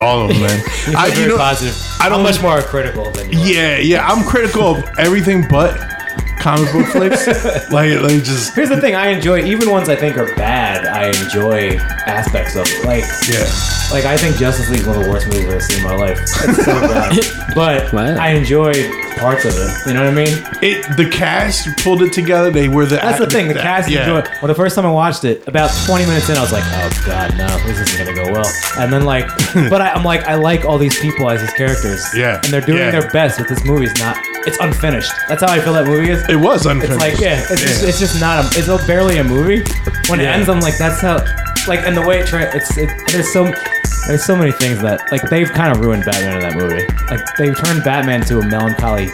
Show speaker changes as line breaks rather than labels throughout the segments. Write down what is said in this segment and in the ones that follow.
all of them, man.
I,
I,
very
you know,
positive.
I don't-
I'm much more critical than you. are.
yeah, yeah. I'm critical of everything but comic book flicks. Like, like just
Here's the thing: I enjoy even ones I think are bad. I enjoy aspects of it. like,
yeah.
like I think Justice League is one of the worst movies I've seen in my life. It's so bad, but
Wow.
I enjoyed parts of it. You know what I mean?
It the cast pulled it together. They were the
That's the thing. The cast
yeah.
enjoyed. Well, the first time I watched it, about 20 minutes in, I was like, "Oh God, no, this isn't gonna go well." And then like, but I, I'm like, I like all these people as these characters.
Yeah.
And they're doing
Yeah.
their best, but this movie's not. It's unfinished. That's how I feel that movie is.
It was
It's
unfinished.
like yeah, it's, Just, it's just not. A, it's a- barely a movie. When it
Yeah.
ends, I'm like, that's how. Like, and the way it tra- it's it, there's so there's so many things that like they've kind of ruined Batman in that movie. Like they've turned Batman to a melancholy.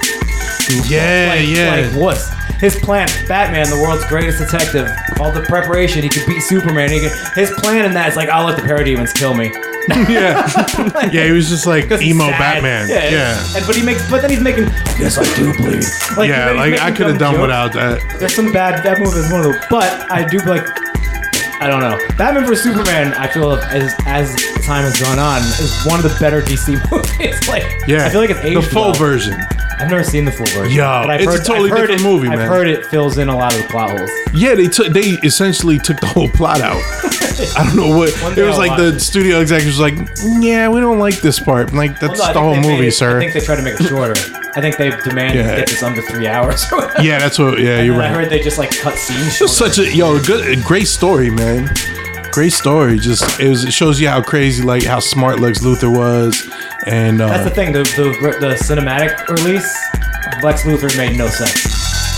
yeah,
Like,
yeah.
Like what? His plan, Batman, the world's greatest detective. All the preparation, he could beat Superman. He could, his plan in that is like, I'll let the parademons kill me.
yeah, yeah. He was just like
'Cause he's
emo
sad.
Batman. Yeah, yeah.
And but he makes, but then he's making. Yes, I do believe. Like, he's
like I
making
could have
dumb
done without
jokes.
that.
There's some bad. That movie is one of the. But I do like. I don't know. Batman vs Superman. I feel as as time has gone on is one of the better DC movies. Like
Yeah,
I feel like it's aged
the full
well.
version.
I've never seen the full version.
Yo,
I've
it's a totally
I've heard
different
it,
movie,
I've
man.
heard it fills in a lot of the plot holes.
Yeah, they took they essentially took the whole plot out. I don't know what
One
it
day
was
I'll
like.
watch
The
it.
studio executives was like, yeah, we don't like this part. I'm like that's
Although
the
I think
whole
they made
movie,
it- I
sir.
think they tried to make it shorter. I think they demanded
Yeah.
to get this under three hours. or whatever.
yeah, that's what. Yeah, you're
And I
right.
heard they just like cut scenes.
Just
shorter.
such a yo, a good, a great story, man. Great story. Just it, was, it shows you how crazy, like how smart Lex Luthor was, and uh,
That's the thing. The, the the cinematic release, Lex Luthor made no sense.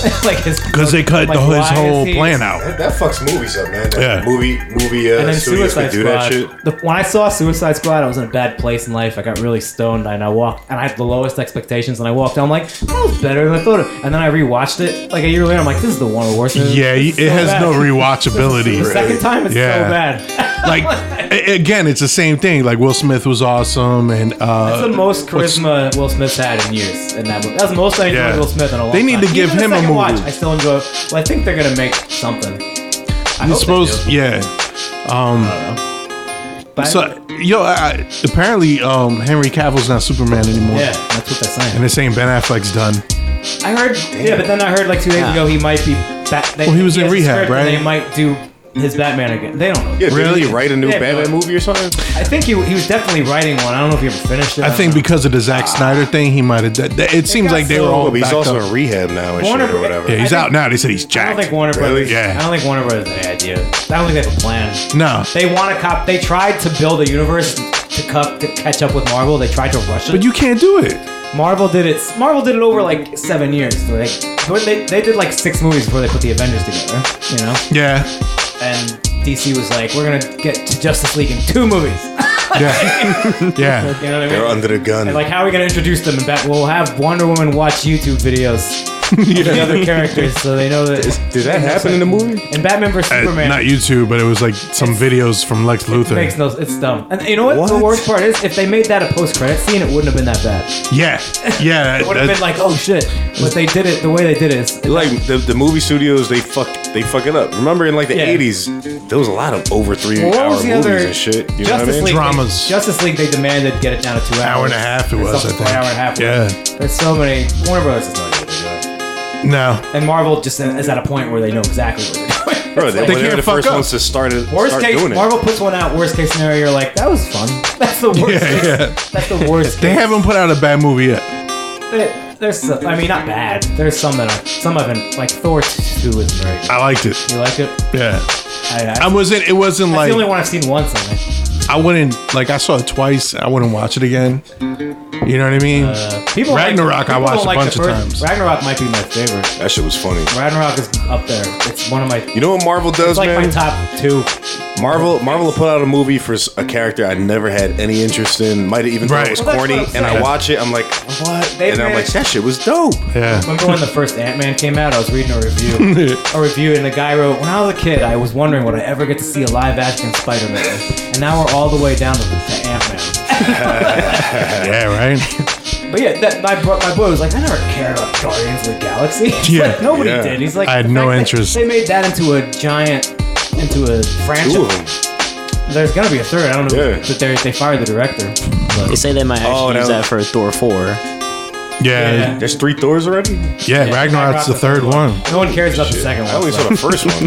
like his
'Cause they cut
like,
the- his
why is
whole
he-
plan out.
That, that fucks movies up, man. That
Yeah.
Movie, movie uh,
And then
studios
Suicide
can do
Squad.
that shit.
The, when I saw Suicide Squad, I was in a bad place in life. I got really stoned, and I walked, and I had the lowest expectations, and I walked. out, I'm like, that was better than I thought. it- And then I rewatched it like a year later. I'm like, this is the one of the worst. movies.
Yeah,
It's
it
so
has
bad.
no
The
rewatchability.
second time, it's
Yeah.
so bad.
like a- again, it's the same thing. Like Will Smith was awesome, and uh,
That's the most
what's-
charisma Will Smith's had in years. In that movie, that's the most I enjoyed
Yeah.
Will Smith in a long
They need
time.
to give
Even the
him a
second Watch,
movie.
I still enjoy. Well, I think they're gonna make something. I
It's
hope they
supposed,
do.
yeah.
But I-
So yo, I, apparently um, Henry Cavill's not Superman anymore,
yeah, that's what they're saying.
and they're saying Ben Affleck's done.
I heard, yeah, but then I heard like two days
Yeah.
ago he might be. Bat- they,
Well, he was in
has a
rehab,
script and
right?
They might do his Batman again. They don't know.
Yeah, really?
Really?
Did he write a new
Yeah,
Batman
but-
movie or something?
I think he, he was definitely writing one. I don't know if he ever finished it.
I
don't
think
know.
because of the Zack Snyder thing, he might have. That, that- it seems
got
like they were
so-
all.
Oh, but he's
backed
also
up.
in rehab now and
Warner-
shit or whatever.
Yeah, he's
I think-
out now. They said he's
I don't
jacked.
think Warner Brothers.
Yeah.
I don't think Warner Brothers had any idea. I don't think they have a plan.
No.
They want to cop. They tried to build a universe to, cup, to catch up with Marvel. They tried to rush it.
But you can't do it.
Marvel did it. Marvel did it over like seven years. Like they, they did like six movies before they put the Avengers together. You know.
Yeah.
And DC was like, we're gonna get to Justice League in two movies.
Yeah. yeah.
You know what I mean?
They're under the gun.
And like, how are we gonna introduce them? And back, we'll have Wonder Woman watch YouTube videos of the other characters, so they know that.
did that happen in the movie?
And Batman vs
Uh,
Superman.
not YouTube, but it was like some videos from Lex Luthor.
Makes no, it's dumb. And you know what? The
What?
worst part is, if they made that a post-credit scene, it wouldn't have been that bad.
yeah. Yeah.
It would have
that-
been like, oh shit. But they did it the way they did it. Is,
Like the, the movie studios, they fuck they fuck it up. Remember in like the
Yeah.
eighties, there was a lot of over three
Well, what
hour
was the
movies
other-
and shit. You know what I
Justice
mean?
League,
Dramas.
They, Justice League, they demanded get it down to two hours.
hour and a half it
Or
was,
something,
I think.
An hour and a half.
Yeah.
There's so many. Warner Brothers is not good. at it.
no.
And Marvel just is at a point where they know exactly what they're doing.
Bro, they,
They
were
can't
the
fuck
first
up.
ones to start it.
Worst
start
case,
doing it.
Marvel puts one out. Worst case scenario, you're like, that was fun. That's the worst.
Yeah,
case.
yeah.
That's the worst.
They
case.
haven't put out a bad movie yet.
There- There's, some, I mean, not bad. There's some that are, some of them like Thor two is very. Good.
I liked it.
You like it?
Yeah.
I, I,
I wasn't. It wasn't
that's the only
like
one I've seen once. I think.
I wouldn't. Like I saw it twice. I wouldn't watch it again. You know what I mean?
Uh, people like-
Ragnarok I
people
watched a
don't like the
bunch of
first-
times.
Ragnarok might be my favorite.
That shit was funny.
Ragnarok is up there. It's one of my.
You know what Marvel does,
It's like my
man?
top two.
Marvel Marvel will put out a movie for s- a character I never had any interest in. Might have even thought
Right.
it was
Well, that's
corny,
what I'm
and I
saying.
watch it. I'm like,
What? They
and I'm like,
managed-
that shit was dope.
yeah.
Remember when the first Ant Man came out? I was reading a review, a review, and the guy wrote, "When I was a kid, I was wondering would I ever get to see a live action Spider Man, and now we're all the way down to, to Ant Man."
Yeah. Right.
But yeah, that, my bro- my boy was like, "I never cared about Guardians of the Galaxy. It's
Yeah,
like, nobody
yeah.
did." He's like,
I had
the
no
fact that
interest.
They made that into a giant, into a
Two of
franchise.
them.
There's gonna be a third. I don't know
Yeah.
that they they fired the director.
They say they might actually
Oh,
use
no.
that for Thor four.
Yeah,
There's three Thors already.
yeah. Ragnarok's the third one.
No one cares about the second
I
one.
only
so-
saw the first one.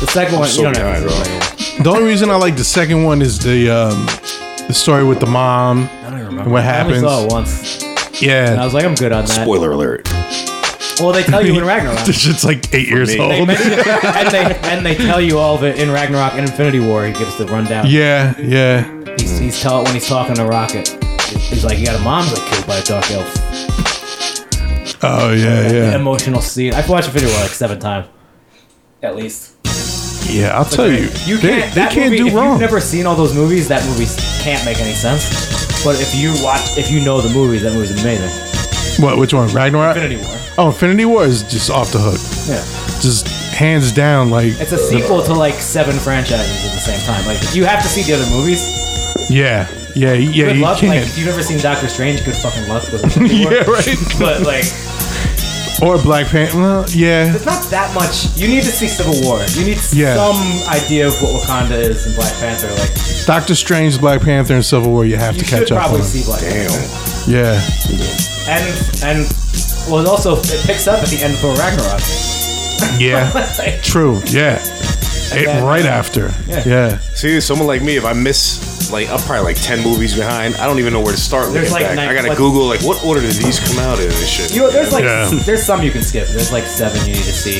The second one,
so
you don't have
behind,
to
bro.
see the second
The only reason I like the second one is the um, the story with the mom.
one. I don't even remember.
What
I only saw
happens.
it once. And I
Yeah,
was like, I'm good on that.
Spoiler alert.
Well, they tell you in Ragnarok.
this shit's like eight years
me.
They
old.
mention it, and they and they tell you all of it in Ragnarok and Infinity War. He gives the rundown.
Yeah, yeah.
He's, he's tell when he's talking to Rocket. He's like, "You got a mom that got killed by a dark elf."
Oh yeah, yeah.
Emotional scene. I've watched Infinity War like seven times, at least.
Yeah, I'll tell you.
You
they,
can't.
they
that
can't
movie, if
do wrong.
You've never seen all those movies. That movie can't make any sense. But if you watch, if you know the movies, that movie's amazing.
What? Which one? Ragnarok.
Infinity War.
Oh, Infinity War is just off the hook.
Yeah.
Just hands down, like
It's a sequel to like seven franchises at the same time. Like you have to see the other movies.
yeah, yeah, yeah.
Good
You
luck. Like
can't.
if you've never seen Doctor Strange, good fucking luck with Infinity War.
yeah, right.
But like,
Or Black Panther. Well, yeah,
it's not that much. You need to see Civil War. You need
Yeah.
some idea of what Wakanda is and Black Panther. Like
Doctor Strange, Black Panther, and Civil War. You have
you
to
should
catch up
probably
on.
see Black Panther.
Damn.
Yeah,
And and well, it also it picks up at the end for Ragnarok.
yeah.
Like,
True. Yeah. It,
then-
right after.
Yeah.
yeah.
See, someone like me, if I miss, like, I'm probably like 10 movies behind. I don't even know where to start looking
There's, like,
back.
nine-
I gotta
like-
Google, like, what order did these come out in and shit.
you know, there's like
Yeah.
there's some you can skip. There's like seven you need to see.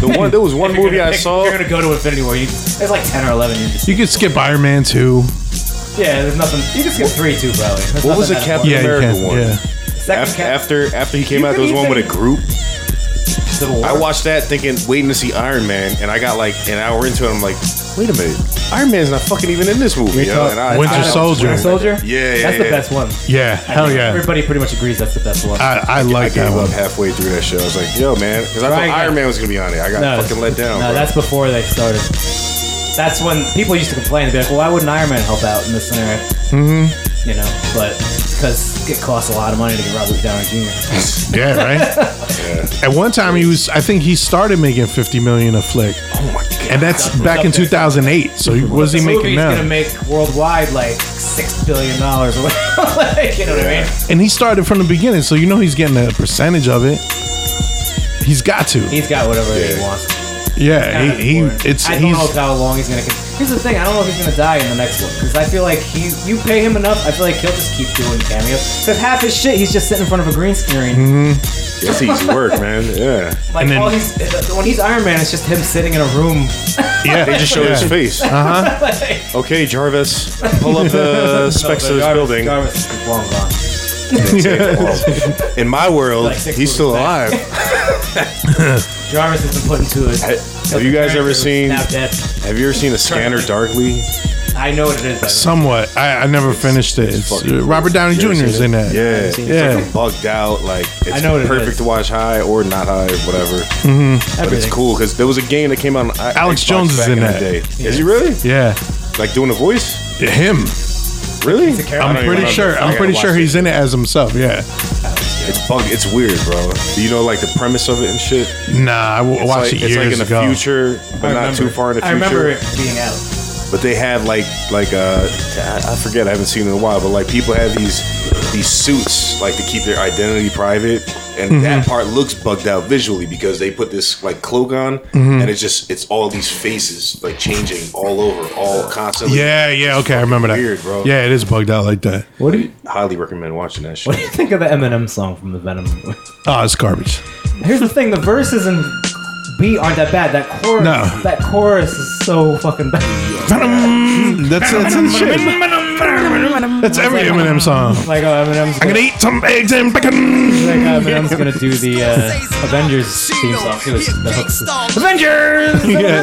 the one, there was one
If you're
movie
gonna
I
pick-
saw.
if You're gonna go to Infinity War. You, there's like ten or eleven you need to see.
You could skip Iron Man 2.
Yeah, there's nothing. You can skip three too, probably. There's
What was
nothing
the
that important.
cap-
Yeah, you
America
can.
one.
Yeah.
Second
After,
cap-
after after he came
You
out, there was
could
one with
even-
a group.
Civil War.
I watched that thinking, waiting to see Iron Man, and I got like an hour into it. I'm like, wait a minute, Iron Man's not fucking even in this movie. Yo.
talk-
And I,
Winter
I-
Soldier.
Winter Soldier.
Yeah, yeah,
that's the
yeah.
best one.
Yeah. Hell yeah.
Everybody pretty much agrees that's the best one.
I, I
I,
like
gave
that one.
up halfway through that show. I was like, yo, man, because I
Right.
thought Iron Man was gonna be on it. I got fucking let down.
No,
bro.
that's before they started. That's when people used to complain and be like, "Well, why wouldn't Iron Man help out in this scenario?" Mm-hmm. You know, but because it costs a lot of money to get Robert Downey Jr.
Yeah, right? At one time, he was, I think he started making 50 million a flick.
oh my god.
And that's back in
okay.
2008. So he- what is he
the
making
movie's
now?
gonna make worldwide like six billion dollars. or whatever. like, you know what I mean?
Yeah.
and he started from the beginning. So you know he's getting a percentage of it. He's got to.
He's got whatever he
Yeah.
wants.
Yeah.
kinda
He, he
boring.
it's,
I don't know
he's,
how long he's gonna. con- Here's the thing. I don't know if he's gonna die in the next one because I feel like he. You pay him enough. I feel like he'll just keep doing cameos. Because half his shit, he's just sitting in front of a green screen.
That's easy work, man. Yeah.
Like
And then-
all he's when he's Iron Man, it's just him sitting in a room.
yeah.
They just showed
yeah.
his face.
like,
Uh-huh. Okay, Jarvis, pull up the specs of this
Jarvis-
building.
Jarvis is long gone.
In my world,
Like six
he's still
movies
alive.
Jarvis has been put into his.
Have you guys ever seen?
Now dead.
Have you ever seen a Scanner Darkly?
I know what it is. By the way.
Somewhat. I, I never finished it. It's,
fucking
uh, Robert Downey
You ever
Jr.
seen
is
it?
in that.
Yeah, it's
Yeah.
like a bugged out. Like it's
I know what it
perfect
is.
to watch high or not high, whatever. But it's
Everything.
cool because there was a game that came out. On I-
Alex
Xbox
Jones is
back
in
the
that.
Day. Is he really?
Yeah.
Like doing a voice?
Him.
Really?
character.
I
I'm
don't even
pretty
remember.
sure.
I
I'm
gotta
pretty
watch
sure
it.
he's in it as himself. Yeah.
It's bug. It's weird, bro. Do you know like the premise of it and shit?
Nah, I w-
It's
watched
like,
it years
It's like in the
ago.
future, but
I
not
remember-
too far in the
I
future.
remember it being out.
but they have like like uh I I forget I haven't seen it in a while but like people have these these suits like to keep their identity private and
Mm-hmm.
that part looks bugged out visually because they put this like cloak on
Mm-hmm.
and it's just it's all these faces like changing all over all constantly
Yeah, yeah, okay, I remember that.
weird, bro.
Yeah, it is bugged out like that.
What do you
highly recommend watching that
What do
shit
you think of the Eminem song from the Venom movie?
Oh, it's garbage.
Here's the thing: the verses and beat aren't that bad. That chorus,
No.
that chorus is so fucking bad.
Venom. That's that's his shit. That's every Eminem song.
Like, oh, Eminem's
I'm
gonna,
gonna eat some eggs and bacon.
like, oh, Eminem's gonna do the uh, Avengers theme song too. It's- Avengers,
Yeah,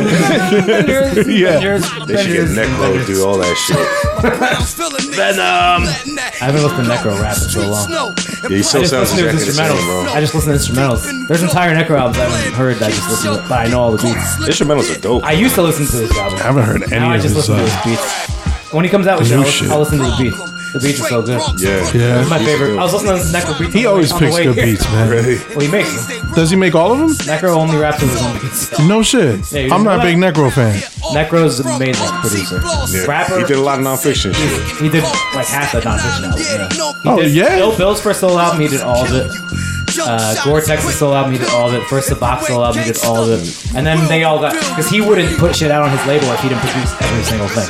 Avengers,
Yeah.
Avengers,
they should get
Avengers.
Necro do all that shit
Venom. I haven't listened to Necro rap in so long.
Yeah, he still
I just
sounds
listen to
exactly
his
the same, bro.
instrumentals. I just listen to instrumentals. There's entire Necro albums I haven't heard. that I just listen to, but I know all the beats.
instrumentals are dope
I used to listen to his album.
I haven't heard
Now
any
I
of
just
his
listen to
songs.
his beats. When he comes out with
New
shit, I'll-
shit.
I'll listen to his beats. The beats are so good.
Yeah.
Yeah.
That's my
Beats are
favorite.
good.
I was listening to Necro beats.
He
on the way-
always
on the
picks
way
good
here.
beats, man.
Really?
Well, he makes them.
Does he make all of them?
Necro only raps on his own beats.
No shit.
Yeah, you
I'm
know
not a big
that?
Necro fan.
Necro's an amazing producer.
Yeah.
Rapper.
He did a lot of nonfiction shit.
He did like half the nonfiction album. Yeah. He
Oh,
did
yeah?
Bill Bill's first solo album, he did all of it. Uh, Gore-Tex's solo album, he did all of it. First the Box solo album, he did all of it. And then they all got because he wouldn't put shit out on his label if he didn't produce every single thing.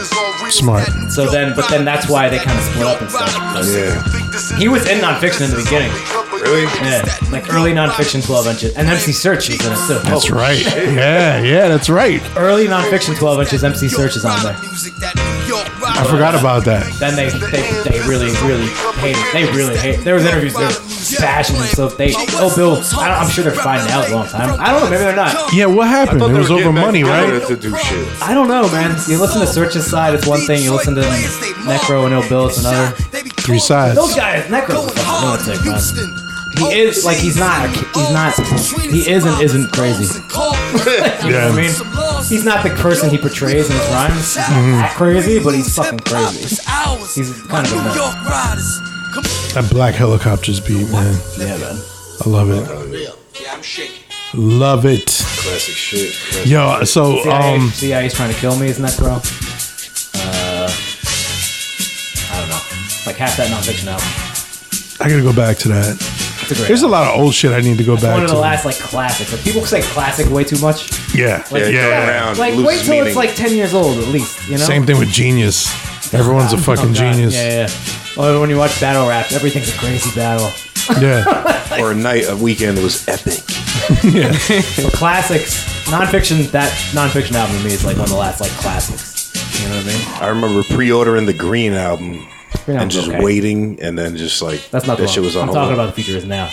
Smart.
So then, but then that's why they kind of split up and stuff.
Yeah.
He was in nonfiction in the beginning.
Really?
Yeah, like early nonfiction 12 inches. And MC Search is in it too.
That's right. Yeah, yeah, that's right.
Early nonfiction 12 inches, MC Search is on there.
I
forgot about that.
Then they, they, they really, really hate it. They really hate it. There was interviews they were bashing him. So they, oh, Bill, I don't, I'm sure they're fine now. It's a long time. I don't know. Maybe they're not.
Yeah, what happened? It was over money, right?
To do shit.
I don't know, man. You listen to Search's side, it's one thing. You listen to Necro and Ill Bill, it's another.
Three sides.
Those guys, Necro's a fucking lunatic, man.
He is like he's not. He's not. He is and isn't crazy.
Yeah.
I mean, he's not the person he portrays in his rhymes. He's not crazy, but he's fucking crazy. He's kind of a nut.
That black helicopters beat, man.
Yeah, man.
I love it.
I'm shaking.
Love it.
Classic shit. Classic
Yo, so
CIA,
um
CIA's trying to kill me, isn't that bro? Uh, I don't know. Like half that nonfiction album.
I gotta go back to that.
It's a great.
There's a
album.
lot of old shit I need to go
one
back
of
to.
the last like classics. Like people say classic way too much.
yeah.
Yeah,
Yeah.
go around.
Like
loses
wait till
meaning.
it's like ten years old at least. You know.
Same thing with genius. Everyone's a
Oh,
fucking
God.
genius.
Yeah, yeah. Well, when you watch battle rap, everything's a crazy battle.
yeah.
or a night, a weekend was epic.
But classics, nonfiction. That nonfiction album to me is like one of the last like classics. You know what I mean?
I remember pre-ordering the Green album
Green
and
Album's
just
okay.
waiting, and then just like
That's not the
that shit
one.
was on
I'm
hold.
talking about the future is now.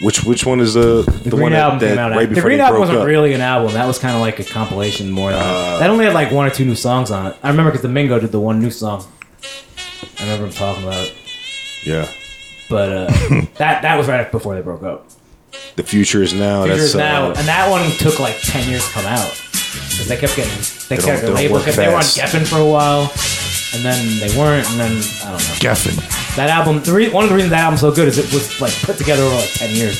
Which which one is the the,
The
one
Green
that,
Album
that
came out.
right
after- the
before
Green
they
Album
broke
wasn't
up? Uh,
really an album. That was kind of like a compilation more. Than that only had like one or two new songs on it. I remember because Domingo did the one new song. I remember him talking about it.
Yeah,
But uh, that that was right before they broke up.
the future is now.
Future
that's
is now,
uh,
and that one took like ten years to come out because they kept getting they
They
kept
don't-
their
they don't
label
work
kept, they were on
fast.
Geffen for a while, and then they weren't, and then I don't know.
Geffen.
That album, the re- one of the reasons that album's so good is it was like put together over like ten years.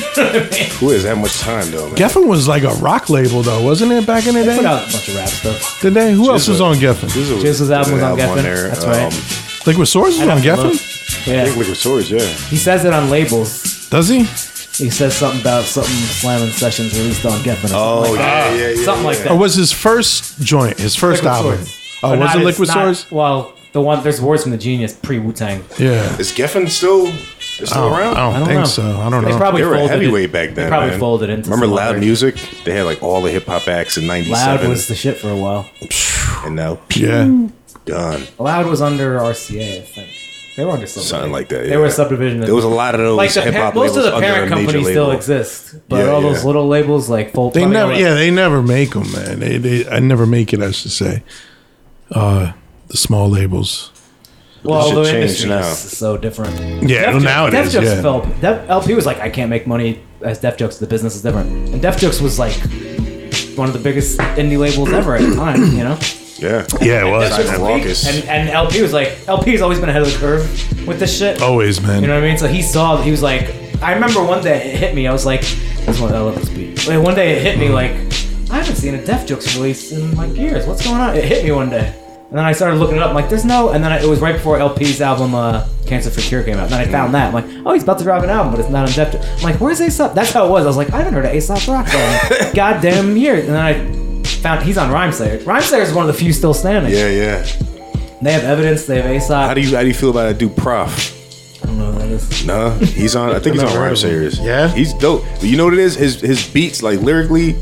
who is that much time though? Man?
Geffen was like a rock label though, wasn't it back in the
Put
day?
out a bunch of rap stuff.
Did they? Who else was
Jizzle.
on Geffen?
Jizzle
Jizzle's album was
an
on Geffen. That's right.
Liquid Swords was
I'd
on
have to
Geffen?
look.
I think
Yeah,
um, Liquid Swords, yeah.
he says it on labels.
Does he?
He says something about something slamming sessions released on Geffen. Or something
Oh
like that.
yeah, yeah, yeah.
something like that.
Or was his first joint, his first
Liquid
album?
Swords.
Oh,
Or
was
not,
it
it's
Liquid
not-
Swords?
Well, the one there's words from the genius pre Wu Tang.
Yeah.
Is Geffen still is still around?
I don't
don't
think
know.
so. I don't
They
know.
probably
They were a
folded
heavyweight
it.
back then.
They probably
man.
folded into
Remember
some
Loud
other-
Music? They had like all the hip hop acts in
Loud
'97,
was the shit for a while.
and now
yeah.
gone.
Loud was under RCA, I think. They were under something.
Something like that.
They
yeah.
were a subdivision. Of,
There was a lot of those
like the
hip
par-
hop
most of the parent companies
companies
still exist, but
Yeah,
all
yeah.
those little labels like Full.
They
Frontal,
never,
like-
yeah, they never make them, man. They, they, I never make it. I should say, uh, the small labels.
Well,
Shit
the
changed
industry
now.
is so different.
Yeah,
Def Jux-
now it
Def
is,
Jux
yeah.
fell- Def- LP was like, I can't make money as Def Jux. The business is different, and Def Jux was like one of the biggest indie labels ever at the time. You know.
Yeah,
Yeah, it
That's
was
just- Raucous.
And and LP was like LP's always been ahead of the curve with this shit.
always, man.
You know what I mean? So he saw he was like I remember one day it hit me, I was like, this one I love this beat. Like, one day it hit me like I haven't seen a Def Jux release in like years. What's going on? It hit me one day. And then I started looking it up, I'm like, there's no and then I, it was right before LP's album uh, Cancer for Cure came out. And then I found that. I'm like, oh he's about to drop an album, but it's not on Def Jux. I'm like, where's Aesop? That's how it was. I was like, I haven't heard of Aesop Rock song. Goddamn year. And then I found he's on Rhyme Slayer. Rhyme Slayer is one of the few still standing.
yeah, yeah.
They have evidence, they have Aesop.
How do you how do you feel about that dude Prof?
I don't know who that is.
Nah, he's on. I think he's on Rhyme Series.
Yeah?
he's dope. But you know what it is? His his beats like lyrically.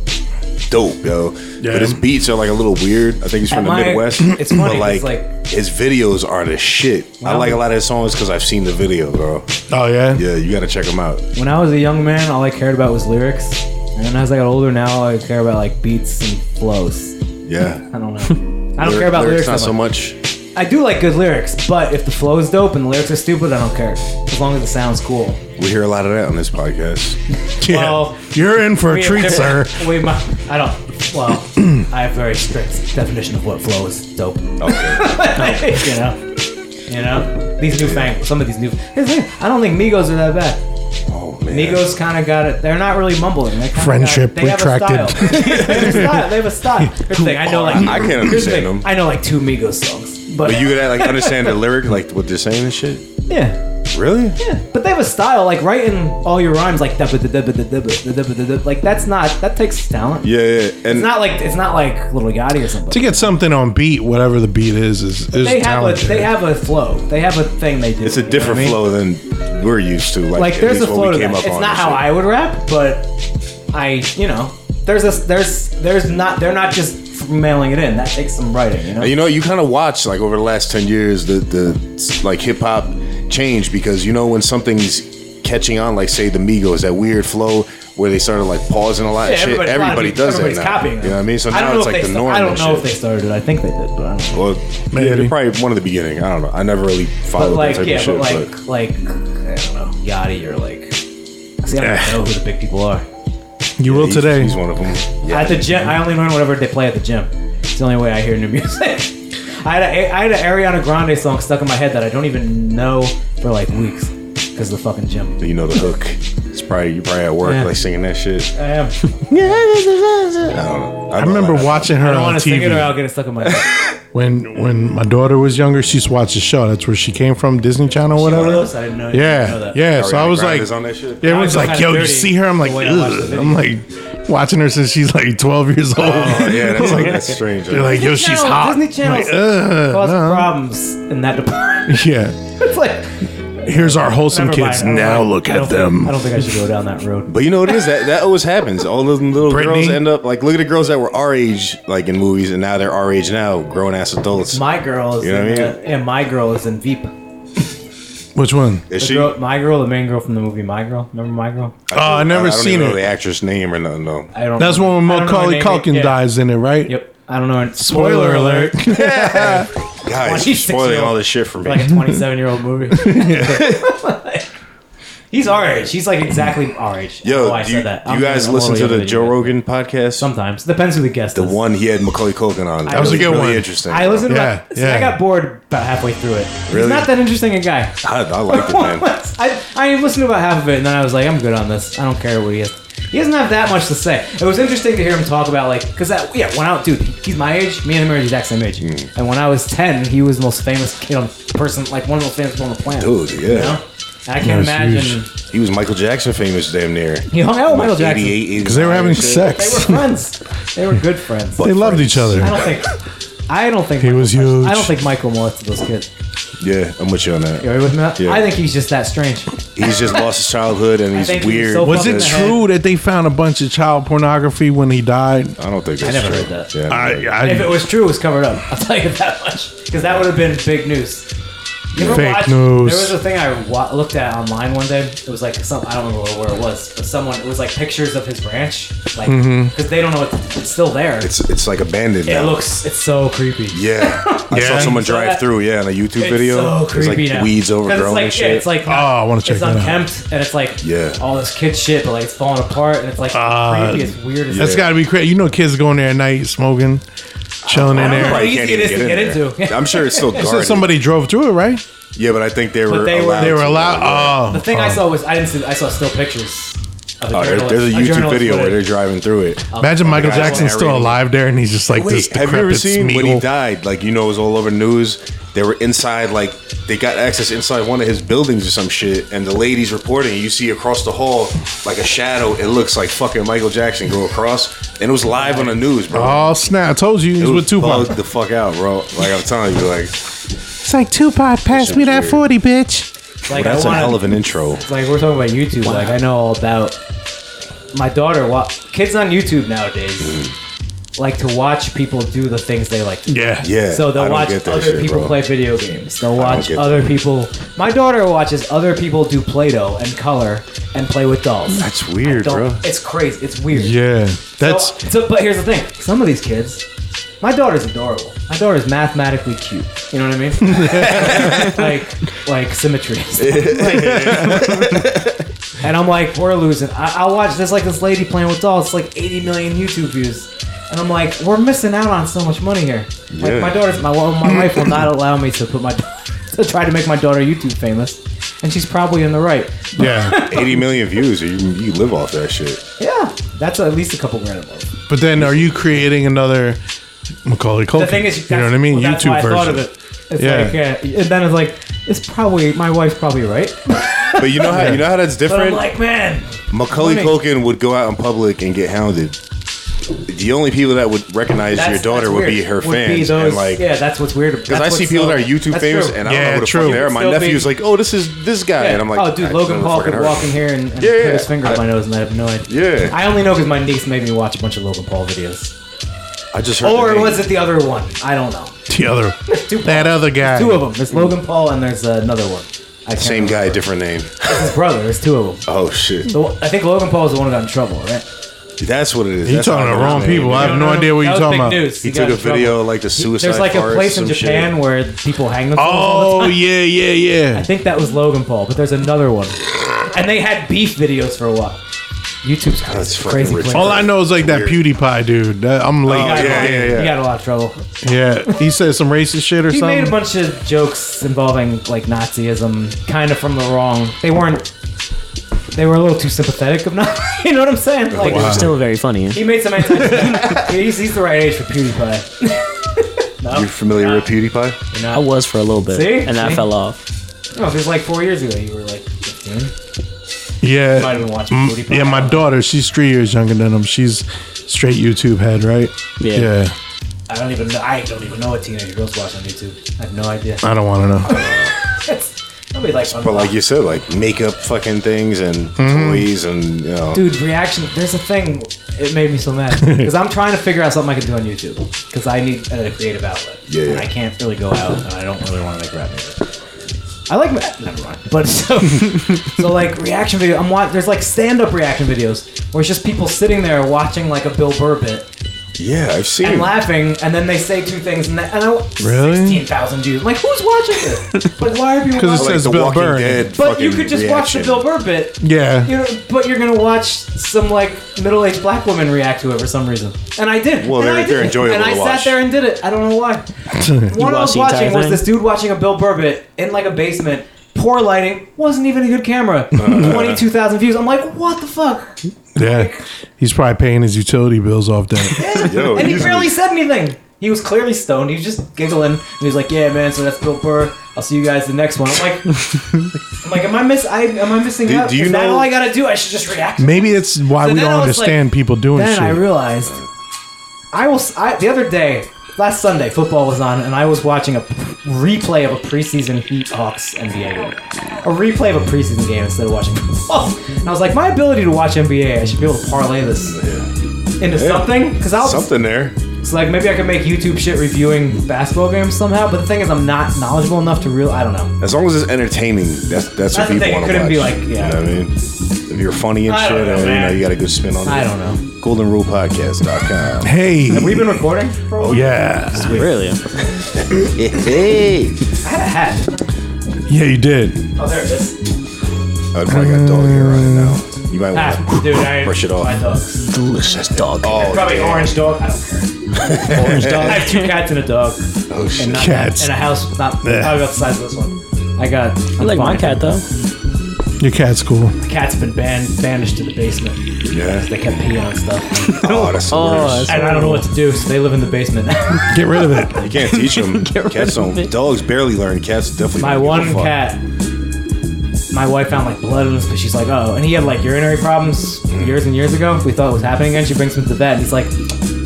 Dope, yo.
Yeah.
But his beats are like a little weird. I think he's from
At
the
my-
Midwest.
it's funny,
but
'cause,
like,
like-
his videos are the shit. I
Wow.
like a lot of his songs because I've seen the video, bro.
Oh yeah,
Yeah, you gotta check him out.
When I was a young man, all I cared about was lyrics. And then as I got older, now all I care about like beats and flows.
Yeah.
I don't know. I don't care about lyrics,
not
that
so
much.
much.
I do like good lyrics, but if the flow is dope and the lyrics are stupid, I don't care. As long as it sounds cool.
We hear a lot of that on this podcast.
Yeah.
Well,
You're in for a
We-
treat, sir.
We, mu- I don't. Well, I have very strict definition of what flow is dope.
Okay.
you know. You know, these newfangled, some of these new. Here's the thing, I don't think Migos are that bad.
Oh man.
Migos kind of got it. They're not really mumbling. They kinda
Friendship
got, they Have a
retracted.
style. they have a style. They have a style. Here's the thing. I know like
I can't
here's the thing,
understand them.
I know like two Migos songs, but,
But you could like understand the lyric, like what they're saying and shit.
yeah,
Really?
yeah. But they have a style. Like writing all your rhymes like that, like that's not that takes talent.
Yeah, yeah. And
It's not like it's not like Little Yachty or something.
To get something on beat, whatever the beat is, is, is
they have
talented.
a they have a flow. They have a thing they do.
it's a
you know what
different
I mean?
flow than we're used to. Like,
Like
at
there's a
least what
flow
we
to
came
that.
up
It's
on
not
and
how
shit.
I would rap, but I you know there's a there's there's not they're not just mailing it in. That takes some writing. You know.
You know, you kind of watch like over the last ten years the the like hip hop change because you know when something's catching on, like say the Migos, that weird flow where they started like pausing a lot.
Yeah,
and
everybody- a lot
shit.
of
Everybody
people-
does that
everybody's
now.
Copying them.
You know what I mean? So
don't
now
know
it's
if
like
they
the
sta-
norm.
I don't
and
know
shit.
if they started. I think they did, but I don't know.
Well,
Maybe.
maybe probably one of the beginning. I don't know. I never really
But
followed
like,
that type
yeah,
of shit.
but like,
but-
like I don't know, Yachty or like. See, I
Eh.
don't know who the big people are.
you will
he's-
today.
He's one of them.
At the gym, I only learn whatever they play at the gym. It's the only way I hear new music. I had a, I had an Ariana Grande song stuck in my head that I don't even know for like weeks because of the fucking gym.
But you know the hook. It's probably you probably at work
Yeah.
like singing that shit.
I am.
I don't know.
I remember
watching.
watching her
I don't
on
want to sing it or I'll
TV
get it stuck in my head.
when when my daughter was younger. She used to watch the show. That's where she came from, Disney Channel,
One of
whatever.
those, I didn't know. didn't know
Yeah,
that.
yeah. So I was like,
on that shit.
yeah, everyone's
I feel
like,
kinda
yo, you
dirty
see her? I'm like,
the way I watched the
Ugh.
video. Oh,
I'm like watching her since she's like 12 years old.
Oh, yeah, that's like that's strange.
They're like, yo, she's
Channel,
hot.
Disney
I'm like, uh, uh-huh. "Ugh,
Cause
no."
problems in that department.
Yeah.
it's like
Here's our wholesome
never mind,
kids.
I don't
Now
mind.
look
I
at
don't think-
them.
I don't think I should go down that road.
But you know what it is that that always happens. All those little
Britney?
girls end up like look at the girls that were our age like in movies, and now they're our age now, grown ass adults.
My girl is
You know what
in,
I
uh, yeah, my girl is in Veep.
Which one?
is
The
she?
girl, my girl, the main girl from the movie My Girl. Remember My Girl?
Oh, I
I
never
don't
seen
even know
it.
the actress name or nothing. No.
I don't.
That's when
know. I don't know her
Macaulay
name.
Culkin
Yeah.
dies in it, right?
Yep. I don't know. her-
Spoiler alert.
Guys,
26
you're spoiling
year old.
all this shit for me.
like a 27 year old movie. He's our age. He's like exactly our age. I don't know
Yo,
why oh, I
do you,
said that.
do
I'm
you guys
totally
listen to
over
the Joe
internet.
Rogan podcast?
Sometimes depends who the guest
The
is.
one he had Macaulay Culkin on. That
was a
good
really
one.
Interesting.
I
bro.
listened.
Yeah,
Yeah, to my,
yeah.
I got bored about halfway through it.
Really?
He's not that interesting a guy.
I, I liked it, man.
I, I listened to about half of it and then I was like, I'm good on this. I don't care what he is. He doesn't have that much to say. It was interesting to hear him talk about like, cause that yeah, when I dude, he's my age. Me and him are the exact same age.
Mm.
And when I was ten, he was the most famous kid on person, like one of the most famous people on the planet.
Dude, yeah.
You know? And I can't
That's
imagine
huge.
He was Michael Jackson famous damn near.
he hung out with Michael Jackson.
Because
they were having
They
sex.
were friends. they were good friends.
They loved each other.
I don't think. I don't think
He was huge.
I don't think Michael molested those kids.
Yeah, I'm with you on that.
You with me?
Yeah.
I think he's just that strange.
He's just lost his childhood and he's
think he was
weird.
so
Was
Fucking
it
head.
true that they found a bunch of child pornography when he died?
I don't think that's
never
true.
heard that.
Yeah, I never
I,
heard
I,
If it was true, it was covered up. I'll tell you that much. Because that would have been big news. You ever
Fake
watch-
news.
There was a thing I wa- looked at online one day. It was like some I don't remember where it was, but someone it was like pictures of his ranch, like because they don't know it's, it's still there.
that. Mm-hmm. it's it's like abandoned
it
now.
looks it's so creepy.
Yeah, I saw
Yeah.
someone
So
drive
that-
through. Yeah, in a YouTube
It's
video.
so
There's
creepy
like
now.
weeds
'Cause
overgrown
it's like,
and
yeah,
shit.
it's like
Oh, I wanna check
It's
that out.
unkempt and it's like
Yeah. Ah,
all this kid shit, but like it's falling apart and it's like
Uh,
creepy. It's weird. As
That's
Yeah.
got to be crazy. You know, kids going there at night smoking, chilling in
know.
there.
How easy it is to get
there.
into.
I'm sure it's still guarded.
So somebody drove through it, right?
yeah, but I think they were.
they were- uh,
allowed
They were
to, yeah.
allowed. Oh,
The thing I
oh.
saw was I didn't see. I saw still pictures. Of
Um, Oh, there-
journalist-
there's a YouTube
journalist
video where
footage.
they're driving through it.
Imagine Michael
the guys
Jackson's
on
still
everything.
alive there, and he's just like this
Wait, have you ever
decrepit
seen when he
Smeagol.
died? Like you know, it was all over the news. They were inside, like they got access inside one of his buildings or some shit, and the ladies reporting. You see across the hall, like a shadow. It looks like fucking Michael Jackson go across, and it was live on the news, bro.
Oh snap! I told you,
it
he's
was
with Tupac.
bugged the fuck out, bro. Like I'm telling you, like
It's like Tupac, pass
shit's me that weird. 40,
bitch.
Like,
that's
I
a
wanna-
hell of an intro.
like we're talking about YouTube. Like I know all about my daughter. Wa- kids on YouTube nowadays like to watch people do the things they like. To do.
Yeah,
Mm. Yeah.
So
I
they'll
don't
watch
get that
other
shit,
people
bro.
play video games. They'll watch
get
other people. My daughter watches other people do Play-Doh and color and play with dolls.
That's weird,
Don't-
bro.
It's crazy. It's weird.
yeah. That's
So, so- but here's the thing. Some of these kids, my daughter's adorable. My daughter's mathematically cute. You know what I mean? like, like symmetry. and stuff. Like- and I'm like, we're losing. I, I'll watch. There's like this lady playing with dolls. It's like 80 million YouTube views. And I'm like, we're missing out on so much money here. Like
Yeah.
my daughter's, my, well, my wife will not allow me to put my daughter to to try to make my daughter YouTube famous, and she's probably in the right.
Yeah.
80 million views. You, you live off that shit.
Yeah, that's at least a couple grand a month.
But then are you creating another Macaulay Culkin?
The thing is,
you know what I mean?
well, that's
YouTube
why I
version.
thought of it. It's
Yeah.
like, yeah, and then it's like, it's probably my wife's probably right,
But you know how you know how that's
but I'm
different.
like, man,
Macaulay
funny.
Culkin would go out in public and get hounded. The only people that would recognize
that's,
your daughter
that's
would be
weird.
her
Would be
fans
those-
and like.
yeah, that's what's weird.
Because I see people that are YouTube famous, and I don't
Yeah,
know who the
true.
fuck they are. My
Still
nephew's like, "Oh, this is this guy," and I'm like,
oh, dude,
"I
Logan
don't
Paul
fucking
could
heard
walk
of
in
him."
here and, and
Yeah,
put
yeah.
his finger
I-
up my nose, and I have no idea.
Yeah.
I only know because my niece made me watch a bunch of Logan Paul videos.
I just heard. the
Or
name.
was it the other one? I don't know.
The other
Two-
that other guy.
Two of them. There's Logan Paul, and there's another one. I can't
same
remember.
guy, different name?
His brother. There's two of them.
Oh shit,
The one- I think Logan Paul is the one who got in trouble, right?
that's what it is.
You
That's how
talking
I
to the
know his
wrong
name.
people. I have no idea what
That
you're
was
talking
big
about.
news.
He
got
took a
in trouble.
video like the suicide.
There's like a
forest,
place in
some
Japan
shit.
where people hang themselves. all
Oh
the time.
yeah, yeah, yeah.
I think that was Logan Paul, but there's another one. And they had beef videos for a while. YouTube's crazy.
That's fucking
crazy
rich.
place.
All I know is like that
Weird.
PewDiePie dude. That- I'm late.
Oh, yeah, yeah, yeah.
He got in a lot of trouble.
Yeah, he said some racist shit or
He
something.
made a bunch of jokes involving like Nazism, kind of from the wrong. They weren't. They were a little too sympathetic of not. You know what I'm saying? Like
Wow.
Still very funny.
he made some anti. he's, he's the right age for PewDiePie.
You familiar with PewDiePie?
I was for a little bit,
See?
and I
See?
fell off.
No, it was like four years ago. You were like 15.
yeah,
Might have been watching
Mm,
PewDiePie.
yeah. My daughter, she's three years younger than him. She's straight YouTube head, right?
Yeah.
I don't even know. I don't even know what teenage girls watch on YouTube. I have no idea.
I don't want to know.
Nobody likes.
But like you said, like makeup, fucking things, and
Hmm.
toys, and you know.
dude, reaction. There's a thing. It made me so mad because I'm trying to figure out something I can do on YouTube because I need a creative outlet.
Yeah, yeah.
And I can't really go out, and I don't really want to make rap music. I like ma- never mind. But so, so like reaction video. I'm watching. There's like stand-up reaction videos where it's just people sitting there watching like a Bill Burr bit
Yeah, I've seen.
and laughing, and then they say two things, and, that, and I,
Really?
sixteen thousand views. I'm like, who's watching this? like, why are people?
'Cause it's
Watching?
Like
says
the
Bill
Walking
Burr.
Dead.
but you
fucking
could just
reaction.
watch the Bill Burr bit.
Yeah,
You know, but you're gonna watch some like middle-aged black woman react to it for some reason, and I did.
Well,
and
they're-
I did.
they're enjoyable
And I
to watch.
sat there and did it. I don't know why. One I was
watched the
watching
entire
was
thing?
this dude watching a Bill Burbit in like a basement. Poor lighting, wasn't even a good camera.
Uh.
Twenty-two thousand views. I'm like, what the fuck?
yeah. He's probably paying his utility bills off that.
Yo,
and he
easily.
barely said anything. He was clearly stoned. He was just giggling. And he was like, "Yeah, man. So that's Bill Burr. I'll see you guys the next one." I'm like, I'm like, am I miss? I, am I missing
Do-
out?
do you
Is that
know-
all I gotta do? I should just react.
Maybe that's why
So
we
then
don't
I was like-
understand people doing
then
shit.
I realized I will. s I the other day, last Sunday, football was on, and I was watching a replay of a preseason Heat Hawks NBA game. A replay of a preseason game instead of watching. football. and I was like, my ability to watch NBA, I should be able to parlay this into something because I'll
something there.
so like maybe I could make YouTube shit reviewing basketball games somehow. But the thing is, I'm not knowledgeable enough to real. I don't know.
As long as it's entertaining, that's that's, what
That's the
people
thing, it
want to watch.
couldn't be like- yeah.
You know what I mean, if you're funny and
I
shit,
don't know,
uh, you know,
man.
you got a good spin on it.
I don't know.
GoldenRulePodcast.com.
Have
hey,
we been recording?
oh yeah,
Really?
hey,
I had a hat.
yeah, you did.
Oh, there it is.
I probably got dog hair on it now. You might want
Ah, dude, I
Brush it off.
My dogs.
Delicious dog.
to.
Probably orange dog. I don't care.
Orange dog.
I have two cats and a dog.
Oh shit.
Not
Cats.
And a house not
Yeah.
probably about the size of this one. I got.
I like my cat though.
Your cat's cool.
The cat's been banned, banished to the basement.
Yeah.
They kept peeing on stuff,
Oh, that's the
Oh,
worst.
that's-
and I don't know what to do, so they live in the basement.
Get rid of it.
You can't teach them.
rid
Cats
of
don't.
it.
Dogs barely learn. Cats definitely.
my
don't
one
give a fuck.
cat. My wife found like blood on his, but she's like, oh, and he had like urinary problems
Mm.
years and years ago. We thought it was happening again. She brings him to the vet. And he's like,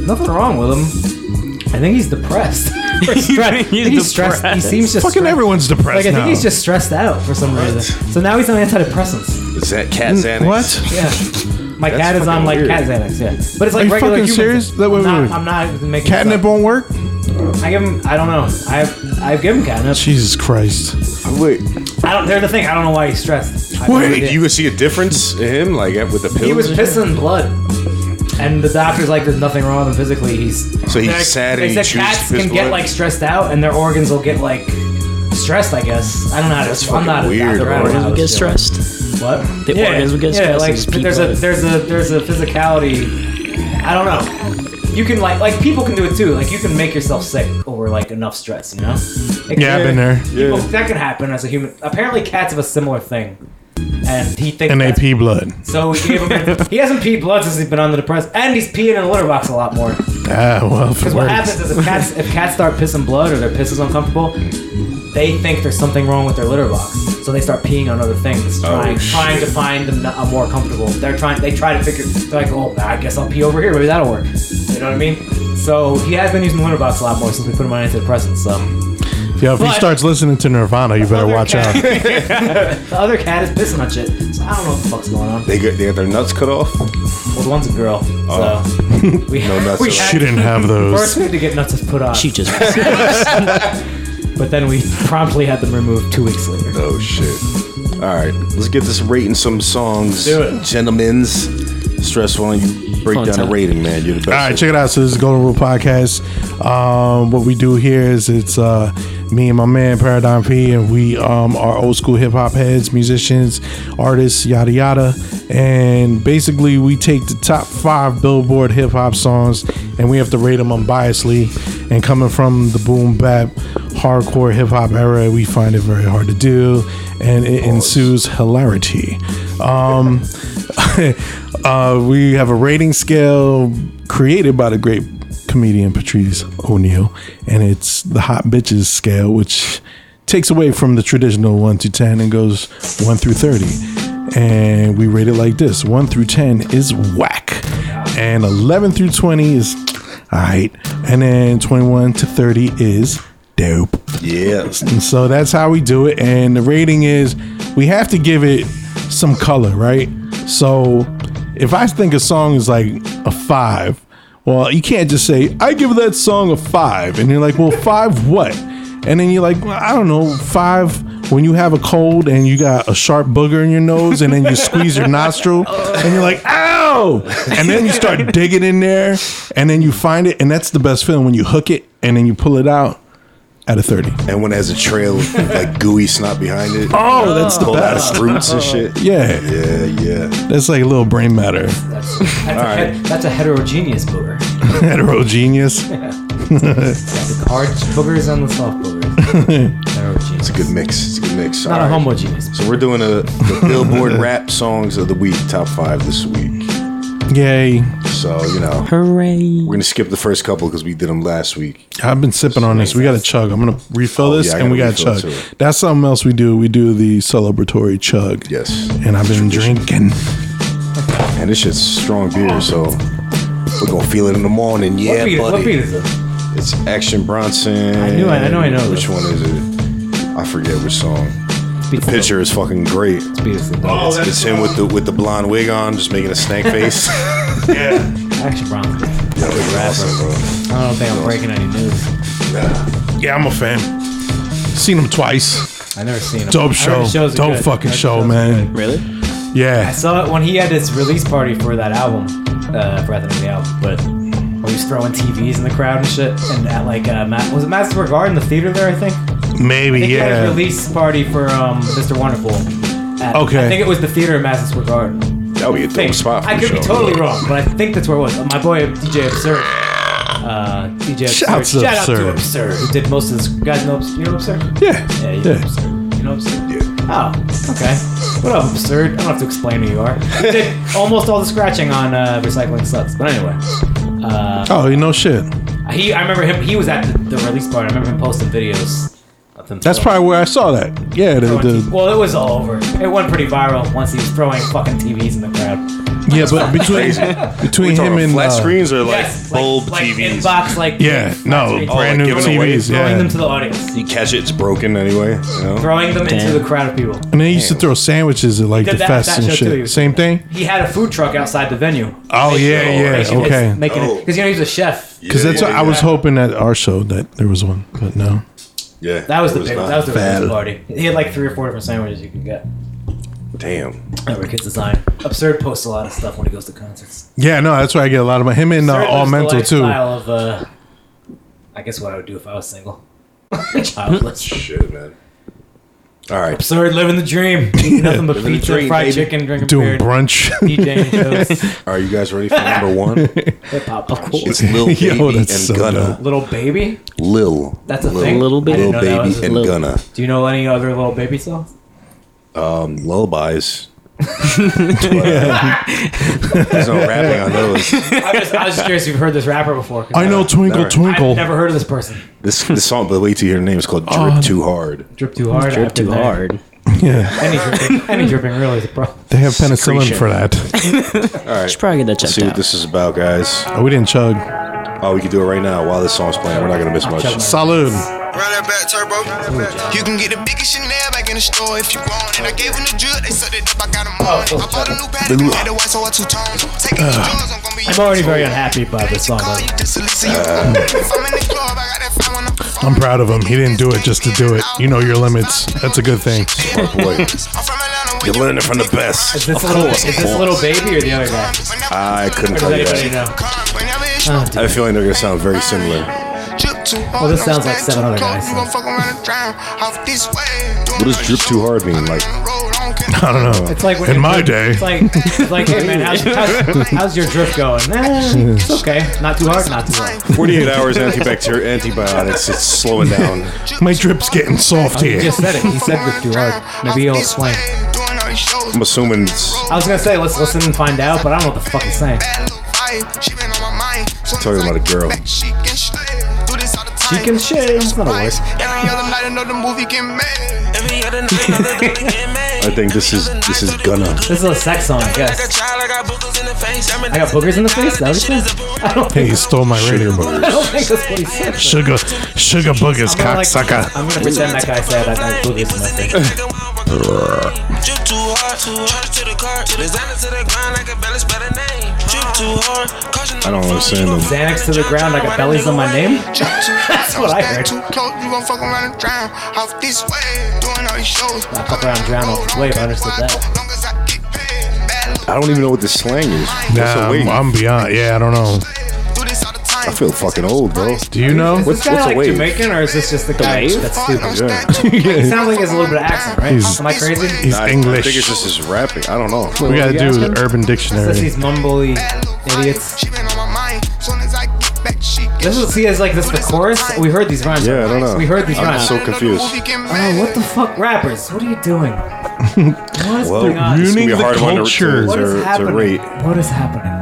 nothing wrong with him. I think he's depressed. Or
You
stressed.
think he's
I think he's stressed. He
depressed?
seems just
Fucking
stressed.
everyone's depressed
Like I think
now.
he's just stressed out for some reason. So now he's on antidepressants.
Is that cat
Mm,
Xanax?
what?
Yeah. My
That's
cat is
fucking
on like
weird.
cat Xanax. Yeah. But it's
Are
like
you
regular
fucking
human
serious?
Xanax.
Wait, wait,
I'm,
wait.
not, I'm not making this
Catnip
up.
won't work.
I give him. I don't know. I've I've given him catnip.
Jesus Christ.
Wait.
I don't. They're the thing. I don't know why he's stressed. I have no
Wait,
idea.
You could see a difference in him, like with the pills.
He was
and
pissing blood. And the doctor's like, there's nothing wrong with him physically. He's
So he's
They're like-
sad and
They
he
said
chews
cats
piss
can get
blood?
like stressed out, and their organs will get like stressed. I guess I don't know. How to,
That's
I'm
fucking
not a
weird,
doctor. I don't
bro.
know how
Organs would get
this shit works.
stressed.
What?
The organs would
yeah,
get stressed and
Like
just pee
there's a
blood.
there's a there's a physicality. I don't know. you can like like people can do it too. Like you can make yourself sick over like enough stress, you know? Like,
Yeah, I've been there.
people-
Yeah.
That can happen as a human. Apparently, cats have a similar thing, and he thinks
And they
that's-
pee blood.
So we gave him. he hasn't peed blood since he's been on the depressant, and he's peeing in a litter box a lot more.
Ah, well, if it
Because what
works.
happens is if cats, if cats start pissing blood or their piss is uncomfortable, they think there's something wrong with their litter box, so they start peeing on other things, trying trying to find them a more comfortable. They're trying, they try to figure. They're like, oh, I guess I'll pee over here. Maybe that'll work. You know what I mean? So he has been using the litter box a lot more since we put him on antidepressants. So
Yo, if he
But-
starts listening to Nirvana, you better
Other
watch out.
cat- the other cat is pissing on shit. So I don't know what the fuck's going on.
They get they got their nuts cut off.
Well, the one's a girl, Oh. so we,
No nuts
we
allowed.
had-
She didn't have
First,
those.
we had to get nuts put on,
She just
but then we promptly had them removed two weeks later.
Oh shit! All right, let's get this rating some songs,
Do it.
gentlemen's. Stress on you. Break
Fun
down the
time.
rating, man. You're the best.
All right, check it out. So this is Golden Rule Podcast. Um, what we do here is it's uh, me and my man Paradigm P, and we um, are old school hip hop heads, musicians, artists, yada yada. And basically, we take the top five Billboard hip hop songs, and we have to rate them unbiasedly. And coming from the boom bap, hardcore hip hop era, we find it very hard to do, and it ensues hilarity. Um, uh, we have a rating scale created by the great comedian Patrice O'Neill, and it's the hot bitches scale, which takes away from the traditional one to ten and goes one through thirty. And we rate it like this: one through ten is whack, and eleven through twenty is all right, and then twenty-one to thirty is dope.
Yeah.
And so that's how we do it. And the rating is we have to give it some color, right? So if I think a song is like a five, well, you can't just say, I give that song a five. And you're like, well, five what? And then you're like, well, I don't know, five when you have a cold and you got a sharp booger in your nose and then you squeeze your nostril and you're like, ow! And then you start digging in there and then you find it. And that's the best feeling when you hook it and then you pull it out at a 30.
And when it has a trail of like gooey snot behind it.
Oh, that's the
Pulled out
best.
of roots and shit.
Yeah,
Yeah, yeah.
that's like a little brain matter.
That's, that's, a,
right.
he- that's a heterogeneous booger.
Heterogeneous.
The hard boogers and the soft boogers. heterogeneous.
Good mix. It's a good mix.
Not
All
a
right.
homogeneous.
So we're doing a the Billboard rap songs of the week, top five this week.
Yay.
So you know
hooray.
we're gonna skip the first couple because we did them last week.
I've been sipping on this. We got to chug. I'm going to refill
Oh,
this
yeah, I
and we
gotta
got to
refill
chug.
too.
That's something else we do. We do the celebratory chug.
Yes.
And I've been drinking.
And this shit's strong beer, so we're gonna feel it in the morning. Yeah,
what, beat,
buddy.
what beat is this?
It's Action Bronson. I
knew it. I know I know
Which
this.
one is it? I forget which song.
Beats
Picture is fucking great.
The, beats the
it's, it's him with the with the blonde wig on, just making a snake face.
Action Bronson. I
That was awesome, bro.
don't think I'm breaking any news.
Yeah, I'm a fan. Seen him twice.
I never seen him.
Dope
I heard
show.
his shows are
Dope
good.
fucking
I heard his
show,
shows are
man.
Really?
I
Yeah.
saw it when he had his release party for that album. Uh, I forgot the name of the album, but when he was throwing TVs in the crowad and shit, and at like uh, Ma- was it Master Garden, the theater there, I think.
Maybe,
I think he had a
yeah.
release party for um, Mr. Wonderful. At,
Okay.
I think it was the theater in Madison Square Garden.
That would be a
I
dope
think.
spot. For
I
the
could be
show.
totally wrong, but I think that's where it was. My boy DJ Absurd. Uh, DJ Absurd.
Shouts to
Shout out to
Absurd.
Absurd. Who did most of this. You guys know Absurd? You know Absurd?
Yeah.
Yeah, you know
Yeah.
Absurd. You know Absurd?
Yeah.
Oh, okay. What up, Absurd? I don't have to explain who you are. did almost all the scratching on uh, Recycling Sucks. But anyway. Uh,
Oh, you know shit.
he, I remember him. He was at the, the release party. I remember him posting videos. of him
That's
throwing-
probably where I saw that. Yeah, the, the,
well, it was all over. It went pretty viral once he was throwing fucking TVs in the crowd.
yeah, but between between
We
him
talking
and
flat
uh,
screens or like
Yes,
bulb
like,
TVs.
Like inbox, like
Yeah, no,
throwing
brand
like
new
giving away-
TVs. Yeah,
them to the audience,
you catch it, it's broken anyway. You know?
throwing them
Damn.
into the crowd of people.
And they used to throw sandwiches at like
Did
the
that-
fest
that
and
show too, he
shit.
was
Same thing.
He had a food truck outside the venue.
Oh yeah, yeah,
Making his-
okay.
making
Oh.
because you know he's a chef.
Because that's what I was hoping at our show that there was one, but no.
Yeah,
That was the
it
big,
not
that was the
bad.
release party. He had like three or four different sandwiches you could get.
damn.
That were kids design. Absurd posts a lot of stuff when he goes to concerts.
Yeah, no, that's where I get a lot of my him and uh,
Absurd
all
lives the
mental too.
lifestyle of, uh, I guess what I would do if I was single, childless.
Shit, man. All right.
Absurd, living the dream. Eating nothing but
Living the
pizza,
dream,
fried
baby.
chicken, drinking
Doing
beer,
brunch.
DJing shows.
Are you guys ready for number one?
Hip hop, of
It's Lil Baby
Yo,
and
that's so
Gunna.
dope.
Little baby.
Lil.
That's a
Lil,
thing?
Little Baby?
Lil
I didn't know that was
Baby
a-
and
Lil.
Gunna.
Do you know any other little baby songs?
Lullabies. There's no rapping on those.
I, just, I was just curious if you've heard this rapper before. 'cause
I know Twinkle
never.
Twinkle.
I've never heard of this person.
This, this song, but wait till you hear her name. It's called Drip
Oh.
Too Hard.
Drip too hard.
Drip
I've been
too
there.
hard.
yeah,
Any dripping, any dripping really is a problem.
they have penicillin
Secretion.
for that.
All right.
Should probably get that checked
See what
out.
this is about, guys.
Oh, we didn't chug.
Oh, we can do it right now while this song's playing. We're not going to miss much.
Salud.
Run that back, turbo. You can get a bigger Chanel back in the store if you want. And I gave him the drip, they sucked it up, I got 'em on.
Oh,
I bought a new
The
pattern,
new-
made a white, so I two tones. Taking
Ah.
the drugs, I'm gonna be.
I'm already very unhappy about this song.
Call
Though.
you just to listen, you come. If I'm in the club, I got that fire when I'm
Ah. I'm
performing.
proud of him. He didn't do it just to do it. You know your limits. That's a good thing.
Smart Oh, boy.
I'm from Atlanta, where
You're
you
learning from the
Is
best.
this, little, is this little baby or the other guy?
Whenever
I couldn't
Or does
tell you
anybody
that.
know?
come, whenever it's
I have a feeling they're going to sound very similar.
drip too hard.
Well, this sounds like
I'm staying
seven
too
other
close,
guys,
You
so.
gon' fuck around and drown off this way.
What does drip too hard mean? Like,
I don't know.
It's like when
In
you're-
my day.
It's like, it's like hey man, how's, how's, how's your drift going? Eh, it's okay. Not too hard, not too hard.
48 hours antibacterial antibiotics. It's slowing down.
My drip's getting soft
He
here.
just said it. He said drift too hard. Maybe he'll explain.
I'm assuming it's
I was gonna say let's listen and find out, but I don't know what the fuck he's saying.
Talking about a girl.
She
can shit, it's not a word.
Every other night another movie get made.
Every other night, another dollar get made.
I think this is this is Gunna.
This is a sex song, I
Like a
guess.
child, I got boogers in the face. I'm
I got boogers in the face. Is That was
Shit is a
I
booger.
don't
Hey,
think.
he stole my radio
I
boogers.
don't think that's what he said.
Sugar, sugar boogers,
I'm gonna, like-
cocksucker.
I'm gonna pretend that guy said I got boogers in my face.
Drip too hard, too hard to the car. Designer to the ground like a belly's better name. Drip too hard. Caution
I don't understand them.
Xanax to the ground. I got bellies on my name.
That's
what I heard.
Too close, you gon' fuck around and drown. Off this way, doing all these shows.
I fuck around and drown off this wave, I understood that.
Long as I get paid. Bad
I don't even know what this slang is. What's a
Nah,
wave?
I'm, I'm beyond. Yeah, I don't know.
Do this all the time.
I feel fucking old, bro.
Do you know?
Is this
What's-
guy
what's a
like
wave?
Jamaican or is this just the guy
wave?
that's stupid? It
He's
sounds like he has a little bit of accent, right?
He's-
Am I crazy?
He's
I, I think it's
English.
just his rapping. I don't know.
We gotta do the Urban
Since
Dictionary.
he's mumbly idiots. This is see as like this the chorus. We heard these rhymes.
Yeah, I don't know.
We heard these
I'm
rhymes.
so confused.
oh, what the fuck, rappers? What are you doing? What's
Well,
going on?
it's gonna
Ruining
be a
the
hard one to,
culture.
to,
What is
to, to
happening?
rate.
What is happening?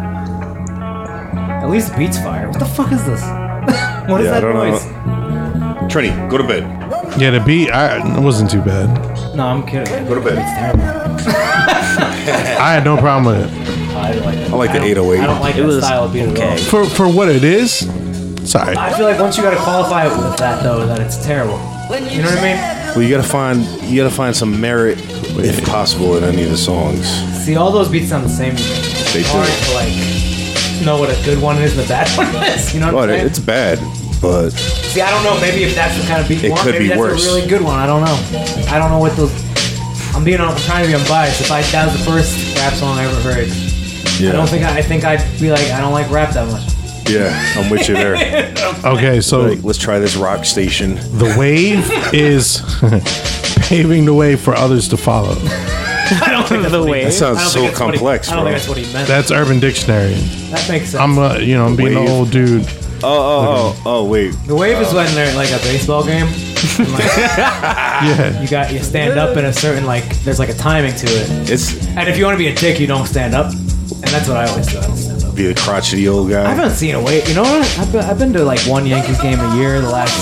At least the beats fire. What the fuck is this? what is
Yeah, I
that
don't know.
noise?
Trini, go to bed.
Yeah, the beat I, it wasn't too bad.
No, I'm kidding.
Go to bed.
I had no problem with it.
I like it.
I like the
I don't
808.
like
It
the
was
style of being okay.
okay.
For for what it is, sorry.
I feel like once you gotta qualify it with that though, that it's terrible. You know what I
Well, you gotta find you gotta find some merit, if possible, in any of the songs.
mean? See, all those beats sound the same. to me.
They do.
Hard to like know what a good one is and a bad one is. You know what
But
I'm
it's
saying?
bad. But
See, I don't know. Maybe if that's the kind of beat you
It
want,
could
maybe
be
that's
worse.
a really good one. I don't know. I don't know what those. I'm being. I'm trying to be unbiased. If I that was the first rap song I ever heard,
yeah,
I don't think I, I think I'd be like I don't like rap that much.
yeah, I'm with you there.
Okay, so
Like, let's try this rock station.
the wave is paving the way for others to follow.
I don't think that's
The
what he-
way.
I
That sounds
don't
so
think that's what he-
complex,
I don't
bro.
think that's what he meant.
That's Urban Dictionary.
that makes sense.
I'm uh, you know I'm being an
wave.
old dude.
Oh, oh, oh, oh, wait.
The wave is when they're at like a baseball game. and, like,
Yeah,
you got you stand up in a certain like there's like a timing to it.
It's
And if you want to be a dick, you don't stand up. And that's what I always do. I don't stand up.
be the crotchety old guy.
I haven't seen a wave. You know what? I've been, I've been to like one Yankees game a year the last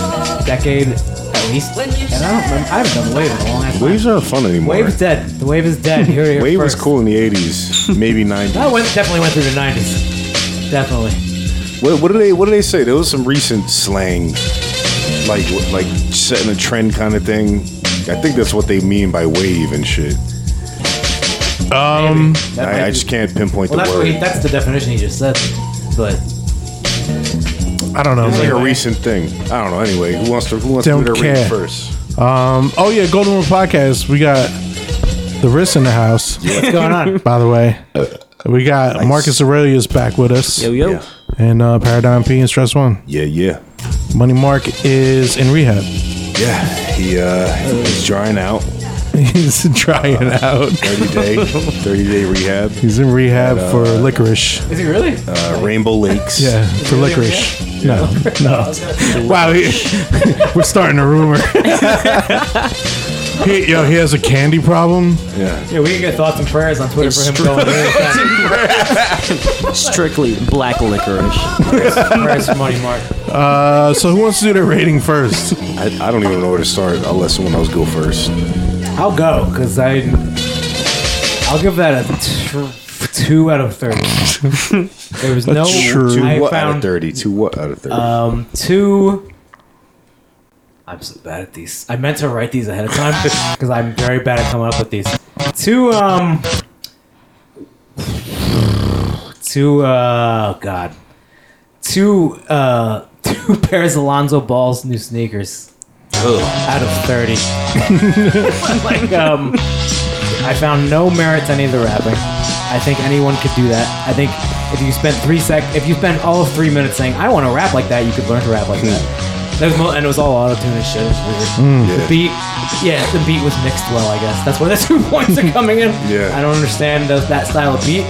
decade at least. And I don't remember, I haven't done a wave in a long time.
Waves aren't fun anymore.
Wave's dead. The wave is dead. Here, here
Wave was
first.
cool in the 80s, maybe 90s.
That went definitely went through the 90s. Definitely.
What, what do they What do they say? There was some recent slang, like like setting a trend kind of thing. I think that's what they mean by wave and shit.
um,
That might
I, I
be-
just can't pinpoint
Well,
the
that's what
word.
he, that's the definition he just said. But
I don't know.
it's like
man.
a recent thing. I don't know. Anyway, who wants to Who wants
Don't
to do their
care.
read first?
Um, oh yeah, Golden Room Podcast. We got the wrist in the house.
what's going on?
By the way, we got Marcus Aurelius back with us,
Yo, yo.
Yeah.
and uh, Paradigm P and Stress One.
Yeah, yeah,
Money Mark is in rehab.
yeah. He uh, he's drying out.
He's trying out.
30 day, 30 day rehab.
He's in rehab for licorice.
Is he really?
Uh, Rainbow Lakes.
Yeah, for licorice. No, no. Wow, he, we're starting a rumor. he, yo, he has a candy problem.
yeah.
Yeah, we can get thoughts and prayers on Twitter for him going there.
Strictly black licorice.
prayers for money, Mark.
Uh, so who wants to do their rating first?
I, I don't even know where to start. I'll let someone else go first.
I'll go because I I'll give that a t- two out of thirty. There was no
Two
I
what out
found
of 30? Two what out of 30?
um two. I'm so bad at these. I meant to write these ahead of time because I'm very bad at coming up with these. Two um two uh god two uh two pairs of Lonzo Ball's new sneakers out of thirty. like um. I found no merit to any of the rapping. I think anyone could do that. I think if you spent three sec, if you spent all of three minutes saying I want to rap like that, you could learn to rap like that. That was mo- and it was all auto tune and shit. It was weird. The beat, yeah, the beat was mixed well. I guess that's where the two points are coming in.
Yeah.
I don't understand those, that style of beat.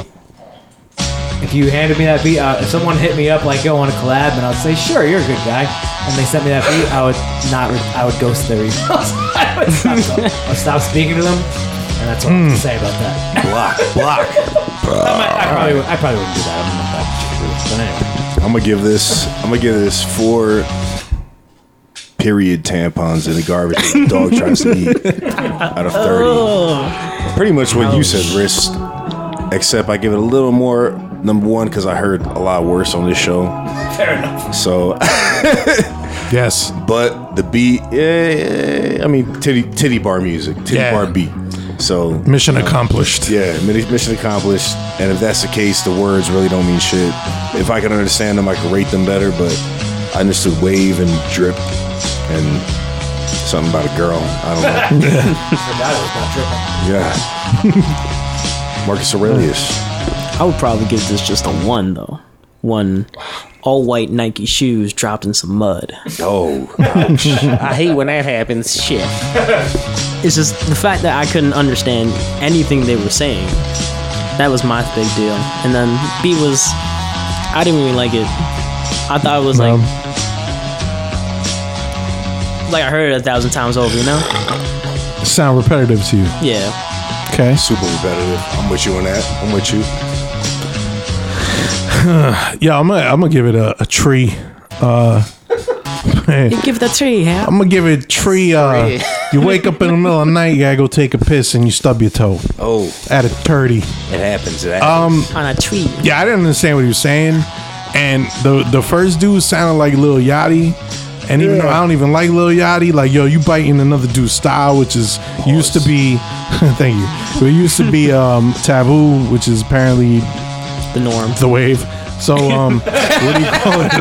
If you handed me that beat, uh, if someone hit me up like, "Yo, want a collab," and I'd say, "Sure, you're a good guy," and they sent me that beat, I would not, re- I would ghost their emails. I would stop, them. I would stop speaking to them, and that's what I have to say about that.
block, block.
I, might- I probably, would- I probably wouldn't do that. I'm not that
I'm gonna give this. I'm gonna give this four period tampons in the garbage that the dog tries to eat out of thirty.
Oh.
Pretty much what you said, wrist. Except I give it a little more. Number one, because I heard a lot worse on this show.
Fair enough.
So,
Yes.
but the beat, yeah, I mean, titty titty bar music, titty
Yeah.
bar beat. So
Mission accomplished.
yeah, mini- mission accomplished. And if that's the case, the words really don't mean shit. If I can understand them, I can rate them better. But I understood wave and drip and something about a girl. I don't know. yeah. Marcus Aurelius.
I would probably give this just a one though. One all white Nike shoes dropped in some mud.
Oh,
I hate when that happens. Shit. It's just the fact that I couldn't understand anything they were saying. That was my big deal. And then B was, I didn't really like it. I thought it was like, like I heard it a thousand times over. You know?
Sound repetitive to you?
Yeah.
Okay.
super repetitive. I'm with you on that. I'm with you.
Yeah, I'm gonna I'm gonna give it a, a tree. Uh, I'm
Give the tree half.
gonna give it tree. Uh, you wake up in the middle of the night, you gotta go take a piss, and you stub your toe
Oh,
at a thirty.
it happens. It happens.
On a tree.
Yeah, I didn't understand what he was saying, and the the first dude sounded like Lil Yachty. And even though I don't even like Lil Yachty, like yo, you biting another dude's style, which is used to be, thank you. It used to be um, taboo, which is apparently
The norm.
the wave. So um, what do you call it?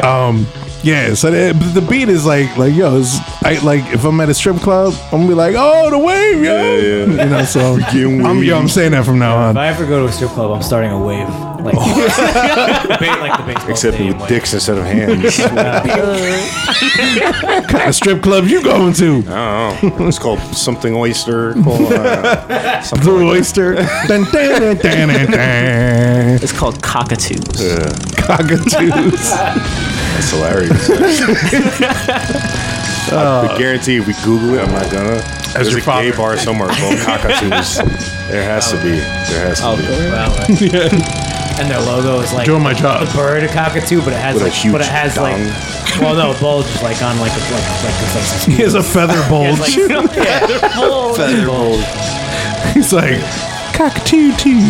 Uh, um, yeah. So the, but the beat is like like yo, it's, I like if I'm at a strip club, I'm gonna be like, oh, the wave, yo.
Yeah, yeah.
You know, so
Freaking
I'm, yo, I'm
wave.
saying that from now on.
If I ever go to a strip club, I'm starting a wave, like, ba- like the baseball
Oh. Except
stadium
with
wave.
dicks instead of hands.
A strip club you going to?
I don't know. It's called something oyster. Called, uh, something
Blue
like
oyster. dun, dun, dun, dun, dun, dun.
It's called cockatoos.
that.
Cockatoos.
That's hilarious.
Oh.
I guarantee if we Google it, I'm not gonna. There's
your
a gay
father.
bar somewhere called Cockatoos. There has to be. There has to
Oh,
be.
and their logo is like
Doing my job.
the bird, a cockatoo, but it has
With a
like,
huge
but it has
dong.
like, well, no, a bulge is like on like a like like it's like some
He has a feather bulge.
It's like,
He's like cockatoo too.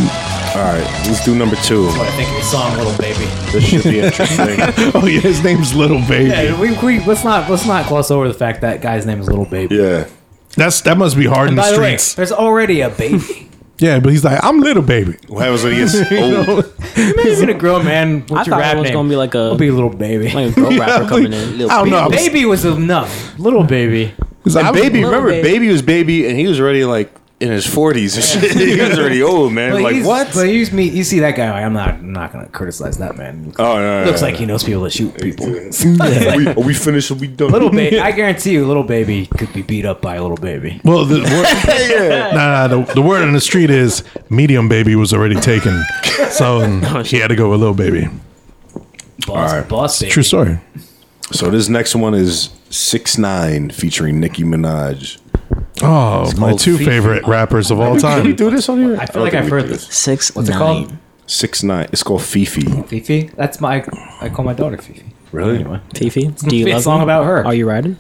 All right, let's do number two.
what I think of the song "Little Baby."
This should be interesting.
Oh yeah, his name's Little Baby.
Yeah, we, we let's not let's not gloss over the fact that guy's name is Little Baby.
Yeah.
That's that must be hard in the
By the way,
streets.
there's already a baby.
Yeah, but he's like, I'm Little Baby.
What happens when he gets old?
Imagine a grown man. What's
I
your
thought
rap
it was
name?
gonna be like a
It'll be Little Baby.
like a girl rapper coming
I
in.
don't know. I was-
baby was enough. Little baby.
he's like, I'm-
And baby, remember,
baby.
baby was baby, and he was already like in his forties and shit. he was already old, man.
But
like
he's-
what?
But you meet, you see that guy. Like, I'm not, I'm not gonna criticize that man.
oh no, no,
Looks
no.
like he knows people that shoot people.
Are we, are we finished? Are we done?
Little baby, I guarantee you, little baby could be beat up by a little baby.
Well, the word, nah, nah, the, the word on the street is medium baby was already taken, so he had to go with little baby.
Boss,
right.
boss baby.
True story.
So this next one is six nine featuring Nicki Minaj.
Oh, my
called
two
Fifi.
favorite rappers of all
Did we
time.
do this on here?
I feel like I've heard this.
Six.
What's it
nine.
called?
Six nine. It's called Fifi.
Fifi. That's my. I call my daughter Fifi.
Really?
Anyway,
Fifi, do you
It's a
love
song
me?
about her.
Are you riding?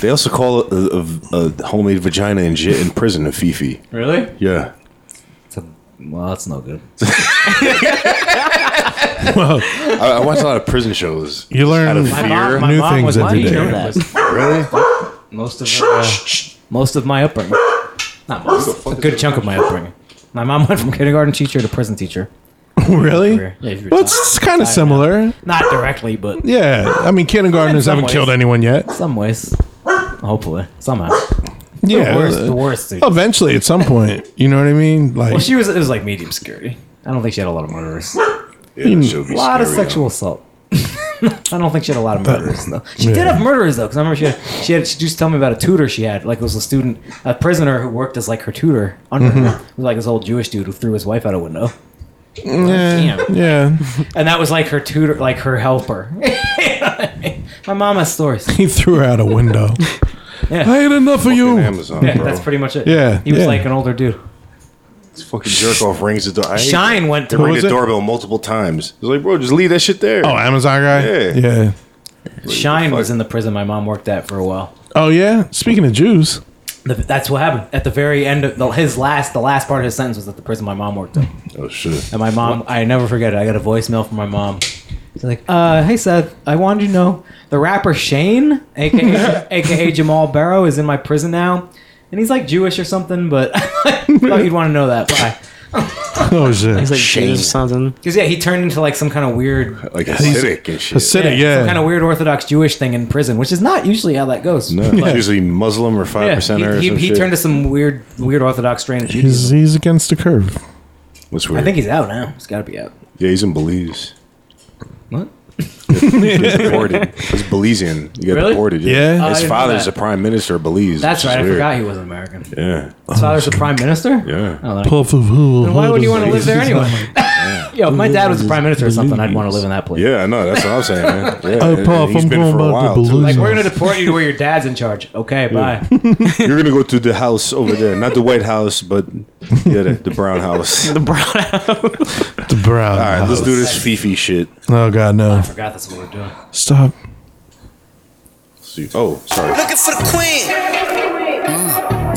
They also call a, a, a homemade vagina and shit in prison a Fifi.
really?
Yeah.
It's a- well, that's no good.
I, I watch a lot of prison shows.
You
Out
learn
of fear.
mom- my
new
mom
things
was
every
my
day.
teacher.
That.
Most of her, uh, most of my upbringing. Not most. A good chunk of my upbringing. My mom went from kindergarten teacher to prison teacher.
really?
Yeah, if you're
Well, it's, kind of similar.
Not directly, but
Yeah, I mean, kindergartners
In some
haven't killed
ways.
anyone yet.
some ways. Hopefully, somehow.
Yeah, uh,
the worst. The worst. Dude.
eventually at some point. You know what I mean? Like,
Well, she was. It was like medium security. I don't think she had a lot of murders. A
Yeah, that show be
lot of
scary,
sexual assault. I don't think she had a lot of murders though. She did
Yeah.
have murders though, because I remember she had. She had. She just tell me about a tutor she had. Like it was a student, a prisoner who worked as like her tutor under
Mm-hmm.
her. It was like this old Jewish dude who threw his wife out a window.
yeah,
Damn.
yeah.
And that was like her tutor, like her helper. My mom has stories.
He threw her out a window.
Yeah.
I had enough of
though.
you.
Fucking Amazon,
Yeah,
bro.
that's pretty much it.
Yeah,
He was
yeah.
like an older dude.
This fucking jerk off rings the door. I hate
Shine went
They
to
What
ring
was
the
it?
doorbell multiple times. It's like, bro, just leave that shit there.
Oh, Amazon guy.
Yeah.
yeah.
Shine
fuck?
was in the prison my mom worked at for a while.
Oh yeah. Speaking of Jews,
The, that's what happened at the very end of the, his last. The last part of his sentence was at the prison my mom worked at.
oh shit.
And my mom, I never forget it. I got a voicemail from my mom. She's like, uh, "Hey Seth, I wanted you to know the rapper Shane, aka aka Jamal Barrow, is in my prison now, and he's like Jewish or something, but I thought you'd want to know that. Bye."
oh shit,
He's like Shane something.
Because yeah, he turned into like some kind of weird
Like acidic and shit.
Hasidic,
Yeah,
yeah,
Some kind of weird Orthodox Jewish thing in prison, which is not usually how that goes.
No, it's usually Muslim or five
Yeah,
percent or
he,
some
he, he
shit.
turned to some weird, weird Orthodox strain of Judaism.
He's he's against the curve.
What's weird?
I think he's out now. He's got to be out.
yeah, he's in Belize.
What?
He's deported. He's Belizean. You got
Really?
deported.
Yeah. Oh, I
His
didn't know
father's
that.
a prime minister of Belize.
That's
which is
right. I
weird.
forgot he was American. His
Yeah.
father's a prime minister.
Yeah.
Oh, then I-
Puff of who?
then why would you want to live there
Jesus.
anyway? Yo, if my dad was a prime minister or something, I'd want to live in that place.
Yeah, I know. That's what I'm saying, man. Yeah,
Hey,
and- and
Puff,
he's
I'm
been
going
for a
back to
while, too.
Belize.
Like we're gonna deport you to where your dad's in charge. Okay, bye.
You're gonna go to the house over there, not the White House, but yeah, the, the Brown House. All
The brown.
The brown.
right, let's do this Fifi shit.
Oh god, no!
Forgot that's what we're doing.
Stop.
Oh, sorry.
Looking for the queen.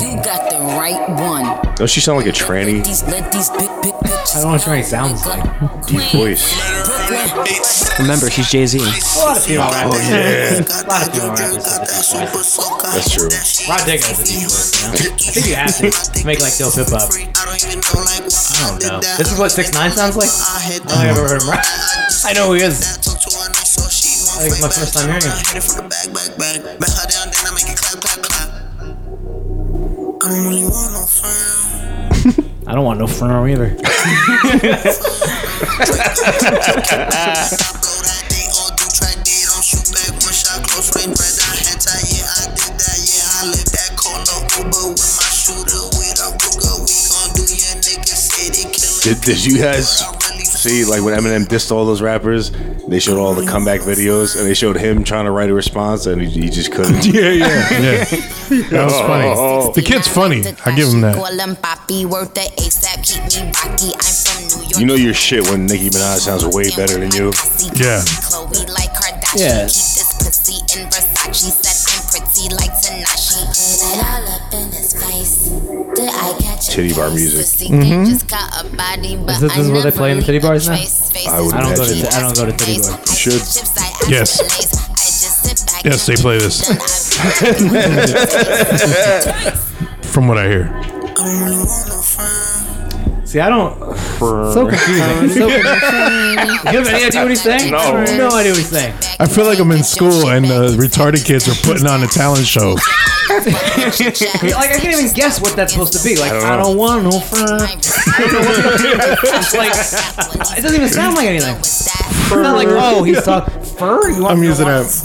You got the right one.
Don't she sound like a tranny?
These let these big big bitches.
I don't know what Trey sounds like.
Deep voice.
Remember, she's Jay
A
Z.
lot of female
Oh,
rappers.
Yeah,
A lot of female rappers. have different voices.
that's true.
Rod Diggle is a deep voice. You know? I think you have to, to make like dope hip hop. I don't know. This is what Six Nine sounds like. Oh, I don't think I've ever heard him rap. I know who he is. I think it's my first time hearing him. I don't want no front either.
Did, did you guys see like when Eminem dissed all those rappers? They showed all the comeback videos, and they showed him trying to write a response, and he, he just couldn't.
Yeah, yeah, yeah. That was funny.
Oh.
The kid's funny. I give him that.
Call him Papi, worth the ASAP, keep me rocky. I'm from New York.
You know your shit when Nicki Minaj sounds way better than you.
Yeah.
Chloe like Kardashian.
Yeah.
Keep this pussy in Versace. Said I'm pretty like Tanashi.
Titty bar music.
Mm-hmm.
Is this- this is what they play in the titty bars now?
I would
I don't go to
imagine.
I don't go to titty bar.
You should.
Yes. Yes, they play this. From what I hear,
See, I don't. So confusing. so confusing. you have any idea what he's saying?
No.
No idea what he's saying.
I feel like I'm in school and the retarded kids are putting on a talent show.
Like I can't even guess what that's supposed to be. Like I don't,
don't know.
want no friend.
it's
like- It doesn't even sound like anything. It's not like whoa, he's talking fur. You want
I'm
you
using
don't
that.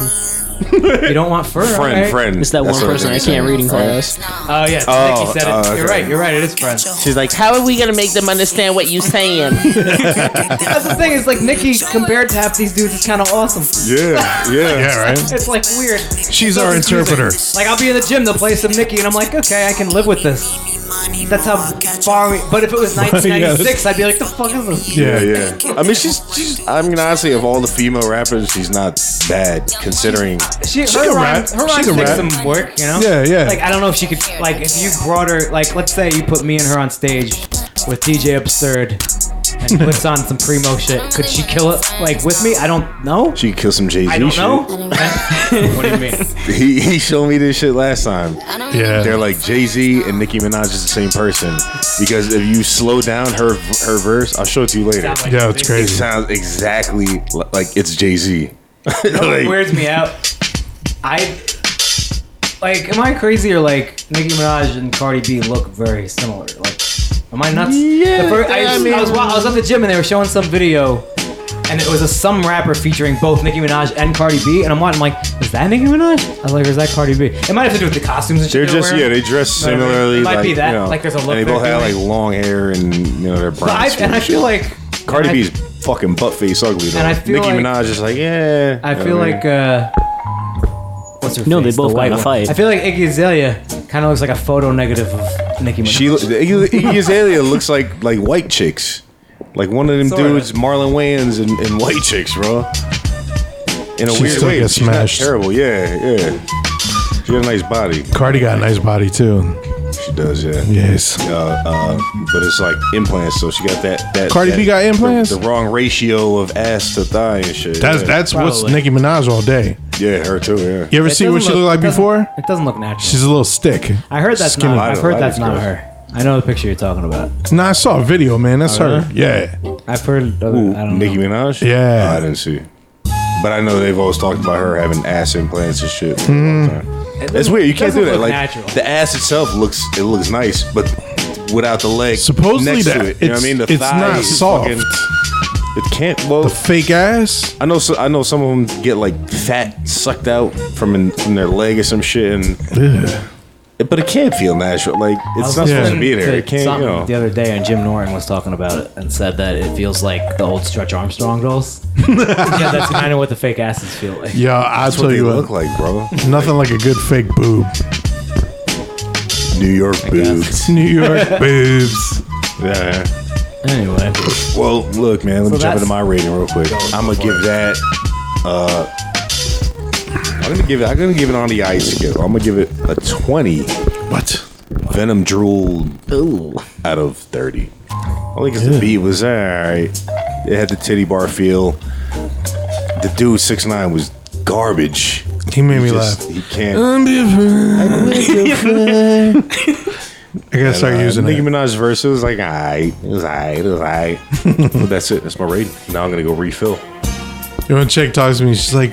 want- You don't want fur.
Friend,
alright.
friend.
It's that
That's
one
what I
person I
think.
can't read in class.
Oh yeah, Nick,
Oh,
he said it.
oh, okay.
You're right. You're right. It is friend.
She's like,
How are we gonna make them understand what you saying?
That's the thing. It's like Nikki compared to half these dudes is kind of awesome.
Yeah, yeah.
Yeah, right?
It's like weird.
She's our interpreter.
Like I'll be in the gym, they'll play some Nicki, and I'm like, okay, I can live with this. That's how far. We, but if it was 1996, I'd be like, the fuck is this?
Yeah,
Yeah,
yeah.
yeah. I mean, she's, she's. I mean, honestly, of all the female rappers, she's not bad considering.
She, her
can
rhymes,
rap.
her
She
rhymes
can
take
rap.
some work, you know.
Yeah, yeah.
Like I don't know if she could. Like if you brought her, like let's say you put me and her on stage with DJ Absurd and puts on some primo shit, could she kill it? Like with me? I don't know.
She could kill some Jay Z.
I don't know. what do you mean?
He, he showed me this shit last time. They're
Yeah.
like Jay Z and Nicki Minaj is the same person because if you slow down her her verse, I'll show it to you later.
Sound like-
Yeah, it's
It
crazy.
sounds exactly li- like it's Jay Z.
It weirds me out. I like, am I crazy or like Nicki Minaj and Cardi B look very similar? Like, am I nuts? Yeah. I, I was, wa- I was at the gym and they were showing some video, and it was a some rapper featuring both Nicki Minaj and Cardi B, and I'm watching, I'm like, is that Nicki Minaj? I was like, or is that Cardi B? It might have to do with the costumes and shit.
They're just yeah,
wearing.
they dress
Might be-
similarly.
might
like,
be that,
you know,
like there's a look
And they both
they're
have like
doing.
long hair and you know they're brown.
But I,
skin
and I feel
shit.
like
Cardi
and I-
B's fucking butt face ugly though.
and I feel
Nicki
like-
Minaj is like yeah.
I
You know
feel
what mean?
like uh what's her
No, they
face? The
both got
white
in a
one.
fight.
I feel like Iggy Azalea kind of looks like a photo negative of Nicki Minaj.
She the Iggy Iggy Azalea looks like like white chicks, like one of them
Sorta.
dudes, Marlon Wayans and, and white chicks, bro. In a
She
weird
still
way,
gets
she's not
smashed.
terrible. Yeah, yeah. She got a nice body.
Cardi got a nice body too.
She does, yeah.
Yes.
Uh, uh, but it's like implants, so she got that. that
Cardi
that-
B got implants?
The, the wrong ratio of ass to thigh and shit.
That's
yeah.
that's what's
Probably.
Nicki Minaj all day.
yeah, her too. Yeah.
You ever
It
see what
doesn't
she looked like
it doesn't-
before?
It doesn't look natural.
She's a little stick.
I heard that's
skinny.
not.
Lighter,
I've heard
lighter
that's not
skin.
her. I know the picture you're talking about.
Nah, I saw a video, man. That's
Uh-huh.
her. Yeah.
I've heard. Other,
Ooh,
I don't
Nicki
know.
Minaj.
Yeah.
Oh, I didn't see. But I know they've always talked about her having ass implants and shit. for a
Hmm.
long time. It's weird. You can't
doesn't
do that.
look
Like
natural.
the ass itself looks, it looks nice, but without the leg
Supposedly
next
that-
to it. You know
it's-
what I mean? The
it's
thigh
not
is
soft.
fucking- it can't. Well,
The fake ass.
I know. So, I know some of them get like fat sucked out from in, from their leg or some shit, and
Ugh.
but it can't feel natural. Like it's
listening
not supposed to be there.
To
It can't. You
something
know.
The other day, and Jim Norton was talking about it and said that it feels like the old Stretch Armstrong dolls. yeah, that's kind of what the fake asses feel like.
Yeah, I'll
That's what
tell
they
you what.
look like, bro.
Nothing like a good fake boob.
New York boobs.
New York boobs.
Yeah.
Anyway,
Well, look, man. Let me jump
that's-
into my rating real quick. I'm gonna give that. Uh, I'm gonna give it. I'm gonna give it on the ice scale. I'm gonna give it a 20.
What?
Venom drool
ooh.
out of 30. Only because the beat was all right. It had the titty bar feel. The dude six nine was garbage.
He made me
Just-
laugh.
He can't.
I'm different. I gotta start using
Uh, Nicki
it.
Minaj's verse it was like, alright, it was alright, it was alright. but that's it. That's my rating. Now I'm gonna go refill.
You know, when chick talks to me, she's like,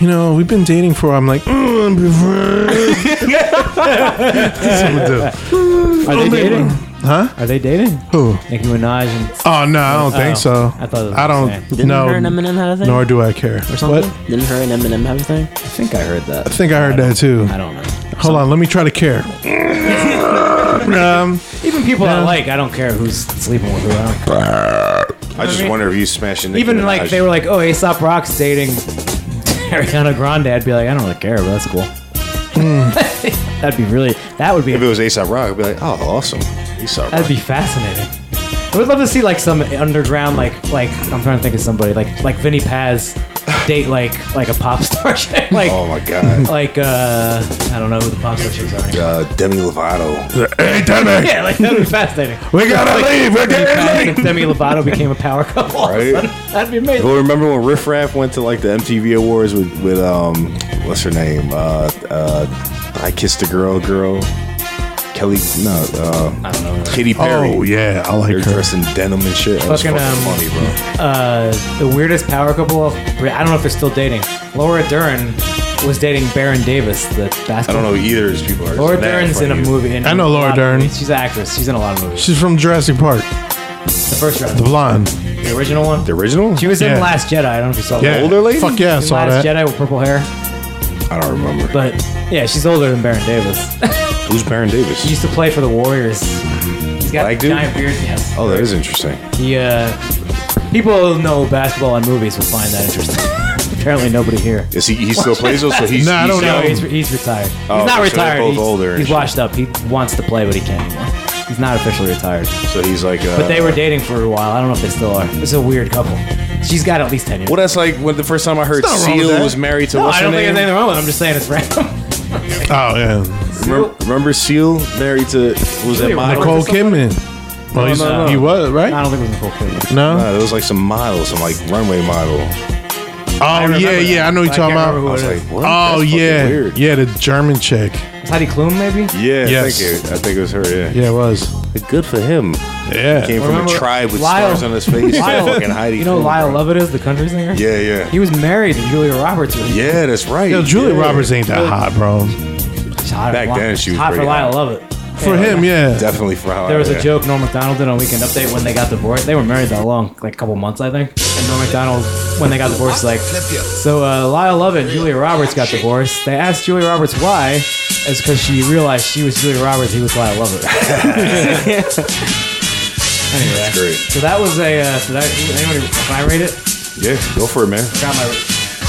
you know, we've been dating for. a while." I'm like, "Mm, I'm different." That's what
are they dating?
Huh?
Are they dating?
I do. Who?
Nicki Minaj and
Oh no, I don't think
Oh,
so.
I thought it was
I
the
don't
same.
Didn't
know.
her and Eminem have a thing?
Nor do I care.
or something?
What?
Didn't her and Eminem have a thing?
I think I heard that.
I think I heard that too.
I don't know.
Hold on, let me try to care. um,
Even people I like, I don't care who's sleeping with who. I don't care.
I just wonder if you smashing Nicki
Even like
Minaj.
they were like, oh, Aesop Rock's dating Ariana Grande. I'd be like, I don't really care, but that's cool.
Hmm.
That'd be really. That would be.
If it was ASAP Rock, I'd be like, oh, awesome. ASAP Rock.
That'd be fascinating. I would love to see like some underground, like like I'm trying to think of somebody like like Vinny Paz date like like a pop star chick, like
oh my god.
like uh I don't know who the pop star chicks are. Anymore.
uh, Demi Lovato.
hey, Demi,
Yeah, like that'd be fascinating.
we gotta leave. We're
Vinny Paz
getting
and
late.
Demi Lovato became a power couple. all of a
Right.
sudden. That'd be amazing.
Well, remember when Riff Raff went to like the MTV Awards with with um, what's her name? Uh, uh, I kissed a girl, girl. Kelly, no, uh,
I don't know.
Katy Perry.
Oh yeah, I
They're
like her.
dressed in denim and shit. That was
Fucking,
fucking
um,
funny, bro.
Uh, the weirdest power couple. I don't know if they're still dating. Laura Dern was dating Baron Davis, the basketball.
I don't know either of these people. Are
Laura
that
Dern's in a
funny.
movie. In
I know
a
Laura
lot of
Dern.
movies. She's an actress. She's in a lot of movies.
She's from Jurassic Park,
The first round,
the blonde.
the original one.
The original?
She was in
Yeah.
Last Jedi. I don't know if you saw
Yeah,
that.
older lady?
Fuck yeah, I
In
saw that.
Last Jedi with purple hair.
I don't remember.
But yeah, she's older than Baron Davis.
Who's Baron Davis?
She used to play for the Warriors. He's got
Black
a
dude?
giant beard. Yes.
oh, that is interesting.
He, uh, people who know basketball and movies will find that interesting. Apparently, nobody here.
Is he? He still plays those? So he's.
Nah, I
he's
don't
No,
know.
young?
he's, he's retired.
Oh,
he's not
so they're
retired.
both
he's
older and
he's
shit.
washed up. He wants to play, but he can't anymore. He's not officially retired.
So he's like. Uh,
But they were dating for a while. I don't know if they still are. It's a weird couple. She's got at least 10 years.
Well, that's like when the first time I heard
It's not wrong with
Seal
that.
was married to
no,
what's
I
her
don't think
name?
there's anything wrong with it. I'm just saying it's random.
Oh yeah,
Remember, remember Seal married to who was that
Wait,
model?
Nicole Kidman. Well, he's,
no, no.
he was
I
right.
don't think it was Nicole Kidman.
No.
No, it was like some model, some like runway model. I
oh
remember
yeah, yeah. I know you're
that. I
talking
can't remember
about.
was like, what?
Oh
That's fucking
yeah,
weird.
yeah. The German chick.
It's Heidi Klum, maybe?
Yeah,
Yes.
I think it, I think it was her. Yeah,
Yeah, it was.
good for him.
Yeah.
Came from
Remember
a tribe with
Lyle-
stars on his face.
Lyle-
fucking Heidi.
You know
Klum,
Lyle
bro.
Lovett is, the country singer?
Yeah, yeah,
He was married to Julia Roberts. Which yeah.
yeah. That's right.
Yo, Julia
yeah.
Roberts ain't that hot, bro.
Hot
Back then, she was
hot for
pretty
Lyle
hot.
Lovett.
For him, yeah.
Definitely for how
There was
yeah.
a joke Norm Macdonald did on Weekend Update when they got divorced. They were married that long, like a couple months, I think. And Norm Macdonald, when they got divorced, like, so uh, Lyle Lovett and Julia Roberts got divorced. They asked Julia Roberts why. It's because she realized she was Julia Roberts, he was Lyle Lovett. anyway,
Great.
so that was a. Uh, so that anybody can I rate it?
Yeah, go for it, man.
Got my.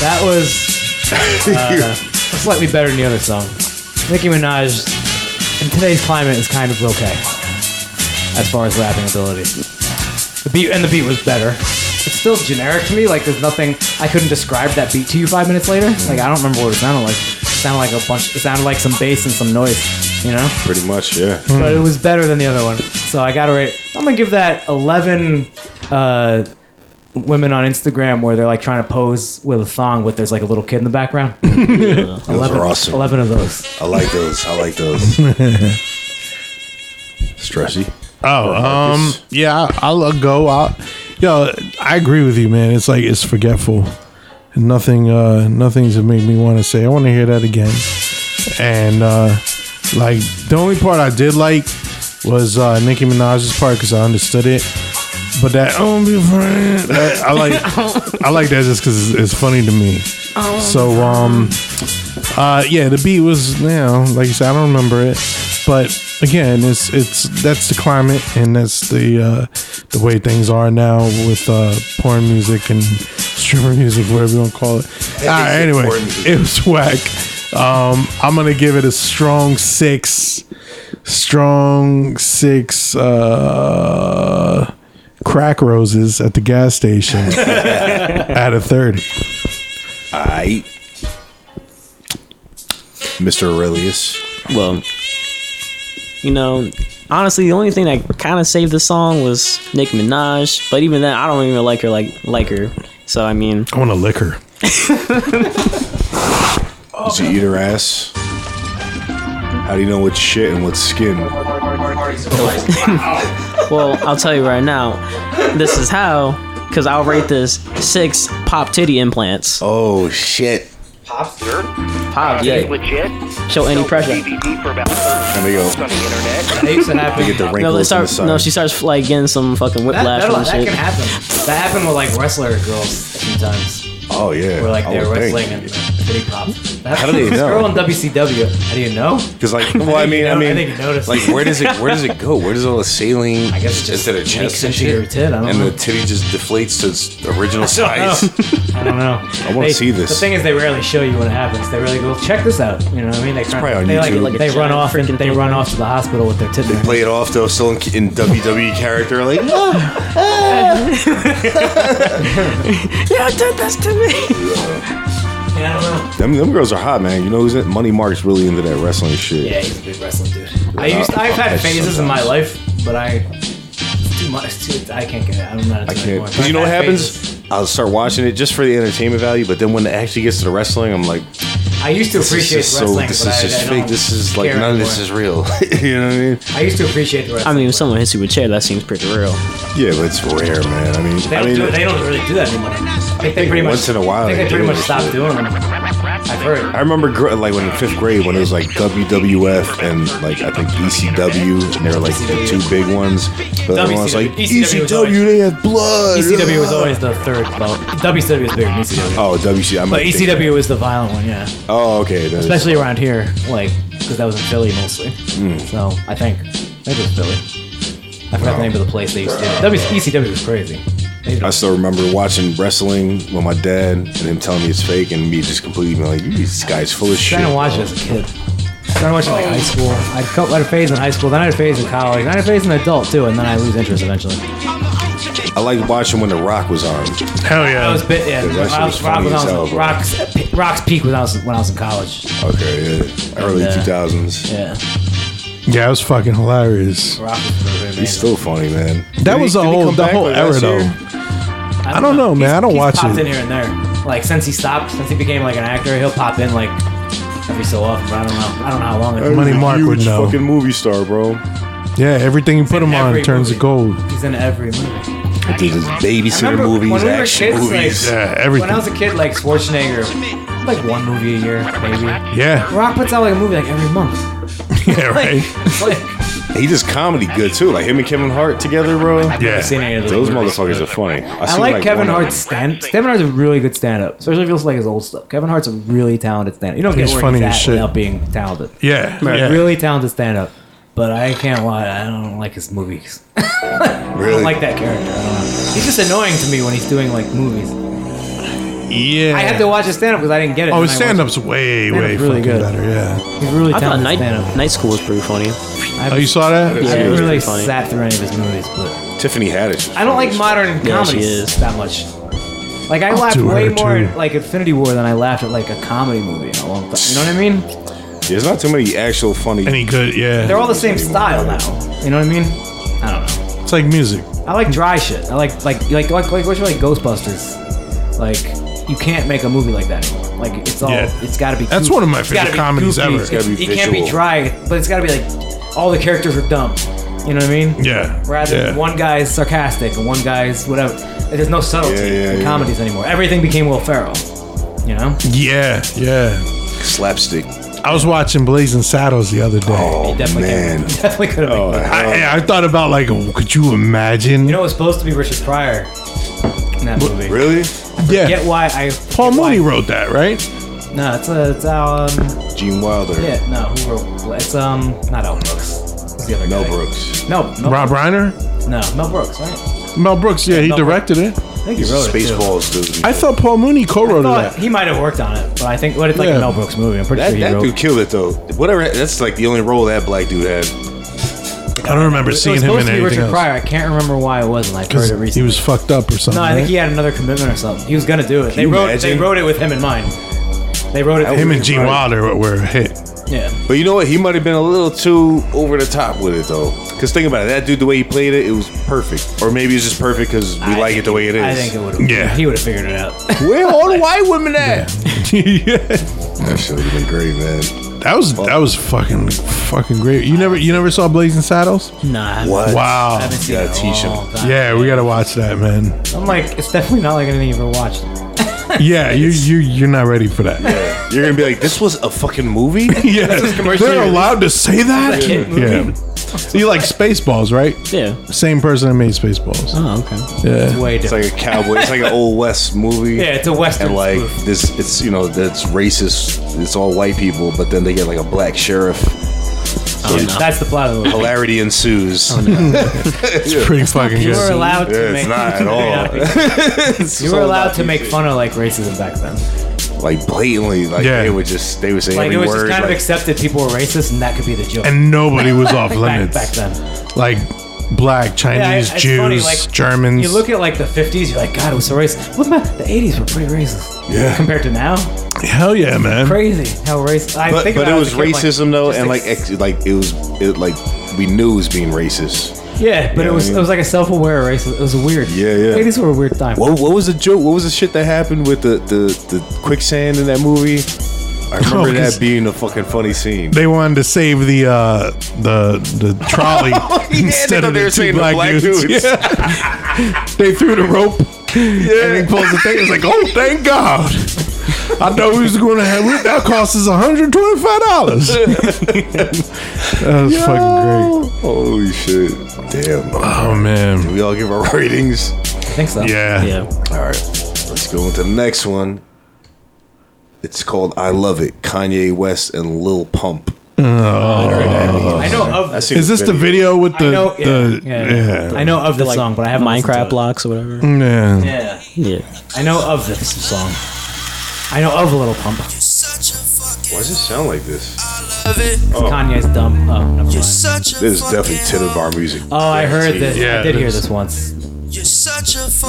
That was uh, slightly better than the other song. Nicki Minaj in today's climate is kind of okay as far as rapping ability. The beat and the beat was better. It's still generic to me. Like there's nothing I couldn't describe that beat to you five minutes later. Like I don't remember what it sounded like. It sounded like a bunch. It sounded like some bass and some noise. You know
Pretty much, yeah.
but it was better than the other one. So I got to rate. I'm gonna give that 11 uh, women on Instagram where they're like trying to pose with a thong, but there's like a little kid in the background.
Those are awesome.
11 of those.
I like those. I like those. Stressy.
Oh, um,
Marcus.
yeah, I- I'll, I'll go. I'll, yo, I agree with you, man. It's like it's forgetful. Nothing, uh, nothing to make me want to say. I want to hear that again. And uh, like the only part I did like was uh, Nicki Minaj's part because I understood it. But that I won't be a friend. that- I like, I like that just because it's, it's funny to me. So um, uh, yeah, the beat was you know, like you said, I don't remember it, but again, it's it's that's the climate and that's the uh, the way things are now with uh, porn music and stripper music, whatever you want to call it. All right, anyway,
porn music.
it was whack. Um, I'm gonna give it a strong six, strong six uh, crack roses at the gas station out of thirty.
I. Mr. Aurelius.
Well, you know, honestly, the only thing that kind of saved the song was Nick Minaj. But even then, I don't even like her like like her. So I mean,
I want a liquor.
Oh,
Did you eat her ass? How do you know what's shit and what's skin? All
well, I'll tell you right now, this is how. Because I'll rate this six pop titty implants.
Oh shit!
Pop, yeah. Show any pressure.
There we go.
Apes and happen.
They get the wrinkles
No, they
in the
start,
side.
no, she starts like getting some fucking
That,
whiplash
that'll-
from
that
shit.
can happen. That happened with like wrestler girls a few times.
oh yeah.
Where like
I
they're
would think.
wrestling and titty pops. That,
How do they
this
know?
girl in WCW. How do you know?
Because like, well, I
think you
mean, I
know-
mean,
I think you noticed.
like, where does it, where does it go? Where does all the saline? I
guess it just
into the
leaks
chest and
into your
shit,
tit, I don't
and
know.
the titty just deflates to its original size.
I don't know. I
wanna see this.
The thing is, they rarely show you when it happens. They really go, check this out. You know what I mean? They, try,
probably on
they
YouTube.
like
Like a
they run
giant
off and
freaking
they
thing.
run off to the hospital with their tit. in their
Play it off though, still in, in WWE character, like
Yeah, did this to me.
Yeah, I don't know.
them. Them girls are hot, man. You know who's in? Money Mark's really into that wrestling shit.
Yeah, he's a big wrestling dude. I used I've had
I'll catch
phases in my
sometimes.
life, but I it's too much. It's too, I can't get it. I'm not.
I can't. Because you know what happens? I'll start watching it just for the entertainment value, but then when it actually gets to the wrestling, I'm like,
I used to
This is
appreciate
just so.
wrestling,
This
but I,
is
I
just
don't
fake. This is like
care
none of this
anymore.
is real. you know what I mean?
I used to appreciate the
I
wrestling.
mean, if someone hits you with a chair, that seems pretty real.
Yeah, but it's rare, man. I mean,
They
I
don't,
mean,
do, they don't really do that anymore. I think, they
think
pretty
once
much,
in a while
I think
they
they pretty
do
much
this
stopped
shit.
doing them. I've heard.
I remember gr- like when in fifth grade when it was like WWF and like I think ECW and they were like the two big ones. But everyone was like
ECW was always- E
ECW, they had blood.
ECW was always the third. Well, WCW was bigger than ECW.
Oh, WC. I'm
But E ECW was the violent one, yeah.
Oh, okay. that is-
Especially around here, like, because that was in Philly mostly. So, I think. I think it was Philly. I forgot the name of the place they used to do it. W- ECW was crazy. They did-
I still remember watching wrestling with my dad and him telling me it's fake and me just completely being like, "These guys full of shit."
trying to watch it as a kid. Started watching like high school. I'd, co- I had a phase in high school, then I had a phase in college, and I had a phase in adult too, and then I lose interest eventually.
I liked watching when The Rock was on.
Hell yeah.
I was bit, yeah.
Dude, that shit
I
was
was,
funny
rock, when
as
I was,
hell, bro.
rock's, pe- rock's peak when I was when I was in college.
Okay, yeah. early
Yeah.
two thousands.
Yeah,
yeah, it was fucking hilarious.
rock was really amazing.
He's still funny, man.
That
Did
was
he-
the
did he
whole
come
the
back,
whole
like,
era
last year?
though. I don't know, man.
He's-
I don't
he's
watch
popped
it.
in here and there. Like since he stopped, since he became like an actor, he'll pop in like every so often. But I don't know. I don't know how long. It,
Money
He's a
Mark would
huge
know.
Fucking movie star, bro.
Yeah, everything you put him on
every
turns to
movie.
gold.
he's in every movie.
I did his
I
babysitter
remember
movies,
when we were
action
kids,
movies.
like-
Yeah,
When I
everything.
was a kid, like Schwarzenegger, like one movie a year maybe.
Yeah,
Rock puts out like a movie like every month.
yeah, right.
It's like,
he does comedy good too. Like him and Kevin Hart together, bro.
Yeah.
I've seen any of
Those
movies.
motherfuckers are funny.
I
seen,
like, Kevin
one of
Hart's stand. Kevin Hart's a really good stand-up, especially if you listen to like his old stuff. Kevin Hart's a really talented stand-up. You don't get
He's
where
funny
he's
as
at
shit.
without being talented.
Yeah,
He's
yeah.
a really talented stand-up, but I can't lie. I don't like his movies.
them.
I don't
Really?
like that character. I don't know. He's just annoying to me when he's doing like movies.
yeah.
I had to watch his stand-up because I didn't get it.
Oh,
and
his
I watched-
stand-up's way,
Stand-up's
way
really
fucking
good.
better. Yeah.
He's really
I thought
talented
night
stand-up.
night school was pretty funny.
Oh, you saw that?
I
Yeah, it
haven't
was
really
pretty funny.
sat through any of his movies, but
Tiffany Haddish.
I don't like modern
Yeah, she
comedies
is.
that much. Like I laughed
do
way
her,
more
too.
at like Infinity War than I laughed at like a comedy movie in a long time. You know what I mean?
There's not too many actual funny.
Any good?
They're
Yeah.
all the same style now. You know what I mean? I don't know.
It's like music.
I like dry shit. I like like like like like what's your like Ghostbusters? Like you can't make a movie like that anymore. Like it's all
Yeah.
it's got to be.
That's
goofy.
one of my
It's gotta
favorite
be
comedies
goofy.
ever. It's
It's
gotta be
it can't be
visual.
dry, but it's got to be like all the characters are dumb. You know what I mean?
Yeah.
Rather
yeah.
than one guy's sarcastic and one guy's whatever. There's no subtlety
Yeah, yeah,
in
yeah.
comedies anymore. Everything became Will Ferrell. You know?
Yeah, yeah.
slapstick.
I was watching Blazing Saddles the other day.
Oh
definitely
man.
Could, definitely could have.
Oh, hell.
I, I thought about like, could you imagine?
You know, it was supposed to be Richard Pryor in that movie.
really?
yeah.
Get why I
Paul
get why-
Mooney wrote that, right?
No, it's a, it's um
Gene Wilder.
yeah no who wrote it's um not Al Brooks. Who's the other
Mel
guy?
Brooks.
No, Mel,
Rob Reiner,
No, Mel Brooks. Right?
Mel Brooks. Yeah, he
Mel Brooks.
directed it.
I think he wrote it.
Spaceballs, dude.
I thought Paul Mooney
Too. I
co-wrote
thought
that.
he might have worked on it, but I think what it's like
Yeah.
a Mel Brooks movie. I'm pretty
That,
sure he
that
wrote.
dude killed it though. Whatever. That's like the only role that black dude had.
I don't remember
it
seeing
was
him
supposed
in
to be
anything
Richard
else.
Pryor. I can't remember why it wasn't. I've heard it
'Cause
recently.
he was fucked up or something.
no, I think he
right?
had another commitment or something. He was gonna do it. They
you
wrote they
imagine?
wrote it with him in mind. They wrote it.
That
for
him and
Richard
Gene
Pryor.
Wilder were, were a hit.
Yeah,
But you know what? He might have been a little too over the top with it though. Because think about it. That dude, the way he played it, it was perfect. Or maybe it's just perfect because we
I
like
think-
it the way it is.
I think it would have.
Yeah.
he would have figured it out.
Where all the white women at?
yeah.
That shit would have been great, man.
That was that was fucking fucking great. You never you never saw Blazing Saddles?
nah,
What?
I
Wow.
haven't seen
gotta
it in a
teach him.
long time.
Yeah, we gotta watch that, man.
I'm like, it's definitely not like anything you've ever watched.
Yeah, you you you're not ready for that.
You're gonna be like, this was a fucking movie.
Yeah, they're allowed to say that.
kid movie.
Yeah, so you like Spaceballs, right?
Yeah.
Same person that made Spaceballs.
Oh, okay.
Yeah,
Way
It's
different.
like a cowboy. It's like an old west movie.
yeah, it's a western.
and like
spoof.
this, it's you know that's racist. It's all white people, but then they get like a black sheriff.
that's the plot of the movie.
Hilarity ensues.
Oh,
it's pretty fucking
You were
good.
allowed to
Yeah, it's
make
not at all. It's
you
all
were
about
allowed to make
these
fun of like racism back then.
things. like blatantly. Like
Yeah.
they would just they would say
Like
every
it was
word.
just kind of
like,
accepted people were racist, and that could be the joke.
And nobody was off
back,
limits.
back then.
Like black, Chinese,
it's
Jews,
funny, like,
Germans.
You look at like the 50s, you're like, God, it was so racist. Look at the 80s were pretty racist.
Yeah.
Compared to now,
Hell yeah, man.
crazy how racist. I
but,
think
but
about
it
as
was
a kid, I'm like,
racism though,
just
and like
ex-
ex- like it was it like we knew it was being racist.
yeah, but
Yeah,
it was
I mean-
it was like a self-aware racism. It was weird.
Yeah, yeah.
80s were a weird time.
What, what was the joke? What was the shit that happened with the, the, the quicksand in that movie? I remember
No, Oh, 'cause-
that being a fucking funny scene.
They wanted to save the uh, the the trolley instead
thought
of
they
the two
were saving the
black,
black
dudes.
dudes.
Yeah. they threw the rope and they pulled the thing. It's like, oh, thank God! I know we was going to have that cost us one hundred twenty five dollars. that was fucking great.
Holy shit. Damn.
Oh man,
We all give our ratings.
I think so.
yeah.
Yeah.
All right. Let's go into the next one. It's called I Love It, Kanye West and Lil Pump.
I know of
I
this.
seen
Oh. Is this the video with the
I know, yeah,
the
yeah. I know of the song, but I haven't listened to
Minecraft
it.
blocks or whatever.
Man.
Yeah,
Yeah.
I know of this song. I know of Little Pump.
Why does it sound like this?
Kanye's dumb. Oh, never mind.
This is definitely 10 of our music.
oh I heard this.
Yeah,
I did hear
this-
this once.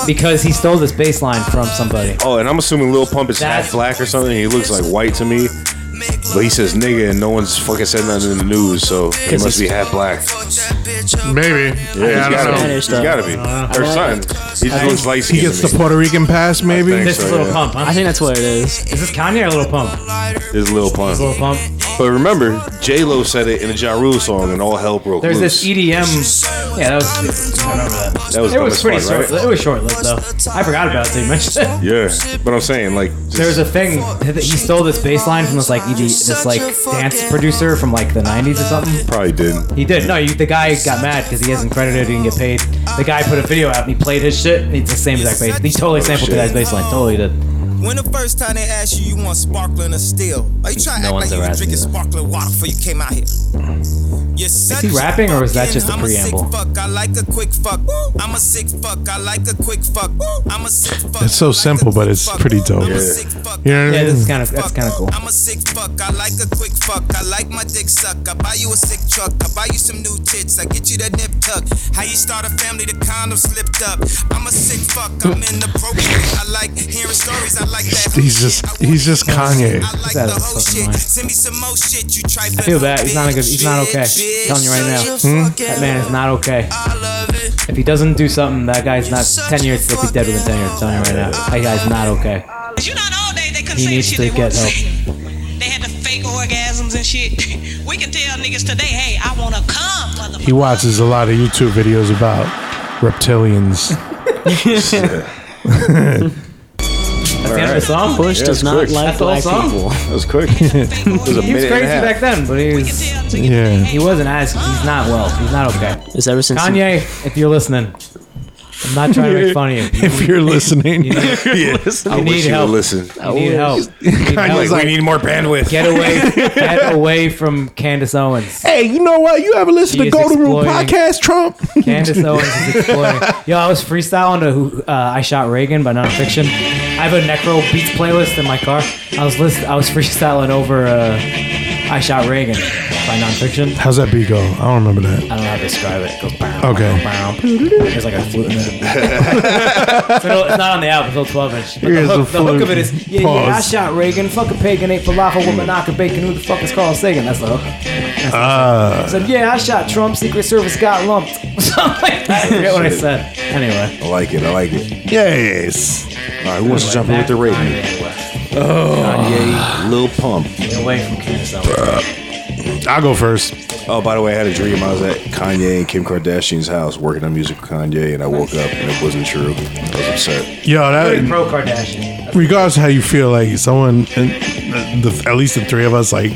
Because he stole this bass line from somebody.
Oh, and I'm assuming Lil Pump is
That's-
half black or something. He looks like white to me. But he says nigga and no one's fucking said nothing in the news, so he must be half black.
Maybe. Yeah, I
Yeah, he's
don't
gotta
know.
be. He's gotta be.
Uh,
Or something. He just looks light
He gets the Puerto Rican pass, maybe.
think
This
so,
is Little
yeah.
Pump, huh?
I think that's what it is.
Is this Kanye or Little Pump?
This Lil Pump.
Little Pump.
But remember, J Lo said it in a Ja Rule song, and all hell broke
There's
loose.
this E EDM. Yeah, that was. I remember that.
that was
It
dumb
was
as
pretty
fuck,
short.
right?
It was short lived though. I forgot about it. till You mentioned it.
Yeah, but I'm saying like just-
There was a thing that he stole this bass line from this like ED, this like dance producer from like the 90s or something.
probably didn't.
He did. No, you, the guy got mad because he isn't credited. He didn't get paid. The guy put a video out and he played his shit. And it's the same exact bass. He totally sampled the guy's bass line. Totally did.
When the first time they asked you, you want sparkling or still? Are you trying to
No one's
act like you
ever
was
asked me
drinking
that.
sparkling water before you came out here? Is
he rapping or is that just a
I'm A
preamble?
sick fuck, I like a quick fuck. I'm a sick fuck, I like a quick fuck. I'm a sick fuck.
It's so
I like a
simple, but
quick
it's
fuck.
pretty dope.
I'm a
Yeah.
sick fuck,
You know what I mean?
Yeah, this is kind of that's
fuck.
kind of cool.
I'm a sick fuck. I like a quick fuck. I like my dick suck. I buy you a sick truck. I buy you some new tits. I get you that nip tuck. How you start a family? The condom slipped up. I'm a sick fuck. I'm in the program. I like hearing stories. I like that.
He's just he's just Kanye.
like
That is
the whole
fucking
shit.
mine.
Send me some more shit. You try I
feel bad. He's not a good- he's not okay. I'm telling you right now. Hmm? That man is not okay. If he doesn't do something, that guy's not 10 years. He'll be dead within 10 years. I'm telling you right now. That guy's not okay.
You know, in the old days, they couldn't
He
say the
needs
shit
to
they
get
wanted
help.
say. They had the fake orgasms and shit. we can tell niggas today, hey, I wanna come,
He
motherfucker.
watches a lot of YouTube videos about reptilians.
That's the end of the song.
Bush
Yeah, it's
does not
quick.
like
That's the whole
black
song?
people.
That was quick. it was a
He was
minute
crazy
and a half.
back then, but he was
Yeah.
he wasn't as he's not well. He's not okay.
It's ever since
Kanye, if you're listening, I'm not trying to make fun of you. You,
If you're listening,
I
need
wish you
help.
would listen.
need help. You need help.
we need more bandwidth.
Get away, get away from Candace Owens.
hey, you know what? You ever listen
He
to
is
Golden Rule
exploiting-
podcast, Trump?
Candace Owens is exploiting. Yo, I was freestyling to who- uh, "I Shot Reagan" by Nonfiction. I have a Necro Beats playlist in my car. I was list, I was freestyling over uh, "I Shot Reagan" by Nonfiction.
How's that beat go? I don't remember that.
I don't know how to describe it. It goes bam,
Okay.
bam, bam. There's like a flute in it. it's not it's not on the album, it's all 12 inch. But the
Here's a
hook, the hook of it
flute.
is, yeah, yeah, I
Pause.
shot Reagan, fuck a pagan, ate falafel, woman, knock a bacon, who the fuck is Carl Sagan? That's the hook.
Uh,
So, yeah, I shot Trump, Secret Service got lumped. Something like that. I forget what I said. Anyway.
I like it. I like it.
yes.
All right, who wants to jump in with the rating?
Oh,
Kanye, Lil Pump.
Away from Candace Owens.
Uh, I'll go first.
Oh, by the way, I had a dream. I was at Kanye and Kim Kardashian's house working on music with Kanye, and I woke up and it wasn't true. I was upset.
Yo, that
Pro Kardashian.
regardless of how you feel, like someone, and the, the, at least the three of us, like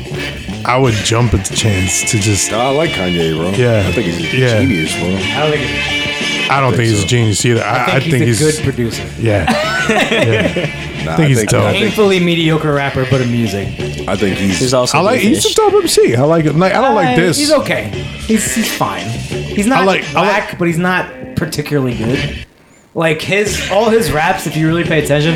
I would jump at the chance to just.
No, I like Kanye, bro.
Yeah.
I think he's a
Yeah.
genius,
I
bro.
don't think,
I don't think, he's a genius either. I,
I think he's a good producer.
yeah.
Nah, I
he's dope.
I think,
Painfully mediocre rapper, but a music.
I think he's.
There's also
I like he's
Bluefish.
a dope MC. I like him. Like, I don't like
Uh,
this.
He's okay. He's, he's fine. He's not
I like-
like,
I like-
whack, but he's not particularly good. Like his all his raps, if you really pay attention,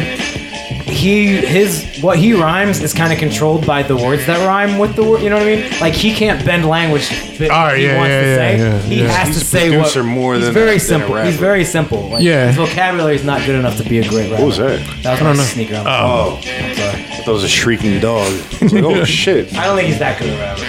he his what he rhymes is kind of controlled by the words that rhyme with the word. You know what I mean? Like he can't bend language that
Alright,
he
Ah, yeah,
wants
yeah,
to
yeah,
say.
yeah,
he
yeah.
has
He's
to
a
say what.
producer more
he's
than a-
very
than a
simple. he's
rapper.
very simple. Like,
Yeah.
His vocabulary is not good enough to be a great rapper.
What was that?
That was my sneaker. on the phone.
Oh,
I'm sorry.
I thought it was a shrieking dog. It's like, oh shit.
I don't think he's that good a rapper.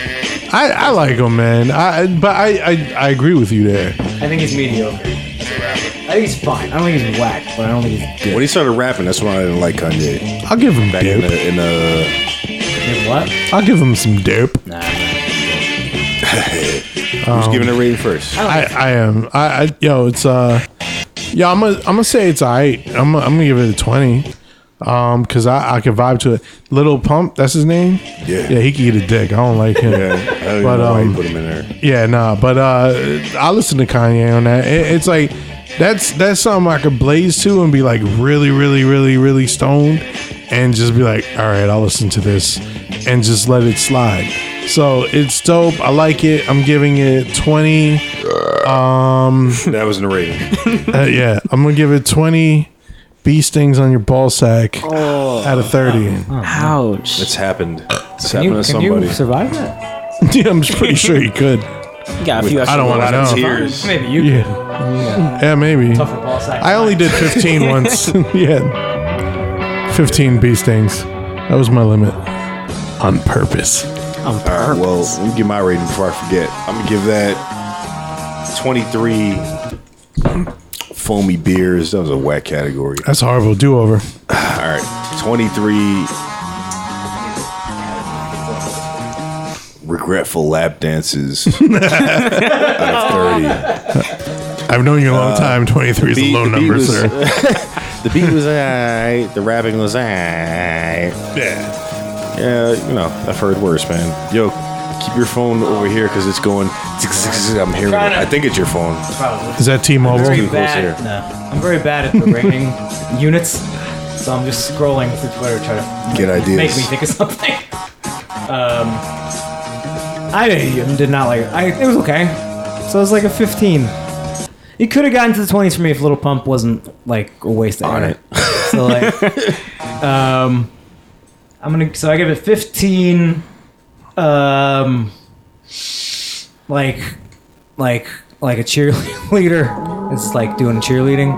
I, I like him, man. I I- but I, I I agree with you there.
I think he's mediocre as a rapper. I think he's fine. I don't think he's whack, but I don't think he's
When he started rapping, that's when I didn't like Kanye.
I'll give him
Back in
dip.
the, in the
What?
I'll give him some dope.
Nah. man.
Who's giving a rating first?
I, I am. I, I yo, it's uh, yeah. I'm gonna I'm gonna say it's alright. I'm gonna, I'm gonna give it a twenty, um, cause I I can vibe to it. Little Pump, that's his name.
Yeah.
yeah, he can eat a dick. I don't like him.
Yeah, I don't even
But,
know why you
um,
put him in there.
Yeah, nah, but uh, I listen to Kanye on that. It, it's like that's that's something I could blaze to and be like really, really, really, really stoned, and just be like, all right, I'll listen to this, and just let it slide. So it's dope. I like it. I'm giving it 20.
That was in the rating.
Uh, yeah, I'm gonna give it 20 bee stings on your ball sack out of 30.
Ouch.
It's happened. It's
Can,
happened
you,
to
can
somebody.
you survive that?
yeah, I'm pretty sure you could.
You got a few
I
extra
don't want
a
to
lot of
know.
tears.
Maybe you
Yeah.
could.
Yeah, maybe.
Tougher ball sack.
I only did 15 once. yeah. 15 bee stings. That was my limit. On purpose.
on
All right,
purpose.
well, let me get my rating before I forget. I'm gonna give that 23 foamy beers. That was a whack category.
That's horrible. Do over.
All right, 23 regretful lap dances out of 30.
I've known you a long time. 23 is a low
beat
number,
was-
sir.
the beat was alright. The rapping was alright.
Yeah.
Yeah, you know, I've heard worse, man. Yo, keep your phone over here because it's going. I'm hearing. it. I think it's your phone.
Probably.
Is that
very
T-Mobile?
too close
bad.
here.
No, I'm very bad at the rating units, so I'm just scrolling through Twitter trying to
Get ideas.
make me think of something. Um, I didn't- did not like it. I, it was okay, so it was like a 15. It could have gotten to the 20s for me if Little Pump wasn't like a waste of
On
air. So like, um, I'm gonna. So I give it 15. Um, like, like, like a cheerleader. It's like doing cheerleading,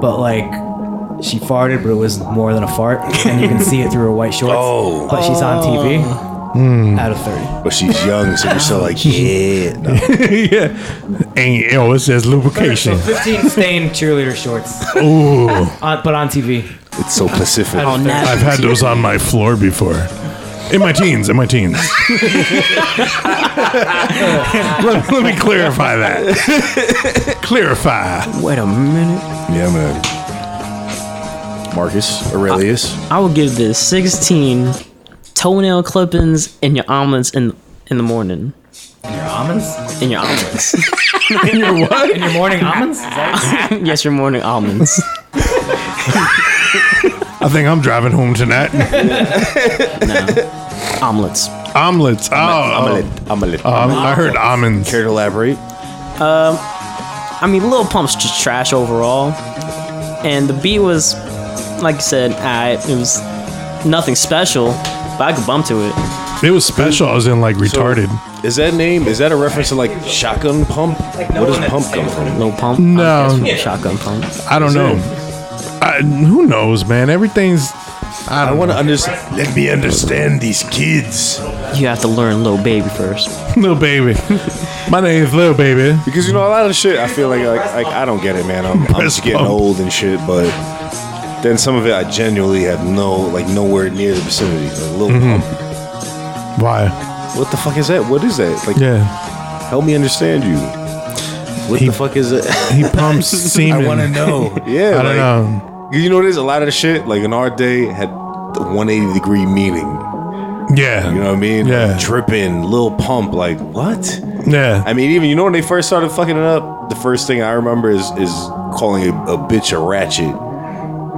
but like she farted, but it was more than a fart, and you can see it through her white shorts.
Oh.
but she's on TV. Out of 30.
But she's young, so you're still like, yeah. No.
yeah. And yo, it says lubrication.
So 15 stained cheerleader shorts,
Ooh.
on, but on TV.
It's so Pacific.
on that.
I've had those on my floor before. In my teens, in my teens. let, let me clarify that. clarify.
Wait a minute.
Yeah, man. Marcus Aurelius.
I will give this 16 toenail clippings in your omelets in in the morning.
In your almonds?
In your omelets.
In your morning almonds? Is that-
yes, your morning almonds.
I think I'm driving home tonight.
omelets.
Omelets. Oh,
Ah,
oh.
Omelet.
Um, I heard almonds.
Care to elaborate?
I mean, Lil Pump's just trash overall. And the beat was, like I said, I it was nothing special, but I could bump to it.
It was special. I was in like retarded.
Is that name? Is that a reference to like shotgun pump?
no
what
one
does
that's
pump come
saying
from?
Lil Pump.
No.
I guess, from Shotgun Pump.
I don't know. I, who knows, man? Everything's. I
I
don't
want
want
to understand. Let me understand these kids.
You have to learn Lil Baby first.
to. Little baby. My name's Lil Baby.
Because you know a lot of shit. I feel like like, like I don't get it, man. I'm, I'm just getting
pump.
old and shit. But then some of it, I genuinely have no like nowhere near the vicinity. Like, Lil
Mm-hmm.
Pump.
Why?
What the fuck is that? What is that? Like,
Yeah.
help me understand you. What the fuck is that?
He pumps semen. I want to know.
yeah,
I
like,
don't know.
You know, there's a lot of the shit like in our day had the 180 degree meaning.
Yeah.
You know what I mean?
Yeah.
Like, dripping, little pump. Like what?
Yeah.
I mean, even you know when they first started fucking it up, the first thing I remember is is calling a, a bitch a ratchet.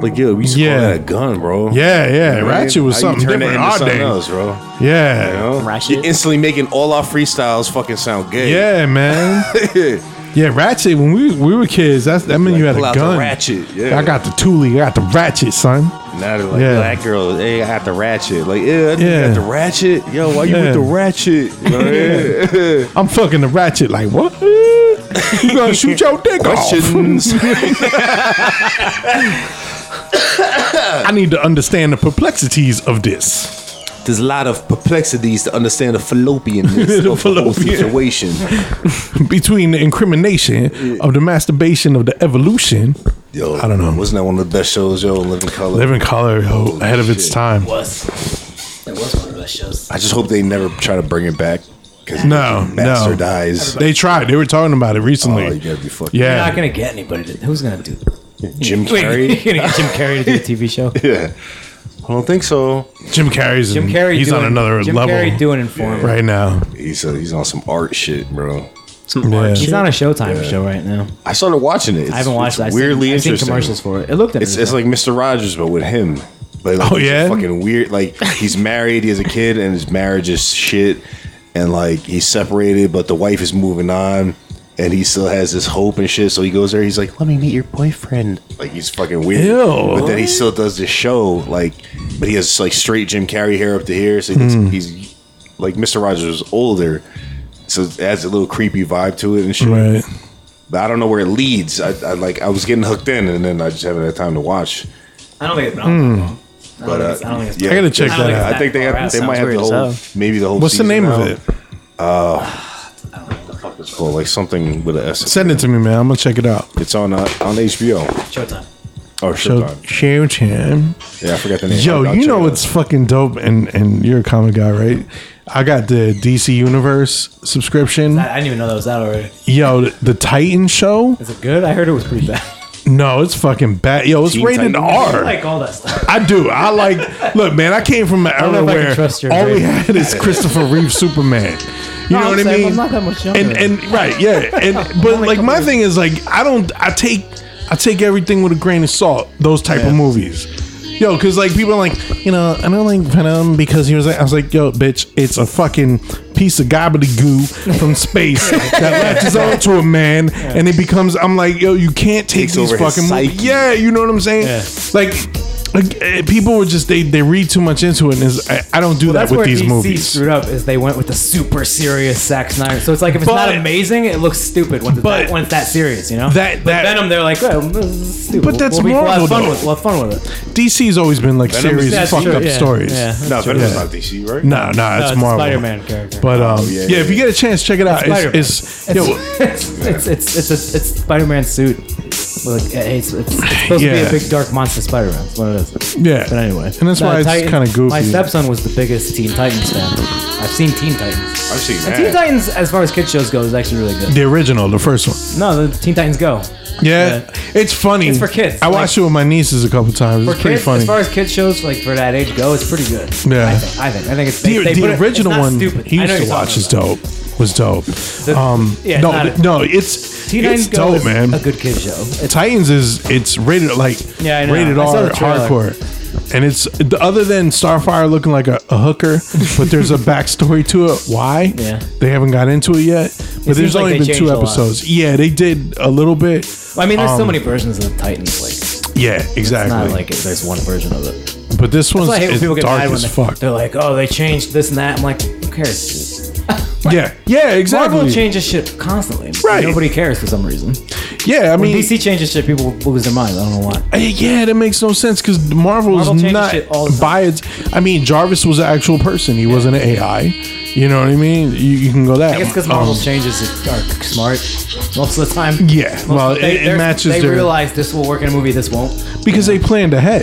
Like yo, we used to
Yeah.
call that a gun, bro.
yeah. Yeah.
You know what I
Ratchet
mean?
was
How you
something
turn that
different.
into
Our
something
day.
else, bro.
Yeah.
You know?
Ratchet.
You're instantly making all our freestyles fucking sound gay.
Yeah, man. yeah, ratchet. When we we were kids, that's, that meant you had
Pull
a
out
gun.
the ratchet. Yeah.
I got the Thule. I got the ratchet, son.
Now they're like,
Yeah.
yo, that girl, hey, I got the ratchet. Like, yeah, I think
Yeah.
you got the ratchet. Yo, why you
Yeah.
with the ratchet? You know what I mean?
I'm fucking the ratchet. Like what? you gonna shoot your dick off?
Questions.
I need to understand the perplexities of this.
There's a lot of perplexities to understand the fallopianness
The
of the whole
fallopian.
situation.
Between the incrimination of the masturbation of the evolution,
Yo,
I don't know.
Wasn't that one of the best shows, yo? Living Color.
Living Color yo, ahead of its
shit.
time.
was. That was one of the those shows.
I just hope they never try to bring it back because
No,
Master
no.
dies.
They tried. They were talking about it recently.
Oh, you gotta be fucking
You're
yeah.
not gonna get anybody. To, who's gonna do?
Jim
Wait,
Carrey.
you're gonna get Jim Carrey to do a TV show?
yeah, I don't think so.
Jim Carrey's
Jim
in-
Carrey.
He's
doing,
on another
Jim
level
Carrey doing Informer.
right now.
He's uh, he's on some art shit, bro.
Some
Yeah.
art
He's
shit.
on a Showtime show right now.
I started watching it. It's,
I haven't watched.
It's
it. I've seen-
weirdly
I've seen,
interesting.
commercials for it. It looked.
It's, it's
interesting.
like Mr. Rogers, but with him. But like,
Oh,
it's a
yeah?
fucking weird. Like he's married, he has a kid, and his marriage is shit. And like he's separated, but the wife is moving on, and he still has this hope and shit. So he goes there. He's like, "Let me meet your boyfriend." Like he's fucking weird.
Ew.
But then he still does this show. Like, but he has like straight Jim Carrey hair up to here. So he looks,
Hmm.
he's like Mr. Rogers was older. So it adds a little creepy vibe to it and shit.
Right.
But I don't know where it leads. I, I like I was getting hooked in, and then I just haven't had time to watch.
I don't think it's. Mm.
But uh,
I don't think it's.
yeah,
I gotta check
they-
that
I
out.
I think they
That
have, they
sounds
might have
weird
the
as
whole
hell.
maybe the whole.
What's the
season
name
out.
of it?
It's called like something with an S.
Send it to me, man. I'm gonna check it out.
It's on uh, on HBO
Showtime.
or
So
Oh, Showtime.
Showtime.
Yeah, I forgot the name.
Yo,
I'll- I'll
you
check
know
it
what's fucking dope, and and you're a comic guy, right? I got the DC Universe subscription.
I, I didn't even know that was out already.
Yo, the, the Titan show.
Is it good? I heard it was pretty bad.
No, it's fucking bad. Yo, it's
Teen
rated
Titans.
R.
I like all that stuff.
I do. I like. Look, man, I came from an
don't
era
know if I can
where
trust your
all we
grade.
had is Christopher Reeve Superman. You know what I mean?
I'm not that much younger.
and and right, yeah, and but like my thing is like I don't I take I take everything with a grain of salt. Those type of movies. Yo, because like people are like, you know, I don't like Venom because he was like, I was like, yo, bitch, it's a fucking piece of gobbledygook from space that latches onto a man and it becomes. I'm like, yo, you can't take
Takes
these
over his
fucking movies.
psyche.
Yeah, you know what I'm saying? Like. like, eh, People were just they, they read too much into it. And it's- I, I don't do that
That's
with
where
these
DC
movies.
screwed up is they went with the super serious Zack Snyder. So it's like if it's
But-
not amazing, it looks stupid when it's,
but-
that, when it's that serious, you know.
That-
but
that-
Venom, they're like, oh, this is stupid.
But that's
we'll, be- We'll
Marvel,
have fun
though.
with, we'll have fun with it.
DC's always been like
Venom is-
serious
That's
fucked
true,
up
yeah,
stories.
yeah.
out. No, Venom's
Yeah.
not DC, right?
No, no, it's
it's
Marvel.
Spider-Man character.
But um, yeah,
yeah,
if you
yeah.
get a chance, check it out. It's,
Spider-Man.
it's yo,
it's, it's it's it's it's Spider-Man suit. With like, it's, it's, it's supposed
Yeah.
to be a big dark monster Spider-Man. That's what it is.
yeah.
But anyway,
and that's
No,
why it's
Titan-
kind of goofy.
My stepson was the biggest Teen Titans fan. I've seen Teen Titans.
I've seen
And Teen
that.
Titans, as far as kid shows go, is actually really good.
the original, the first one.
No, the Teen Titans Go.
Yeah, it's funny.
It's for kids.
I
Like-
watched it with my nieces a couple times.
For
It's pretty
kids,
funny.
As far as kid shows, like for that age, go, it's pretty good.
Yeah.
I think. I think, I think it's
the,
they
the
put it- it's
original
not
one
Stupid.
he
I know
used to
you're
watch
talking
is
about.
dope. Was dope.
The-
um,
yeah, it's
no,
not a-
no, it's
Teen
it's
Titans Go
dope,
is
man.
a good kid show. It's
Titans is it's rated like
Yeah, I know.
rated
I saw
R
the trailer.
hardcore. And it's the- other than Starfire looking like a, a hooker, but there's a backstory to it. Why?
Yeah.
they haven't got into it yet. But there's
It seems like
only
they
been
changed
two
a lot.
episodes. Yeah, they did a little bit.
I mean, there's so
Um,
many versions of the Titans. Like, it's
Yeah,
not
exactly.
like it, there's one version of it.
but this
That's
one's
why I hate when
it's
people get
dark
mad when
as
they,
fuck.
they're like, "Oh, they changed this and that." I'm like, who cares?
Yeah, yeah, exactly.
Marvel changes shit constantly.
Right.
Nobody cares for some reason.
Yeah, I
When
mean,
DC changes shit, people lose their minds. I don't know why.
Uh, Yeah, that makes no sense because Marvel's
Marvel changes
not
shit all the time.
by its. I mean, Jarvis was an actual person; he wasn't an AI. You know what I mean? You, you can go that.
I guess because
um,
Marvel's changes are smart most of the time.
Yeah,
Most
well,
of the-
it- it
they're-
matches
They
their-
realize this will work in a movie, this won't.
because they planned ahead.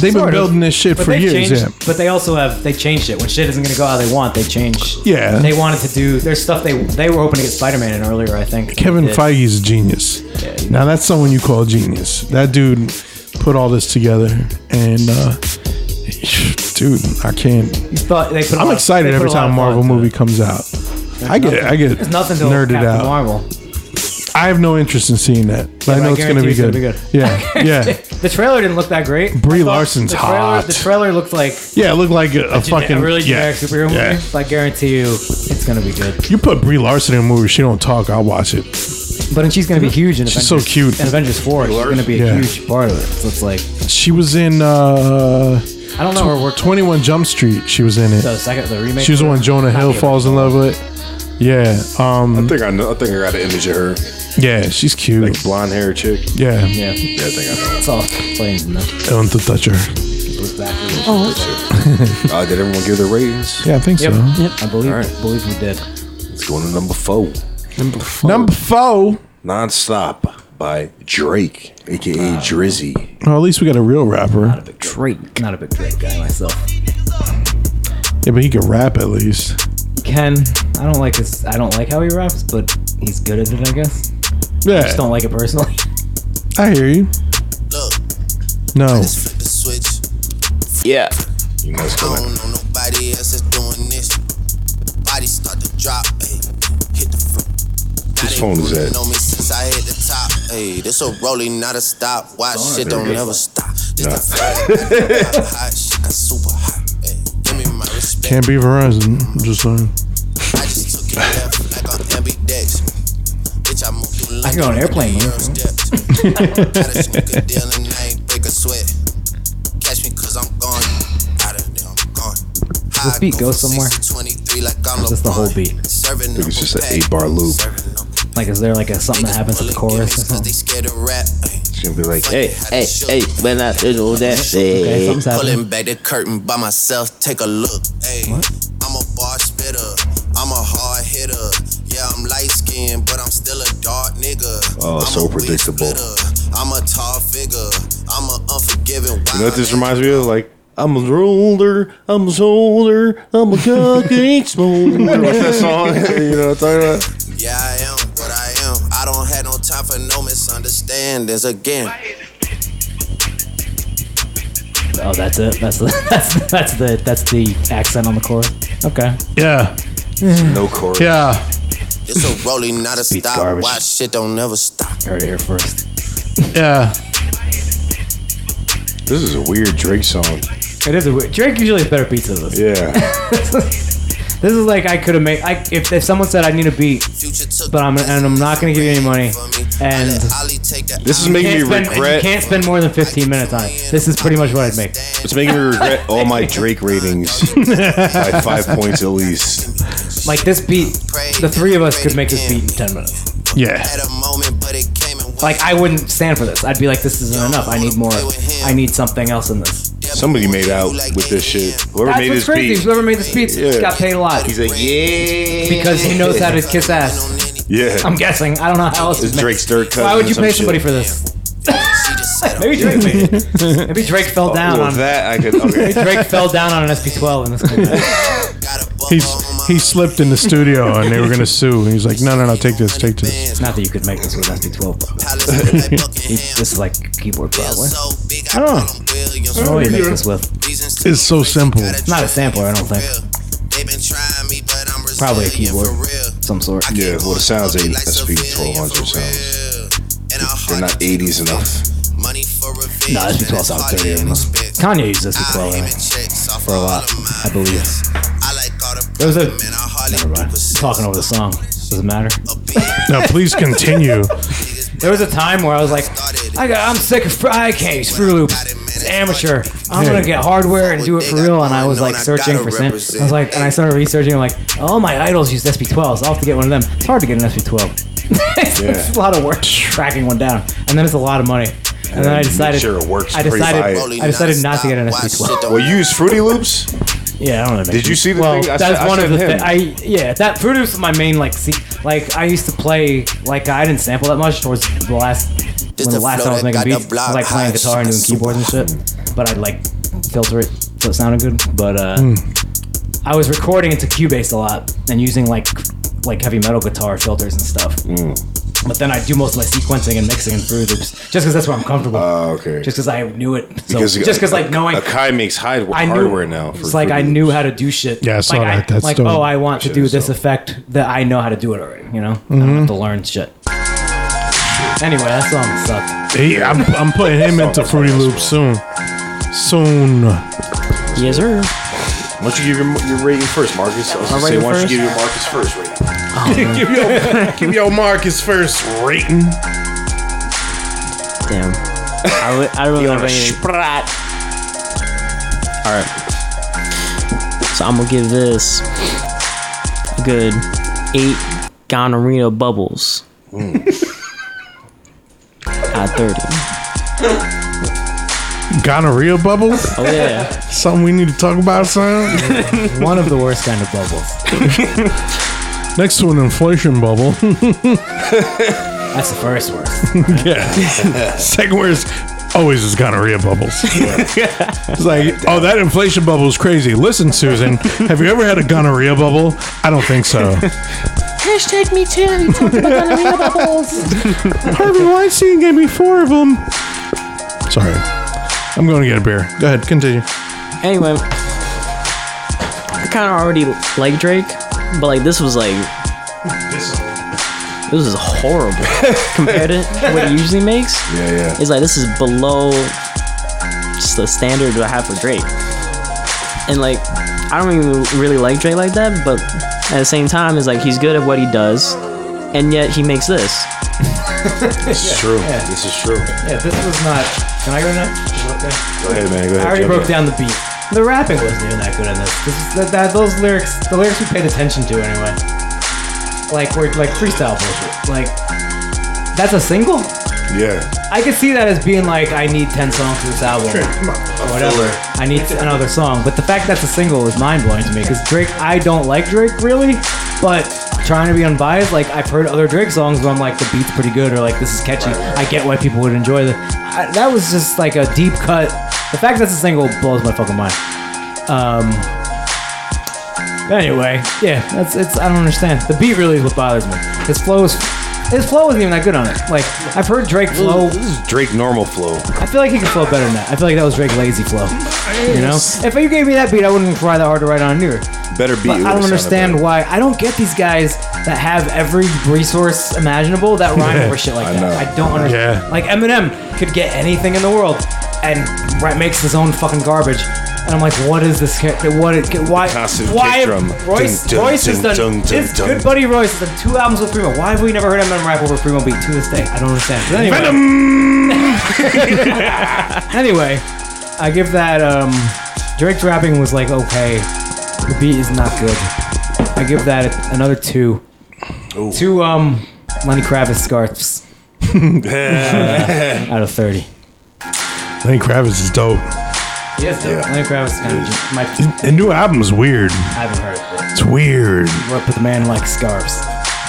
They've been
Sort of.
building this shit
But
for
they've
years.
changed-
yeah.
But they also have they changed it when shit isn't gonna go how they want. They change.
Yeah.
They wanted to do there's stuff they they were hoping to get Spider Man in earlier. I think
Kevin
They did.
Feige's a genius. Now that's someone you call genius. That dude put all this together, and uh, dude, I can't.
Thought they put a
I'm
lot-
excited
they put
every
a lot
time a
of
Marvel
thought into
movie
it.
comes out. I get, I get
There's nothing to
nerded
Captain
out.
Marvel.
I have no interest in seeing that, but I
but
know
I
it's gonna
guarantee
be
it's
good.
gonna be good.
Yeah, yeah,
The trailer didn't look that great.
Brie
I thought
Larson's
the trailer,
hot.
The trailer looked like
yeah. It looked like a, a fucking
a really
yeah,
generic superhero movie.
yeah.
So I guarantee you, it's gonna be good.
You put Brie Larson in a movie, she don't talk. I'll watch it.
But then she's gonna be huge in
She's so
Avengers.
cute.
In Avengers Four, she's gonna be a
Yeah.
huge part of it. So it's like
She was in uh,
I don't know her work.
Twenty One Jump Street. She was in
The
it.
second, the remake.
She was the one Jonah Hill falls in love with. Yeah,
I
um,
think I know. I think I got an image of her,
yeah, she's cute.
like blonde hair chick.
Yeah,
Yeah,
Yeah, I think I know.
it's all planes in there.
don't touch her.
Uh, did everyone give their ratings?
Yeah, I think so.
I believe, believe we did.
It's going to number four,
Number four.
"Nonstop" by Drake, aka Drizzy.
Well, at least we got a real rapper.
Drake, not a big Drake guy myself.
Yeah, but he can rap at least.
Ken, I don't like his. I don't like how he raps, but he's good at it, I guess. I
Yeah,
just don't like it personally.
I hear you.
Look,
No,
just flip the switch.
Yeah.
You must
I
come
don't know nobody else that's doing this. Body start to drop, ayy. Hit the front.
Whose phone is that?
Know me since I hit the top, ayy. This a rolling, not a stop. Watch shit don't ever stop. This the fact. hot shit, I'm super hot, ayy. Give me my respect.
can't be Verizon. I'm just saying.
I just took it left like on ambidex. Bitch, I moved through London.
can go on airplane mode.
Europe steps. Got a sneaker deal and I ain't break a sweat. Catch me cause I'm gone. Out of there, I'm gone. This
beat go somewhere?
Like I'm
Just the whole beat.
Serving
think it's just an eight-bar loop.
Like, is there like a something that happens at the chorus or something?
It's gonna be like, hey,
Hey, hey, hey, when I do that
Okay,
shit.
something's happening.
Pulling back the curtain by myself, take a look. Ayy, I'm a bar spitter, I'm a hard hitter. Yeah, I'm light skinned, but I'm still a dark nigga.
Oh,
I'm
so
a weed
predictable.
splitter, I'm a tall figure, I'm a unforgiving.
you know what this reminds me of? Like, I'm a roller, I'm a soldier, I'm a cupcake smoker. What's that song? you know what I'm talking about?
Yeah, I am what I am. I don't have no time for no misunderstandings again.
Oh, that's it. That's the that's that's the that's the accent on the chorus. Okay.
Yeah,
No chorus.
yeah.
It's a rolling, not a
beat's
stop.
garbage.
Watch shit don't never stop.
Heard it here first.
Yeah.
This is a weird Drake song.
It is a weird. Drake usually has better beats than this.
Yeah.
This is like I could have made. I, if if someone said I need a beat,
Future took
But I'm- and I'm not gonna give you any money. And-
This is making
can't
me
spend, you
regret.
can't spend more than 15 minutes on it. This is pretty much what I'd make.
It's making me regret all my Drake ratings by five points at least.
Like this beat, the three of us could make this beat in 10 minutes.
Yeah.
At a moment, but it came and went.
Like I wouldn't stand for this. I'd be like, this isn't enough. I need more. I need something else in this.
Somebody made out with this shit. Whoever
That's
made
what's
this
crazy.
beat.
Whoever made this beat
Yeah.
got paid a lot
He's like, yeah.
because he knows how to kiss ass.
Yeah.
I'm guessing. I don't know how else.
It's
made.
Drake's third cousin.
Why would
or
you
some
pay
shit.
somebody for this?
She just said,
Maybe Drake made it. Maybe Drake fell down
Oh, Well,
on.
that I could. Okay.
Drake fell down on an SP12 in this. clip.
"Oh, got a
He's,
bubble on my
he slipped in the studio and they were gonna sue. And he's like, no, no, no, take this, take this.
Benz,
Not that you could make this with SP12.
palace looking like Buckingham.
This is like keyboard probably.
So big,
I
I
don't know.
call him
Oh,
What
Williams.
do you make this with?
Reasons to
It's so simple.
gotta
Not a
try
sampler, I don't
for
think.
real. They been trying me, but I'm
Probably a
resilient
keyboard.
for real.
Some sort.
I
Yeah,
can't
well, it
go
sounds eight-
public like
SP
civilian
1200
for real. And
They're
our heart
not 80s enough.
Money for revenge.
Nah, SP12
and it's
sounds
hardly
dirtier
an
than us.
expense.
Kanye used
I
SP12.
aim
Right?
and checks off
eh? a
all
lot,
of my
I believe.
friends. I like all the
There was a-
problem and I hardly
Never mind.
do
I'm
possess
talking over the song. Doesn't matter.
a big
Now please continue.
There was a time where I was like, I got, I'm sick of fr- I can't use Fruit Loop. It's amateur. I'm gonna get hardware and do it for real. And I was like searching for samples. I was like, and I started researching. I'm like, all my idols used SP12s. I'll have to get one of them. It's hard to get an SP12. it's
Yeah.
a lot of work tracking one down, and then it's a lot of money. And then I
And
decided,
sure it works
I
pretty
decided,
violent.
I decided not to get an SP12.
Well, you use Fruity Loops.
Yeah, I don't know. that makes
Did you
sense.
see the
well,
thing I
that's
sent- I
one of
sent
the
him?
things. I yeah, that Fruit Loops was my main like. See, like I used to play. Like I didn't sample that much towards the last. When
the
the last
flow
time I was
that
making
got the
beats, I was
block
like playing
high,
guitar and doing
super
keyboards and shit. But I'd like filter it so it sounded good. But uh,
Hmm.
I was recording into Cubase a lot and using like like heavy metal guitar filters and stuff.
Hmm.
But then I do most of my sequencing and mixing in Fruit Loops just because that's where I'm comfortable.
Oh, okay.
just because I knew it. So, just because like knowing
a Kai makes hide-
I knew,
hardware now. for
It's like I
Fruity
knew how to do shit.
Yeah, I saw
like
that. That's
like
dope.
oh, I want to
Shit
do
is
this
dope.
effect that I know how to do it already. You know, I
Mm-hmm.
don't have to learn shit. Anyway, that song sucked.
He, I'm, I'm putting him into Fruity Loops soon. Soon.
Yes, sir.
Loops. Why don't you give your, your rating first, Marcus? I was gonna say,
rating
why don't you
first?
give your Marcus first rating?
Oh,
give, your, give your Marcus first rating.
Damn. I, would, I really don't have anything. Alright. So I'm gonna give this a good eight gonorrhea bubbles Hmm. out of 30.
Gonorrhea bubble?
Oh, yeah.
Something we need to talk about, son?
One of the worst kind of bubbles.
Next to an inflation bubble.
That's the first worst.
yeah. Second worst, always is gonorrhea bubbles. it's like, oh, that inflation bubble is crazy. Listen, Susan, have you ever had a gonorrhea bubble? I don't think so.
Hashtag me too. You talking about gonorrhea bubbles?
Harvey Weinstein gave me four of them. Sorry. I'm going to get a beer. Go ahead, continue.
Anyway, I kind of already like Drake, but like this was like this is horrible compared to what he usually makes.
Yeah, yeah.
It's like this is below just the standard I have for Drake. And like I don't even really like Drake like that, but at the same time it's like he's good at what he does and yet he makes this.
This is true. This is true.
Yeah, this was not. Can I go next? Okay.
Go ahead, man. Go ahead.
I already
jump
broke
in.
down the beat. The rapping wasn't even that good in this. this is, that, that those lyrics, the lyrics we paid attention to anyway. Like we're like freestyle bullshit. Like that's a single.
Yeah.
I could see that as being like I need ten songs for this album. Or whatever. I need another song. But the fact that's a single is mind blowing to me because Drake. I don't like Drake really, but trying to be unbiased, like I've heard other Drake songs where I'm like the beat's pretty good or like this is catchy. I get why people would enjoy this. I, that was just like a deep cut. The fact that's a single blows my fucking mind. Um. Anyway, yeah, that's it's. I don't understand. The beat really is what bothers me. His flow is, his flow isn't even that good on it. Like I've heard Drake flow.
This is Drake normal flow.
I feel like he can flow better than that. I feel like that was Drake lazy flow. You know, if you gave me that beat, I wouldn't try that hard to write on either.
Better beat.
But I don't understand why. I don't get these guys that have every resource imaginable that rhyme over shit like
I
that.
know.
I don't understand.
Yeah.
Like Eminem could get anything in the world and ri- makes his own fucking garbage. And I'm like, what is this? char- What? It, why?
Constant
Why?
kick drum.
Royce,
Dun, dun,
Royce has
dun,
done.
dun, dun,
his
dun.
good buddy Royce has done two albums with Primo. Why have we never heard Eminem rap over Primo beat to this day? I don't understand. But anyway, anyway, I give that um Drake's rapping was like okay. The beat is not good. I give that another two. Two um Lenny Kravitz scarfs out of thirty.
Lenny Kravitz is dope.
Yes, though. Lenny Kravitz kind of my
The new album's weird.
I haven't heard it.
It's weird.
but Work with a man like scarves.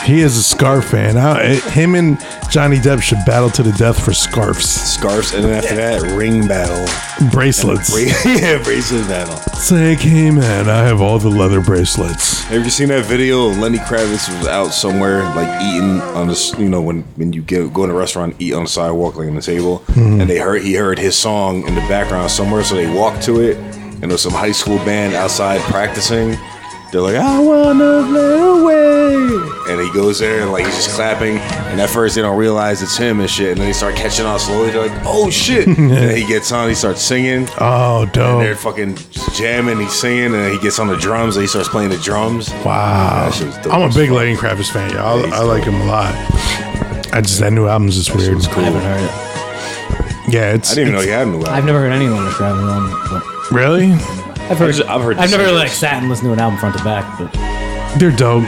He is a scarf fan. I, him and Johnny Depp should battle to the death for scarves,
Scarves, and then after that, ring battle.
bracelets.
Bra- yeah, bracelet battle.
Say, hey man, I have all the leather bracelets.
Have you seen that video? of Lenny Kravitz was out somewhere, like eating on this. You know, when when you get go in a restaurant, eat on the sidewalk, like on the table, and they heard he heard his song in the background somewhere, so they walked to it, and there was some high school band outside practicing. They're like, I wanna play away, and he goes there and like he's just clapping. And at first they don't realize it's him and shit, and then they start catching on slowly. They're like, oh shit! and then he gets on, he starts singing.
Oh,
They're
dope.
fucking jamming, he's singing, and he gets on the drums and he starts playing the drums.
Wow.
That shit was dope.
I'm a big Lenny Kravitz fan, y'all. I, I like him a lot. I just, that new album's just weird.
It's cool. I didn't
Yeah, it's.
even know you had an
I've
album.
never heard any Lenny Kravitz album. but-
Really?
I've heard.
I've heard
I've never
singles.
like sat and listened to an album front to back, but
They're dope.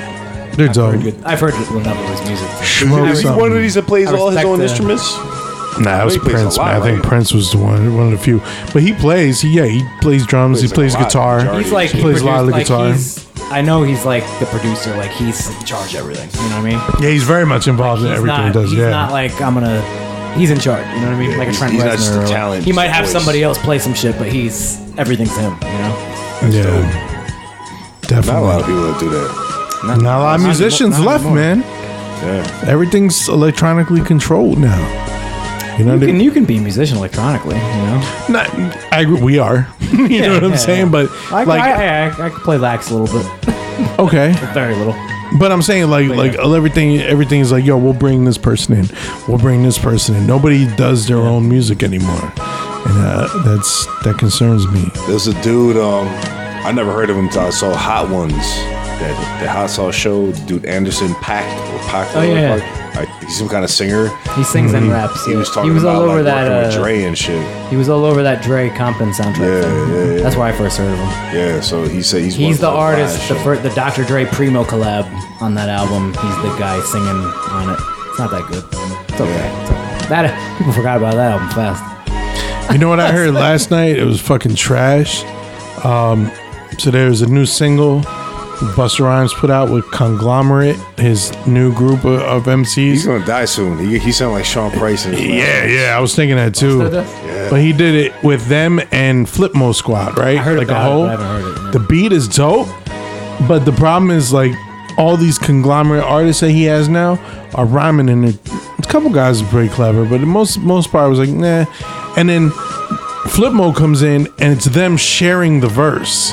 They're
heard
dope.
good. I've heard good enough of his music.
Schmo
Is he
something.
one of these that plays
I
all his
respect
own
the-
instruments?
Nah, it was
he plays a
Prince.
lot,
man. I think
right?
Prince was the one, one of the few. But he plays. He, yeah, he plays drums.
Plays
He plays
a lot,
guitar.
majority.
he's like
he
he
plays a lot of the
produced-
guitar.
like, he's- I know he's like the producer, like he's in charge of everything. You know what I mean?
yeah, he's very much involved in
He's
everything
not,
he does.
he's
Yeah.
not like I'm gonna. He's in charge. You know what I mean? like a
he's-
Trent
he's
Reznor.
not just a
or, like-
talent,
he
he's
might
a
have
voice.
somebody else play some shit, but he's everything's him. You know?
yeah. Definitely.
Not a lot of people that do that.
Not a lot of
Not
musicians
anymore- not
left, man.
Yeah.
Everything's electronically controlled now. You know,
You
they-
can you can be a musician electronically. You know?
not, I agree- we are. you know what I'm
yeah,
saying?
yeah.
But
I,
like,
I, I, I could play lax a little bit,
okay,
very little.
but I'm saying like, like everything, everything is like, yo, we'll bring this person in, we'll bring this person in. Nobody does their own music anymore, and uh, that's that concerns me.
There's a dude, um, I never heard of him until I saw Hot Ones. That the Hot Sauce show, dude Anderson Pack or Pack.
Oh, yeah.
Like, he's some kind of singer.
He sings
Mm-hmm.
and raps.
He was talking
he was
about
all over
like,
that.
working with
uh,
Dre and shit.
He was all over that Dre Compton soundtrack.
Yeah,
thing.
yeah, yeah.
That's where I first heard of him.
Yeah, so he said he's one
He's
of
the
those
artist, the,
guys,
fir- the Dr. Dre Primo collab on that album. He's the guy singing on it. It's not that good. It's okay. That people forgot about that album fast.
You know what I heard last night? It was fucking trash. Um, so there was a new single Buster Rhymes put out with Conglomerate, his new group of, of
He's
MCs.
gonna die soon. He, he sound like Sean Price. In his last-
Yeah, yeah, I was thinking that too.
Yeah.
But he did it with them and Flipmo Squad, right? I
heard
like
about
a
it,
whole.
but I haven't heard it, no.
The beat is dope, but the problem is like all these conglomerate artists that he has now are rhyming, and a couple guys are pretty clever, but the most most part was like nah. And then Flipmo comes in, and it's them sharing the verse,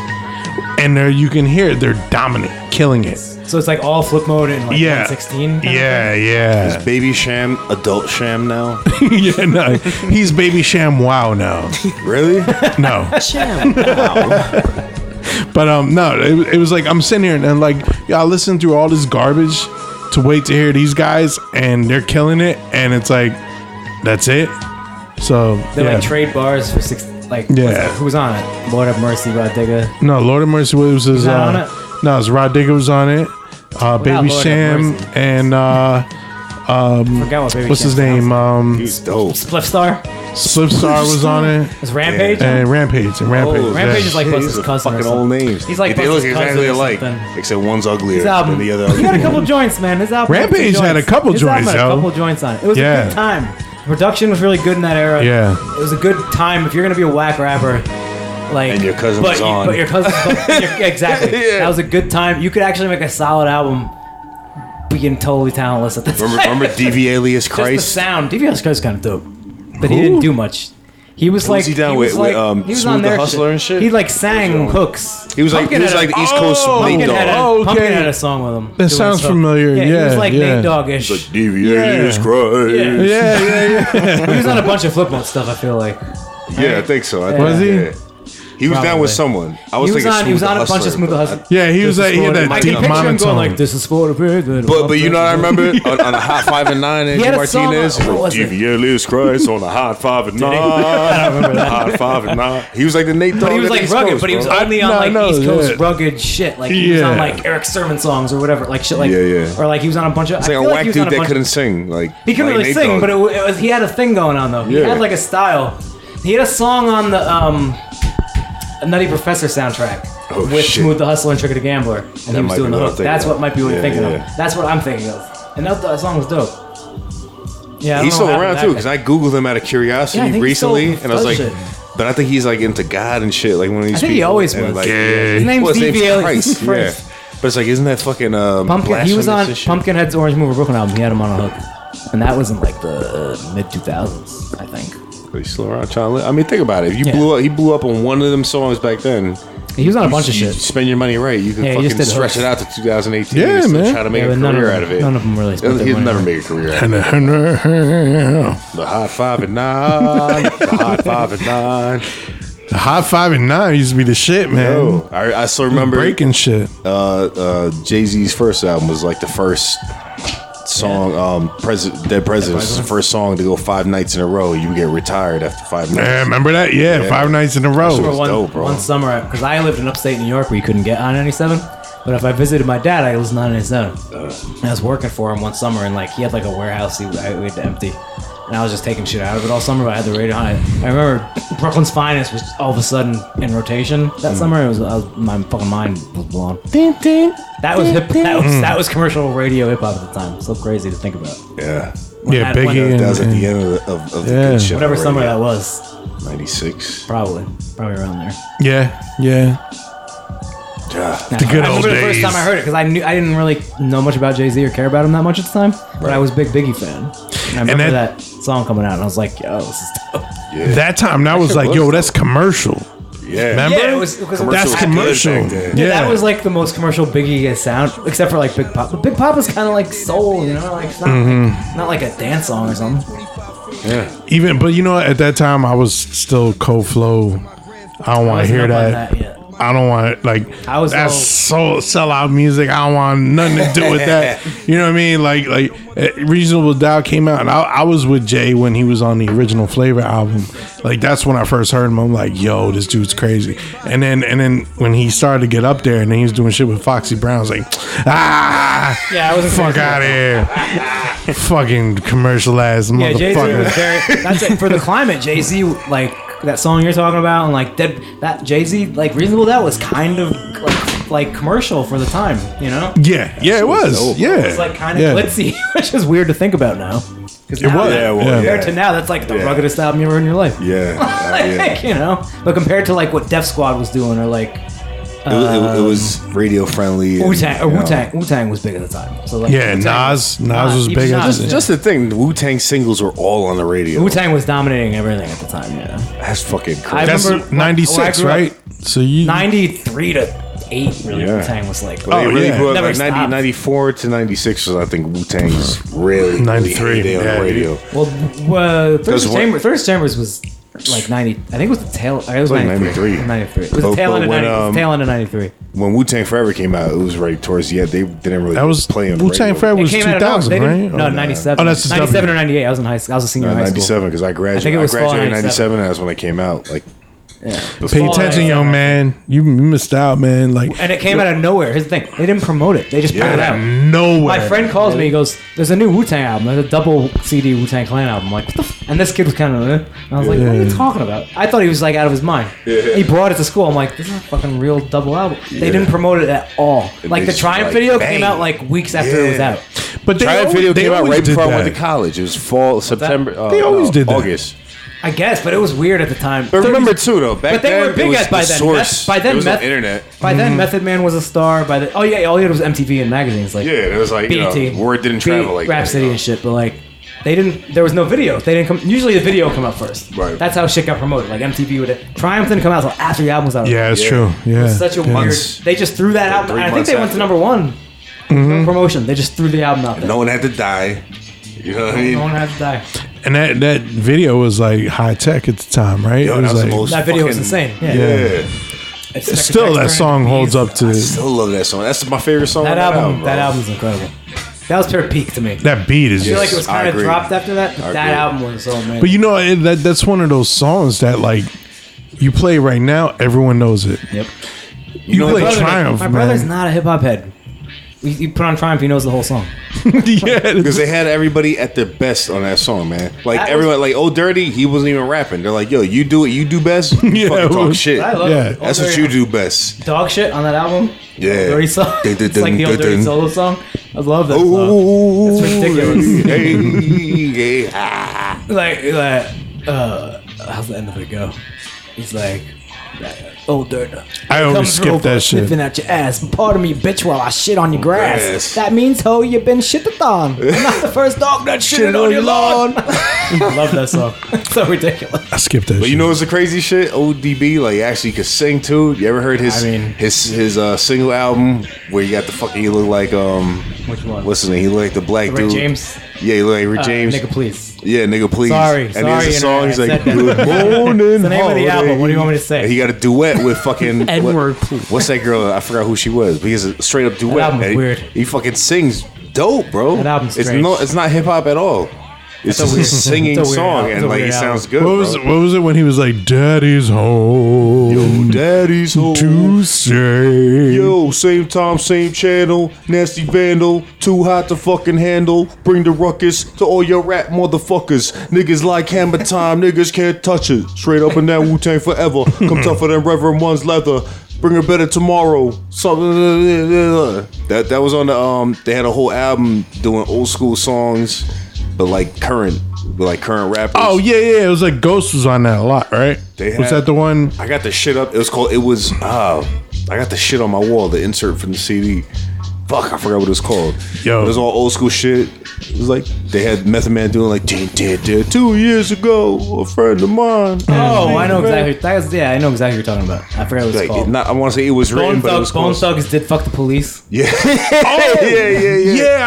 and there you can hear it. They're dominant, killing it.
So it's like all flip mode and like
Yeah,
16.
Yeah, yeah.
Baby Sham, adult Sham now.
yeah, no. He's Baby Sham Wow now.
really?
No.
Sham.
But um, no, it, it was like I'm sitting here and, and like y'all listen through all this garbage to wait to hear these guys, and they're killing it, and it's like that's it. So
They
yeah.
like trade bars for six. Like
Yeah. Mm.
what's- who's on it? Lord have mercy, Rodriguez.
no, Lord of Mercy was his.
not on
Uh,
it?
no, it's Rod Digger was on it. Uh, Baby
Lord have
Sham
Mercy.
and uh,
Forgot what baby.
what's his
Sham
name?
sounds
Um,
He's dope.
like. Spliff Star.
Slipstar was on it,
It's Rampage.
and Rampage and Rampage.
Oh,
yeah.
Rampage is like
Shit,
Buster's
these are
cousin or
Fucking
something.
old names.
He's like
they look
Buster's
exactly
cousin or
alike,
something.
except one's uglier
His album.
than the other.
He um, got a couple joints, man. His album. had a few
Rampage had a
joints.
couple
His
joints,
Album had a
yo.
couple joints on it. It was
Yeah.
a good time. Production was really good in that era.
Yeah.
It was a good time if you're gonna be a whack rapper. Like,
And your cousin
but
was
you-
on.
But your cousin, but your- exactly.
Yeah.
That was a good time. You could actually make a solid album, being totally talentless at that
Remember,
time.
remember DV alias
Just the
Christ?
sound. DVS Christ kind of dope, but he didn't do much. He was like
was he down
was
with-
like-
with, um,
he was
Smooth
on
the
their
Hustler and shit?
He like sang hooks.
He was like he
Pumpkin
was
had
like
a-
the East Coast
Oh,
Snoop
Pumpkin had, a,
Dogg.
Okay.
Pumpkin had a song with him. doing
sounds
stuff.
familiar.
he was
Yeah,
like
yeah.
Nate Doggish.
Like DV alias
Yeah.
Christ.
Yeah.
Yeah, yeah, yeah.
he was on a bunch of flip mode stuff. I feel like
Yeah, I think so. I think,
Was he?
yeah. He was down
Probably.
with someone. I was,
he was
thinking
on. He was
Smooth
on
the
a bunch of
Hustler,
smooth
but I-
hustle.
Yeah, he was like he had
I
that
can
deep
picture him going
monotone.
like this is for the big-
But but you know what I remember on, on a hot five and nine and
He had a song-
Martinez.
what was it?
DVLS Christ on a hot five and nine. Hot five and nine. He was like the Nate Dogg.
But he was
of the
like
East
rugged,
Coast,
but he was
bro.
only on
No,
like
no,
East Coast
yeah.
rugged shit. Like he was on
Yeah.
like Eric Sermon songs or whatever. Like shit. Like
Yeah, yeah.
Or like he was on a bunch of.
It's like a whack dude that couldn't sing. Like
He couldn't
like
really
Nate
sing,
Dogg.
but it, wa- it was he had a thing going on though. He
Yeah.
had like a style. He had a song on the um, Nutty Professor soundtrack
Oh,
with
shit.
Smooth the Hustler and Trigger the Gambler, and he was
might
doing
be
the
what I'm
hook.
thinking
That's
of.
what might be what
Yeah,
you're thinking
yeah.
of. That's what I'm thinking of, and that, that song was dope. Yeah, I don't
he's
know
still
what happened
around
to
too
that
because
guy.
I googled him out of
Yeah, I
curiosity
think he still
recently, and I
does
was like,
shit.
but I think he's like into God and shit. Like one of these.
I think he
people,
always
and,
was.
Like,
Yeah.
yeah.
His name's
Well,
DVL.
Christ. Yeah.
Christ.
But it's like, isn't that fucking um,
Pumpkin. He was on
blasphemous and shit?
Pumpkinhead's Orange Mover Brooklyn album. He had him on a hook, and that was in like the uh, mid 2000s, I think.
But he's still around trying to live. I mean, think about it. If you blew up, he blew up on one of them songs back then.
He was on a bunch of
you
shit.
Spend your money right. You can
Yeah, he just
fucking
did
stretch
hooks.
it out to 2018.
Yeah,
and still
man.
Try to make
Yeah,
a
but none of
career
them-
out of it.
none of them really spent their
He'll
money
never
on
make a career. out of it.
the
The hot five and nine. the hot five and nine.
high five and nine used to be the shit, man.
Yo, Oh, I, I still remember
breaking shit.
uh, uh, Jay Z's first album was like the first song, um, President Dead Presidents, was the first song to go five nights in a row. You get retired after five nights.
Yeah, remember that? Yeah,
Yeah.
five nights in a
I
row.
remember one,
dope, bro.
one summer because I lived in upstate New York where you couldn't get on 97. But if I visited my dad, I listened on 97. And I was working for him one summer and like he had like a warehouse he I, we had to empty. And I was just taking shit out of it all summer. But I had the radio on. I, I remember Brooklyn's Finest was all of a sudden in rotation that
Mm.
summer. It was, I was my fucking mind was blown. That was hip, that was that was commercial radio hip hop at the time. So crazy to think about.
Mm. Yeah.
Yeah,
that one-
Biggie and,
That was at
and-
the end of, the, of, of the
Yeah.
good shit.
Whatever summer that was,
96.
probably probably around there.
yeah, yeah.
Yeah.
The good
I
old
remember the first
days.
time I heard it because I knew I didn't really know much about Jay Z or care about him that much at the time, but I was a big Biggie fan. And I remember
that-
that, song coming out, and I was like, "Yo, this is dope."
That time, that was
shit
like,
was
yo,
dope.
that's commercial.
Yeah.
Remember?
Yeah, it was- it was-
that's
Commercial
was good
commercial.
back
Yeah,
then.
that was like the most commercial Biggie has sound, except for like Big Pop. But Big Pop was kind of like soul, you know, like it's not
Mm-hmm.
like, not like a dance song or something.
even. But you know, what? at that time, I was still cold flow. I don't want to
wasn't
hear
up on
that.
that yet.
I don't want like
I was
that's so sellout music. I don't want nothing to do with that. you know what I mean? Like like eh, Reasonable Doubt came out, and I, I was with Jay when he was on the original Flavor album. Like that's when I first heard him. I'm like, yo, this dude's crazy. And then and then when he started to get up there, and then he was doing shit with Foxy Brown. I was like, ah,
Yeah, I wasn't
fuck
crazy
out of here, fucking commercial ass
Yeah, Jay Z
motherfucker.
was very. That's it for the climate. Jay Z, like that song you're talking about, and like that, that Jay Z, like reasonable. That was kind of like like commercial for the time, you know?
Yeah, yeah, it was. Yeah,
It's like kind of
yeah.
glitzy, which is weird to think about now. Because it
was.
Yeah, well,
Yeah.
yeah.
compared to Oh now, that's like the
Yeah.
ruggedest album you ever in your life.
Yeah, uh,
Like,
yeah.
you know, but compared to like what Def Squad was doing, or like
It, was, it, was radio friendly.
Wu Tang, or Wu Tang, Wu Tang was big at the time. So like,
yeah. Nas, Nas was
Nas,
big.
Nas.
as
Just, just the thing, the Wu Tang singles were all on the radio.
Wu Tang was dominating everything at the time. Yeah,
That's fucking
I
crazy.
That's
remember when- when I
96,
grew up-
right? So you
ninety three to eight, really.
Yeah.
Wu Tang was like,
They
Oh,
really
yeah.
blew up
Never
like 90,
stopped.
94 to 96 was, I think, Wu Tang's really
93,
heyday on
yeah,
the radio.
well, uh, Thursday
what-
Chambers, Thursday Chambers was like ninety. I think it was the tail. It was
Like
ninety three.
93.
Ninety three. It was
But-
the tail
but
end of
when,
ninety.
um,
tail end of ninety three.
When Wu Tang Forever came out, it was right towards the end. They didn't really
that was
play on
Wu Tang
radio.
Fred was
It came out of nowhere.
2000,
They
right?
didn't- No,
Or-
ninety seven.
Oh, that's the
ninety seven
W.
or ninety eight. I was in high. s- I was a senior
Uh,
in high school.
97 because I graduated. I,
think it was fall
graduated in
97.
97 and that's when it came out. Like,
Pay attention, young man. You you missed out, man. Like
And uh, it came out of nowhere. Here's the thing: they didn't promote it. They just put
Yeah.
it out.
nowhere.
My friend calls me. He goes, "There's a new Wu Tang album. There's a double CD Wu Tang Clan album." I'm like, what the f-? and this kid was kind of, eh. and I was like, "What are you
Yeah.
talking about?" I thought he was like out of his mind. He brought it to school. I'm like, "This is a fucking real double album." They didn't promote it at all. like
they
the
just,
Triumph
like,
video came
bang.
out like weeks after it was
Yeah.
out.
but they
Triumph
always-
video
they
came out
always
right
did
before I went
that.
to college. It was fall, September. uh,
They always
no,
did that.
August.
I guess, but it was weird at the time.
But remember, too, though, back
but they
then,
were big
it was
at by
the
then. Meth-
source.
by then,
There was no
Meth-
internet. Mm-hmm.
By then, Method Man was a star. By then, oh yeah, all you had was MTV and magazines. Like
Yeah, it was like, you know,
BT,
word didn't
Beat,
travel like that,
E Rhapsody
you know.
and shit. But like, they didn't. There was no video. They didn't come. Usually, the video would come out first.
Right.
That's how shit got promoted. Like MTV would. Triumph didn't come out until after the album was out.
Yeah, it's
Yeah.
true. Yeah,
It's such a
yeah.
weird. They just threw that out.
three
I think
months
they went to
after.
number one.
Mm-hmm.
No promotion. They just threw the album out. There.
No one had to die. You know what I
No one
mean?
had to die.
And that that video was like high tech at the time, right?
Yo,
it
that was the
like,
most
That video was insane.
fucking-
Yeah.
Yeah.
It's
still that song holds up to
I still love that song. That's my favorite song.
That
on
album.
bro.
that album's incredible. That was pure peak to me.
Oh, that beat is
I feel like
just-
it was
I
kind of
agree.
dropped after that, but
I
that
agree.
album was oh, so amazing.
But you know it, that that's one of those songs that like you play right now, everyone knows it.
Yep.
You,
know,
play
my
brother-
Triumph,
my
man.
brother's not a hip hop head. You, you put on Triumph, he knows the whole song.
yeah,
Because they had everybody at their best on that song, man. Like
That
everyone, like Old Dirty, he wasn't even rapping. They're like, "Yo, you do what you do best. You
Yeah,
fucking
it
talk
was-
shit.
I love
Yeah.
it.
That's what you do best."
Dog shit on that album.
Yeah.
Dirty song.
Dun, dun,
It's like the
dun,
old
dun,
Dirty
dun.
Solo song. I love that song.
Ooh,
That's ridiculous.
hey, hey, ah.
Like, like, uh, how's the end of it go? It's like, old dirt.
I always
Comes
skip
over,
that shit.
Sniffing at your ass. Pardon me, bitch, while I shit on your grass.
Yes.
That means, ho, you've been shitted on. I'm not the first dog that shitted on your lawn. I love that song. It's so ridiculous.
I skipped that.
But you
shit.
know what's the crazy shit? ODB like actually could sing too. You ever heard his
I mean-
his his uh, single album where you got the fucking he looked like um
Which one?
what's his name? He looked like the black
Rick
dude.
James?
Yeah, he looked like Rick
Uh,
James.
Nigga, please.
Yeah, nigga, please.
Sorry,
and
sorry,
there's a song. He's
internet,
like,
I said that.
"Good morning,
the name of the album. What do you want me to say?
And he got a duet with fucking
Edward,
what-
please.
what's that girl? I forgot who she was, but he has a straight up duet.
album's
and he,
weird.
He fucking sings dope, bro.
That album's
it's
strange.
no, it's not hip hop at all. It's
That's a
just a
weird-
singing
that's a weird
song,
album. That's
and
a
like
weird
it sounds
album.
good.
what was
bro.
what was it when he was like, "Daddy's home
Yo, daddy's home.
to say"?
Yo, same time, same channel. Nasty vandal, too hot to fucking handle. Bring the ruckus to all your rap motherfuckers. Niggas like hammer time, niggas can't touch it. Straight up in that Wu Tang forever. Come tougher than Reverend One's leather. Bring a better tomorrow. uh, Something that that was on the um. They had a whole album doing old school songs, but like current, but like current rappers.
Oh yeah, yeah. It was like Ghost was on that a lot, right?
They
was
had-
that the one?
I got the shit up. It was called. It was. Uh, I got the shit on my wall. The insert from the CD. Fuck, I forgot what it was called.
Yo.
it was all old school shit. It was like they had Method Man doing like "Dun, dun, dun." two years ago. A friend of mine.
Oh, I know exactly. That was, yeah, I know exactly what you're talking about. I forgot what it's
Like,
called.
it- not, I want to say it was
Bone,
written, but it
Thugs,
was
Bone
close.
Thugs did fuck the police.
Yeah. oh, yeah, yeah, yeah.
I, I
I,
think it was
had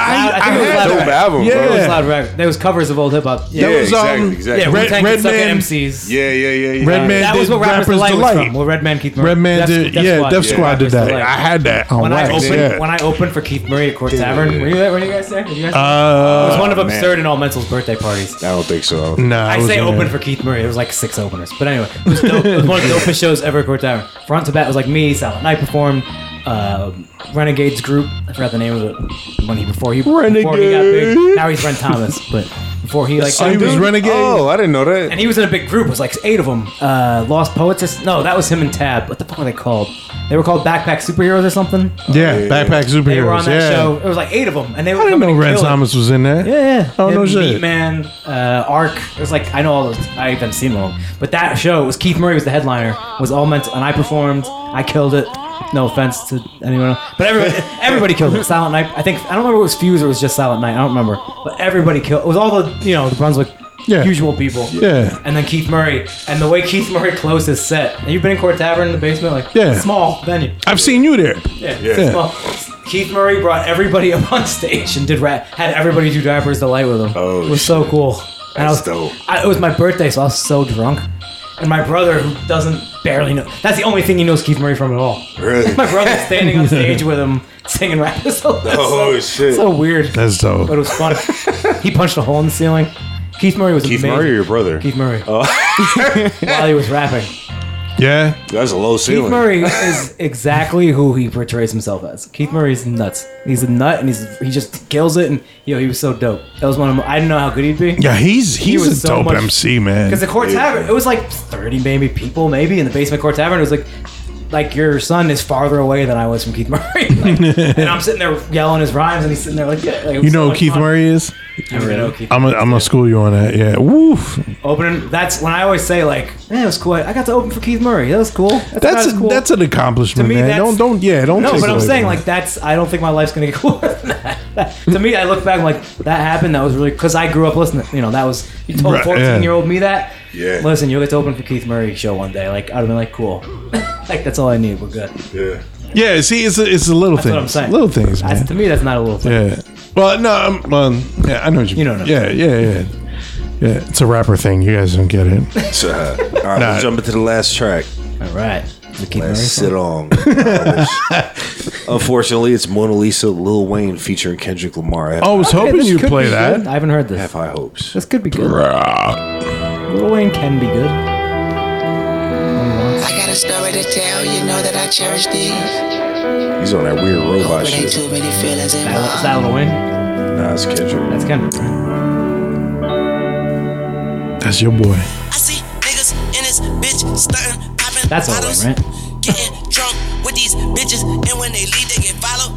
Loud
dope
Records.
album,
Yeah.
It
bro.
was Loud Records. There was covers of old hip hop.
Yeah,
Yeah,
was,
exactly,
um,
exactly.
yeah,
Red-
Wu Tang could suck
Redman-
at MCs.
yeah, yeah, yeah, yeah.
Redman
that was
did
what Rappers
Rappers
Delight, was
Delight.
from. Well, Redman Keith Murray.
Redman
Def-
did,
Def
yeah,
Squad
Def
did
Squad did
Rappers
that.
Delight.
I had that on
when I
wax.
opened
yeah.
when I opened for Keith Murray at Court Tavern. Were you there? Were you guys there? Were you guys there? it was
uh,
one of
man.
absurd and all mental's birthday parties.
I don't think so.
nah,
I
wasn't
say
there.
open for Keith Murray. There was like six openers, but anyway, it was, dope. it was one of the dopest shows ever. at Court Tavern. Front to back it was like me. Silent Night performed. Uh, Renegades group. I forgot the name of it when he before he before he got big. Now he's Ren Thomas, but before he like
So he was
dude.
renegade.
Oh, I didn't know that.
and he was in a big group. It was like eight of them. Uh, Lost Poets. No, that was him and Tab. What the fuck were they called? They were called Backpack Superheroes or something.
Yeah, backpack superheroes.
They were on that
yeah.
show. It was like eight of them, and they were.
I didn't
coming
know
to
Red
kill him.
Thomas was in there.
Yeah, yeah.
I don't know shit.
Man, uh, Arc. It was like I know all those. I haven't seen them. all. But that show was Keith Murray was the headliner. Was all meant, and I performed. I killed it. No offense to anyone, else. but everybody, everybody killed it. Silent Night. I think I don't remember if it was Fuse or it was just Silent Night. I don't remember. But everybody killed. It was all the you know the Brunswick.
Yeah.
Usual people.
Yeah.
And then Keith Murray. And the way Keith Murray closed his set. You've been in Court Tavern in the basement? Like,
Yeah.
Small venue.
I've seen you there.
Yeah.
Yeah.
Well, Keith Murray brought everybody up on stage and did rap, had everybody do Driver's Delight with him.
Oh,
it was so cool. And I was,
That's dope.
I, it was my birthday, so I was so drunk. And my brother, who doesn't barely know, that's the only thing he knows Keith Murray from at all.
Really?
My brother's standing on stage with him singing rap. It's so, it's
Oh,
so,
shit.
So weird,
That's dope.
but it was fun. he punched a hole in the ceiling. Keith Murray was
Keith
amazing.
Murray or Oh. your brother?
Keith Murray. While he was rapping.
Yeah.
That's a low
Keith
ceiling.
Murray is exactly who he portrays himself as. Keith Murray's nuts. He's a nut, and he's he just kills it. And yo, he was so dope. That was one of my, I didn't know how good he'd be.
Yeah, he's he's
was
a
so
dope
much-
MC, man.
Because the court
Yeah.
tavern, it was like thirty maybe people, maybe in the basement court tavern. It was like, like your son is farther away than I was from Keith Murray. Like, and I'm sitting there yelling his rhymes, and he's sitting there like, yeah. Like, it was
you
so
know who
much
Keith
fun.
Murray Oh. is?
I really know Keith.
I'm gonna I'm gonna school you on that. Yeah. Woof.
Opening. That's when I always say like, man, it was cool. I got to open for Keith Murray. That was cool. That's, about
That's
as
a,
cool.
that's an accomplishment,
To me,
man.
that's-
Don't don't yeah don't.
No,
take
but I'm
away
saying
from
like that's. I don't think my life's gonna get cooler than that. That- to me, I look back like that happened. That was really because I grew up listening. You know, that was you told
Right,
14
yeah.
year old me that.
Yeah.
Listen, you'll get to open for Keith Murray show one day. Like I'd have been like, cool. like that's all I need. We're good.
Yeah.
it. yeah. See, it's a, it's a little
That's
thing.
what I'm saying.
Little things,
That's-
man.
to me, that's not a little thing.
Yeah. Well, no, I'm, um, yeah, I know what you.
You
mean.
know what
Yeah,
I'm
yeah, yeah, yeah. It's a rapper thing. You guys don't get it.
So, uh, all right,
Nah.
let's jump into the last track.
All right. The Keith Murray
Let's
song.
sit on. Unfortunately, it's Mona Lisa, Lil Wayne featuring Kendrick Lamar. I have,
Oh, I was
Hey,
hoping
this
you
could
play
be
that.
good. I haven't heard
I
this.
have high hopes.
This could be good.
Bruh.
Lil Wayne can be good.
I got a story to tell, you know that I cherish these.
He's on that weird robot
But ain't
shit.
too many feelings
That, is
involved.
that Lil Wayne?
Nah, it's Kendrick.
That's Kendrick. right?
That's your boy.
I see niggas in this bitch stuntin', poppin'
That's all
bottles,
right, right?
Getting drunk with these bitches, and when they leave, they get followed.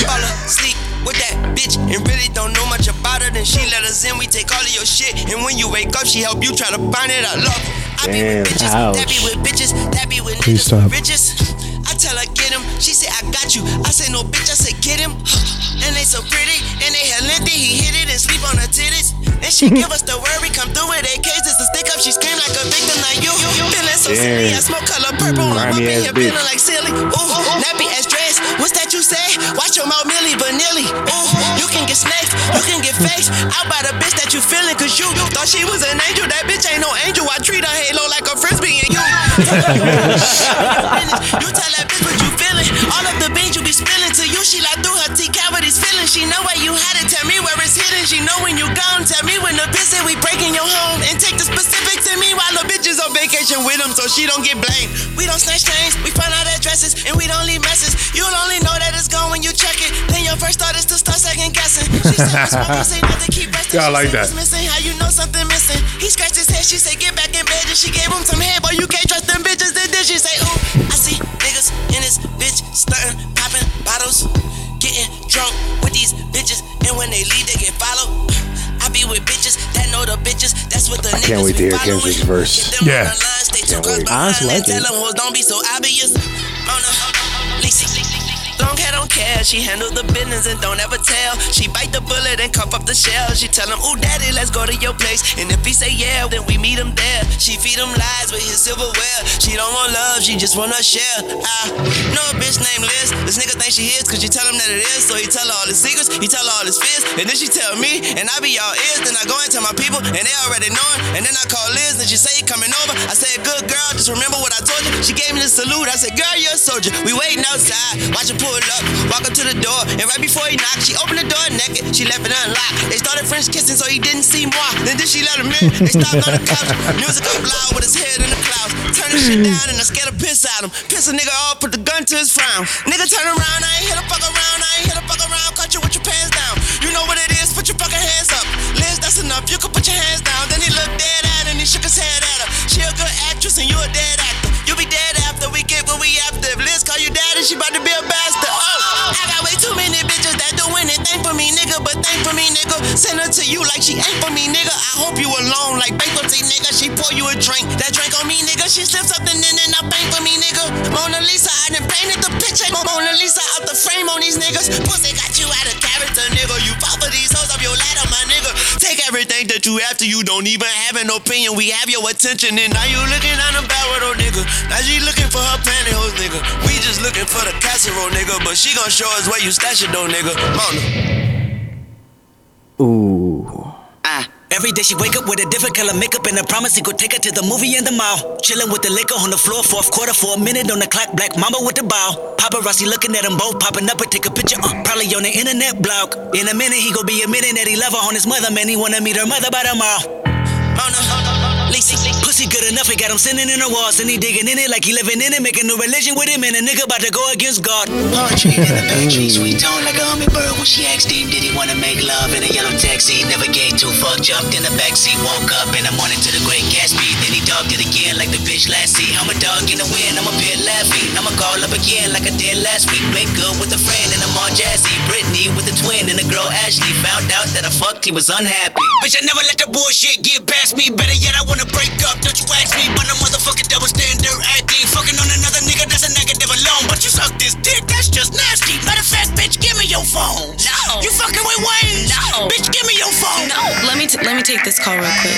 Fall asleep with that bitch, and really don't know much about her. Then she let us in, we take all of your shit, and when you wake up, she help you try to find it. I love. I be
Damn.
with bitches, that be
Ouch.
with bitches, that be with
Please
niggas
stop.
with riches. I tell her get him, she say I got you. I say no bitch, I say get him. And they so pretty, and they hell lengthy. He hit it and sleep on her titties. And she give us the worry, come through with eight cases to stick up. She scream like a victim, like you. you feeling so silly, I
Damn.
smoke color purple. I'm up
Grimy
in
ass
here
bitch. Oh,
feeling like silly. Ooh, nappy ass dress. What's that you say? Watch your mouth, Millie Vanilli. Ooh, you can get snakes, you can get fakes. Out by the bitch that you feeling, cause you thought she was an angel. That bitch ain't no angel. I treat her halo like a frisbee, and you. You tell that bitch what you feeling. All of the beans you be spilling to you. She like through her T cavities feeling. She know where you had it. Tell me where it's hidden. She know when you gone. Tell me when the bitch said we breaking your home. And take the specifics to me while the bitch is on vacation with him so she don't get blamed. We don't snatch chains. We find out addresses and we don't leave messes. You'll only know that it's gone when you check it. Then your first thought is to start second guessing. She said it's wrong. You say nothing. Keep resting.
Yeah, I
She
like
said
that.
it's missing. How you know something missing? He scratched his head. She said, "Get back in bed." And she gave him some head. Boy, you can't trust them bitches. And then she say, "Ooh, I see niggas in this bitch stuntin', poppin' bottles, getting drunk with these bitches. And when they leave, they get followed." I be with bitches that know the bitches. That's what the I
can't
niggas
wait to
be
hear
following.
Kendrick's verse.
Get them on
Yeah.
the line, stay two
wait.
cars
I just
behind,
like
and
it.
tell 'em hoes don't be so obvious. Mona Lisa. Long hair don't care, she handle the business and don't ever tell. She bite the bullet and cuff up the shell. She tell him, Ooh, daddy, let's go to your place. And if he say yeah, then we meet him there. She feed him lies with his silverware. She don't want love, she just want her share. I know a bitch named Liz. This nigga think she is, cause she tell him that it is. So he tell her all his secrets, he tell her all his fears. And then she tell me, and I be all ears. Then I go and tell my people, and they already know it. And then I call Liz, and she say you coming over. I said, good girl, just remember what I told you. She gave me the salute. I said, girl, you're a soldier. We waiting outside, watch her pull up, walk up to the door. And right before he knocked, she opened the door naked. She left it unlocked. They started French kissing, so he didn't see more. Then did she let him in? They stopped on the couch. Music up loud with his head in the clouds. Turn the shit down, and I scared a piss out him. Piss a nigga off, put the gun to his frown. Nigga, turn around, I ain't hit a fuck around. I ain't hit a fuck around, caught you with your pants down. You know what it is, put your fucking hands up. Liz, that's enough.
up, you can put your hands down. Then he looked dead at her and he shook his head at her. She a good actress and you a dead actor. You be dead after we get what we after. If Liz call you daddy, she about to be a bastard. Oh, I got way too many bitches that do anything for me, nigga. But thank for me, nigga. Send her to you like she ain't for me, nigga. I hope you alone like bankruptcy, nigga. She pour you a drink. That drink on me, nigga. She slipped something in and I bang for me, nigga. Mona Lisa, I done painted the picture. Mo- Mona Lisa out the frame on these niggas. Pussy got you out of character, nigga. You fall for these hoes up your ladder, my nigga. Take everything that you after. You don't even have an opinion. We have your attention, and now you looking on the barrel, though, nigga. Now she looking for her pantyhose, nigga. We just looking for the casserole, nigga. But she gon' show us where you stash it, though, nigga. Mona.
Ooh.
Ah. Every day she wake up with a different color makeup and I promise he could take her to the movie and the mall. Chillin' with the liquor on the floor, fourth quarter for a minute on the clock, black mama with the ball. Paparazzi looking at them both, popping up and take a picture, uh, probably on the internet blog. In a minute he gon' be admitting that he love her on his mother, man, he wanna meet her mother by the mall. Lisa, pussy good enough, he got him sitting in the walls and he digging in it like he living in it, making new religion with him and a nigga about to go against God. Laundry in the pantry, sweet tone like a hummingbird when she asked him, did he wanna make love in a yellow taxi? Never gave two fuck, jumped in the backseat, woke up in the morning to the great Gatsby, then he dogged it again like the bitch last see. I'm a dog in the wind, I'm a pit laughing, I'ma call up again like I did last week. Been good with a friend and I'm all jazzy. Brittany with a twin and a girl Ashley found out that I fucked, he was unhappy. Bitch, I never let the bullshit get past me. Better yet, I wanna break up. Don't you ask me, but a motherfucking double standard acting. Fucking on another nigga, that's a negative alone. But you suck this dick, that's just nasty. Matter of fact, bitch, give me your phone. No. You fucking with Wayne. No. Bitch, give me your phone. No.
Let me t- let me take this call real quick.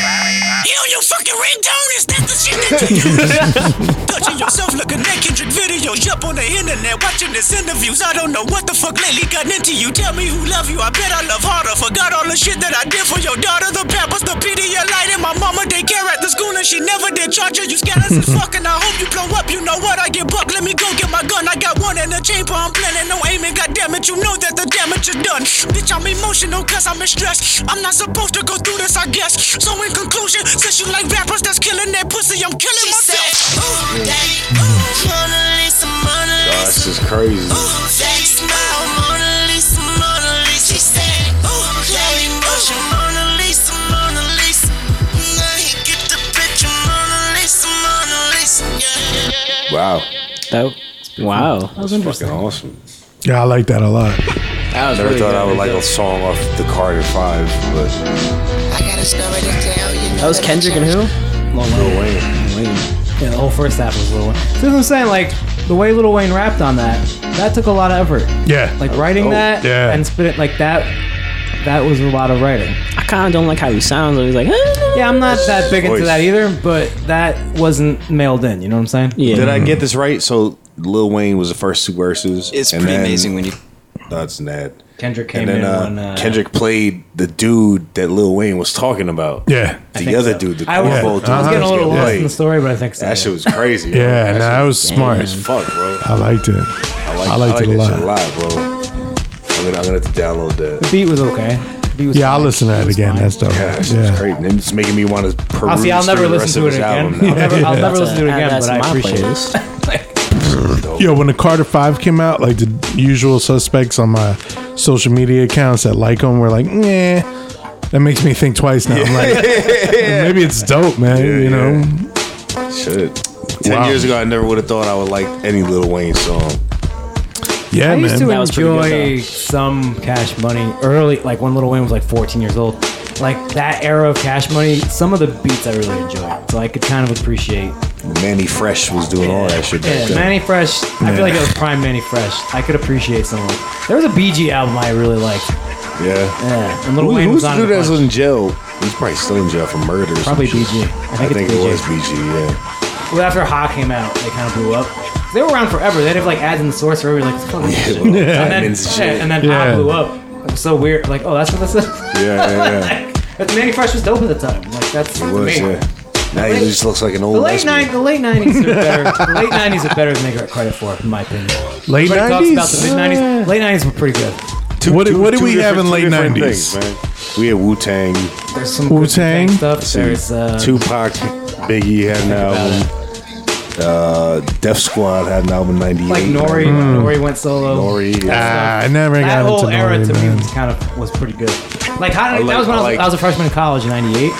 You, you fucking ringtone, is that the shit that you do? Touching yourself, looking at Kendrick videos up on the internet, watching this interviews. I don't know what the fuck lately got into you. Tell me who love you, I bet I love harder. Forgot all the shit that I did for your daughter, the Pampers, the Pedialyte, and my mama daycare at the school, and she never did charge her. You scared us as fuck, and I hope you blow up. You know what? I get buck, let me go get my gun. I got one in the chamber, I'm planning no aiming. God damn it, you know that the damage is done. Bitch, I'm emotional cause I'm in stress. I'm not supposed to go through this, I guess. So in conclusion, since you like rappers that's killing that pussy, I'm killing myself.
Ooh, daddy, ooh, Mona Lisa, Mona
Oh, this is crazy.
Ooh, daddy, smile, Mona Lisa, Mona Lisa. She said, Ooh, daddy, motion, Mona Lisa, Mona Lisa. Now he get the picture, Mona Lisa, Mona Lisa. Yeah, yeah, yeah.
Wow.
That, wow. That
was fucking awesome.
Yeah, I like that a lot.
I never thought I would like a song off the Carter Five, but
I got a story to tell you.
That was Kendrick and who?
Lil Wayne.
Yeah, the whole first half was Lil Wayne. That's what I'm saying. Like the way Lil Wayne rapped on that, that took a lot of effort.
Yeah.
Like writing
Oh,
that
yeah.
and spit it like that. That was a lot of writing.
I kind of don't like how he sounds. He's like, "Ah."
Yeah, I'm not that big into
Voice.
that either, but that wasn't mailed in. You know what I'm saying?
yeah.
Did I get this right? So Lil Wayne was the first two verses.
It's
and
pretty
then-
amazing when you.
That's that.
Kendrick came
And then
in
uh,
when uh,
Kendrick played the dude that Lil Wayne was talking about.
Yeah.
The other dude, the
I was,
cornball dude.
I was getting a
that
little
was
lost
getting
in the
played.
story, but I think so.
That shit was crazy. bro.
Yeah, nah, that
shit
was smart.
as fuck, bro.
I liked it.
I like,
I liked it a
that
lot.
shit a lot, bro. I'm gonna, I'm gonna have to download that.
The beat was okay. The beat was
Yeah, I'll
fine.
listen to that
was
again.
fine.
That's dope.
Yeah, that shit was
Yeah.
crazy. It's making me want to peruse
I'll see. I'll never
through the
listen to it
rest
again.
of his album now.
I'll never, I'll
Yeah.
never
That's
listen to it
a-
again,
that's
but I
my
appreciate
playlist.
it.
Yo, when the Carter Five came out, like the usual suspects on my social media accounts that like them were like, nah. That makes me think twice now. I'm like, maybe it's dope, man.
Yeah,
you know,
Shit. Ten
Wow.
years ago, I never would have thought I would like any Lil Wayne song.
yeah,
I
man.
used to
That was pretty good,
enjoy
though.
some Cash Money early, like when Little Wayne was like 14 years old. Like that era of Cash Money, some of the beats I really enjoyed, so I could kind of appreciate.
Manny Fresh was doing all that shit.
Yeah,
back then.
Manny Fresh. I feel like it was prime Manny Fresh. I could appreciate some of it. There was a BG album I really liked.
Yeah.
Yeah, and
Who,
Little Wayne was
who's the
on
dude
it.
that's
a bunch.
in jail? He's probably still in jail for murder. or some
Probably
shit.
BG. I
I
think,
think
it's
it
BG.
was BG. Yeah.
Well, after Hawk came out, they kind of blew up. They were around forever. They'd have like ads in the source where we were like, "Fuck this shit." and then,
Admins and shit.
yeah, and then
Yeah.
Hawk blew up. It was so weird. Like, oh, that's what this is.
Yeah, yeah, yeah.
like, but Manny Fresh was dope at the time. Like, that's
He
to
was,
me.
yeah. Now he just looks like an
The
old
late
lesbian.
nine, the late nineties are better. the late nineties are better than they got credit for, in my opinion.
late
Everybody talks about the
nineties.
mid nineties. Late nineties were pretty good.
what did, what did
Two
we have
different-
in
two
late
different
nineties?
things, man. We had Wu Tang,
There's some good
Wu-Tang.
stuff. There's uh,
Tupac, Biggie had an album. Uh, Def Squad had an album in '98.
Like Nori,
Mm.
Nori went solo.
Nori, yeah.
Ah, I never
that
got
whole
into
era
Nori,
to me
man.
was kind of was pretty good. Like Cotton,
like-
that was when
I
I, was,
like-
I was a freshman in college in '98,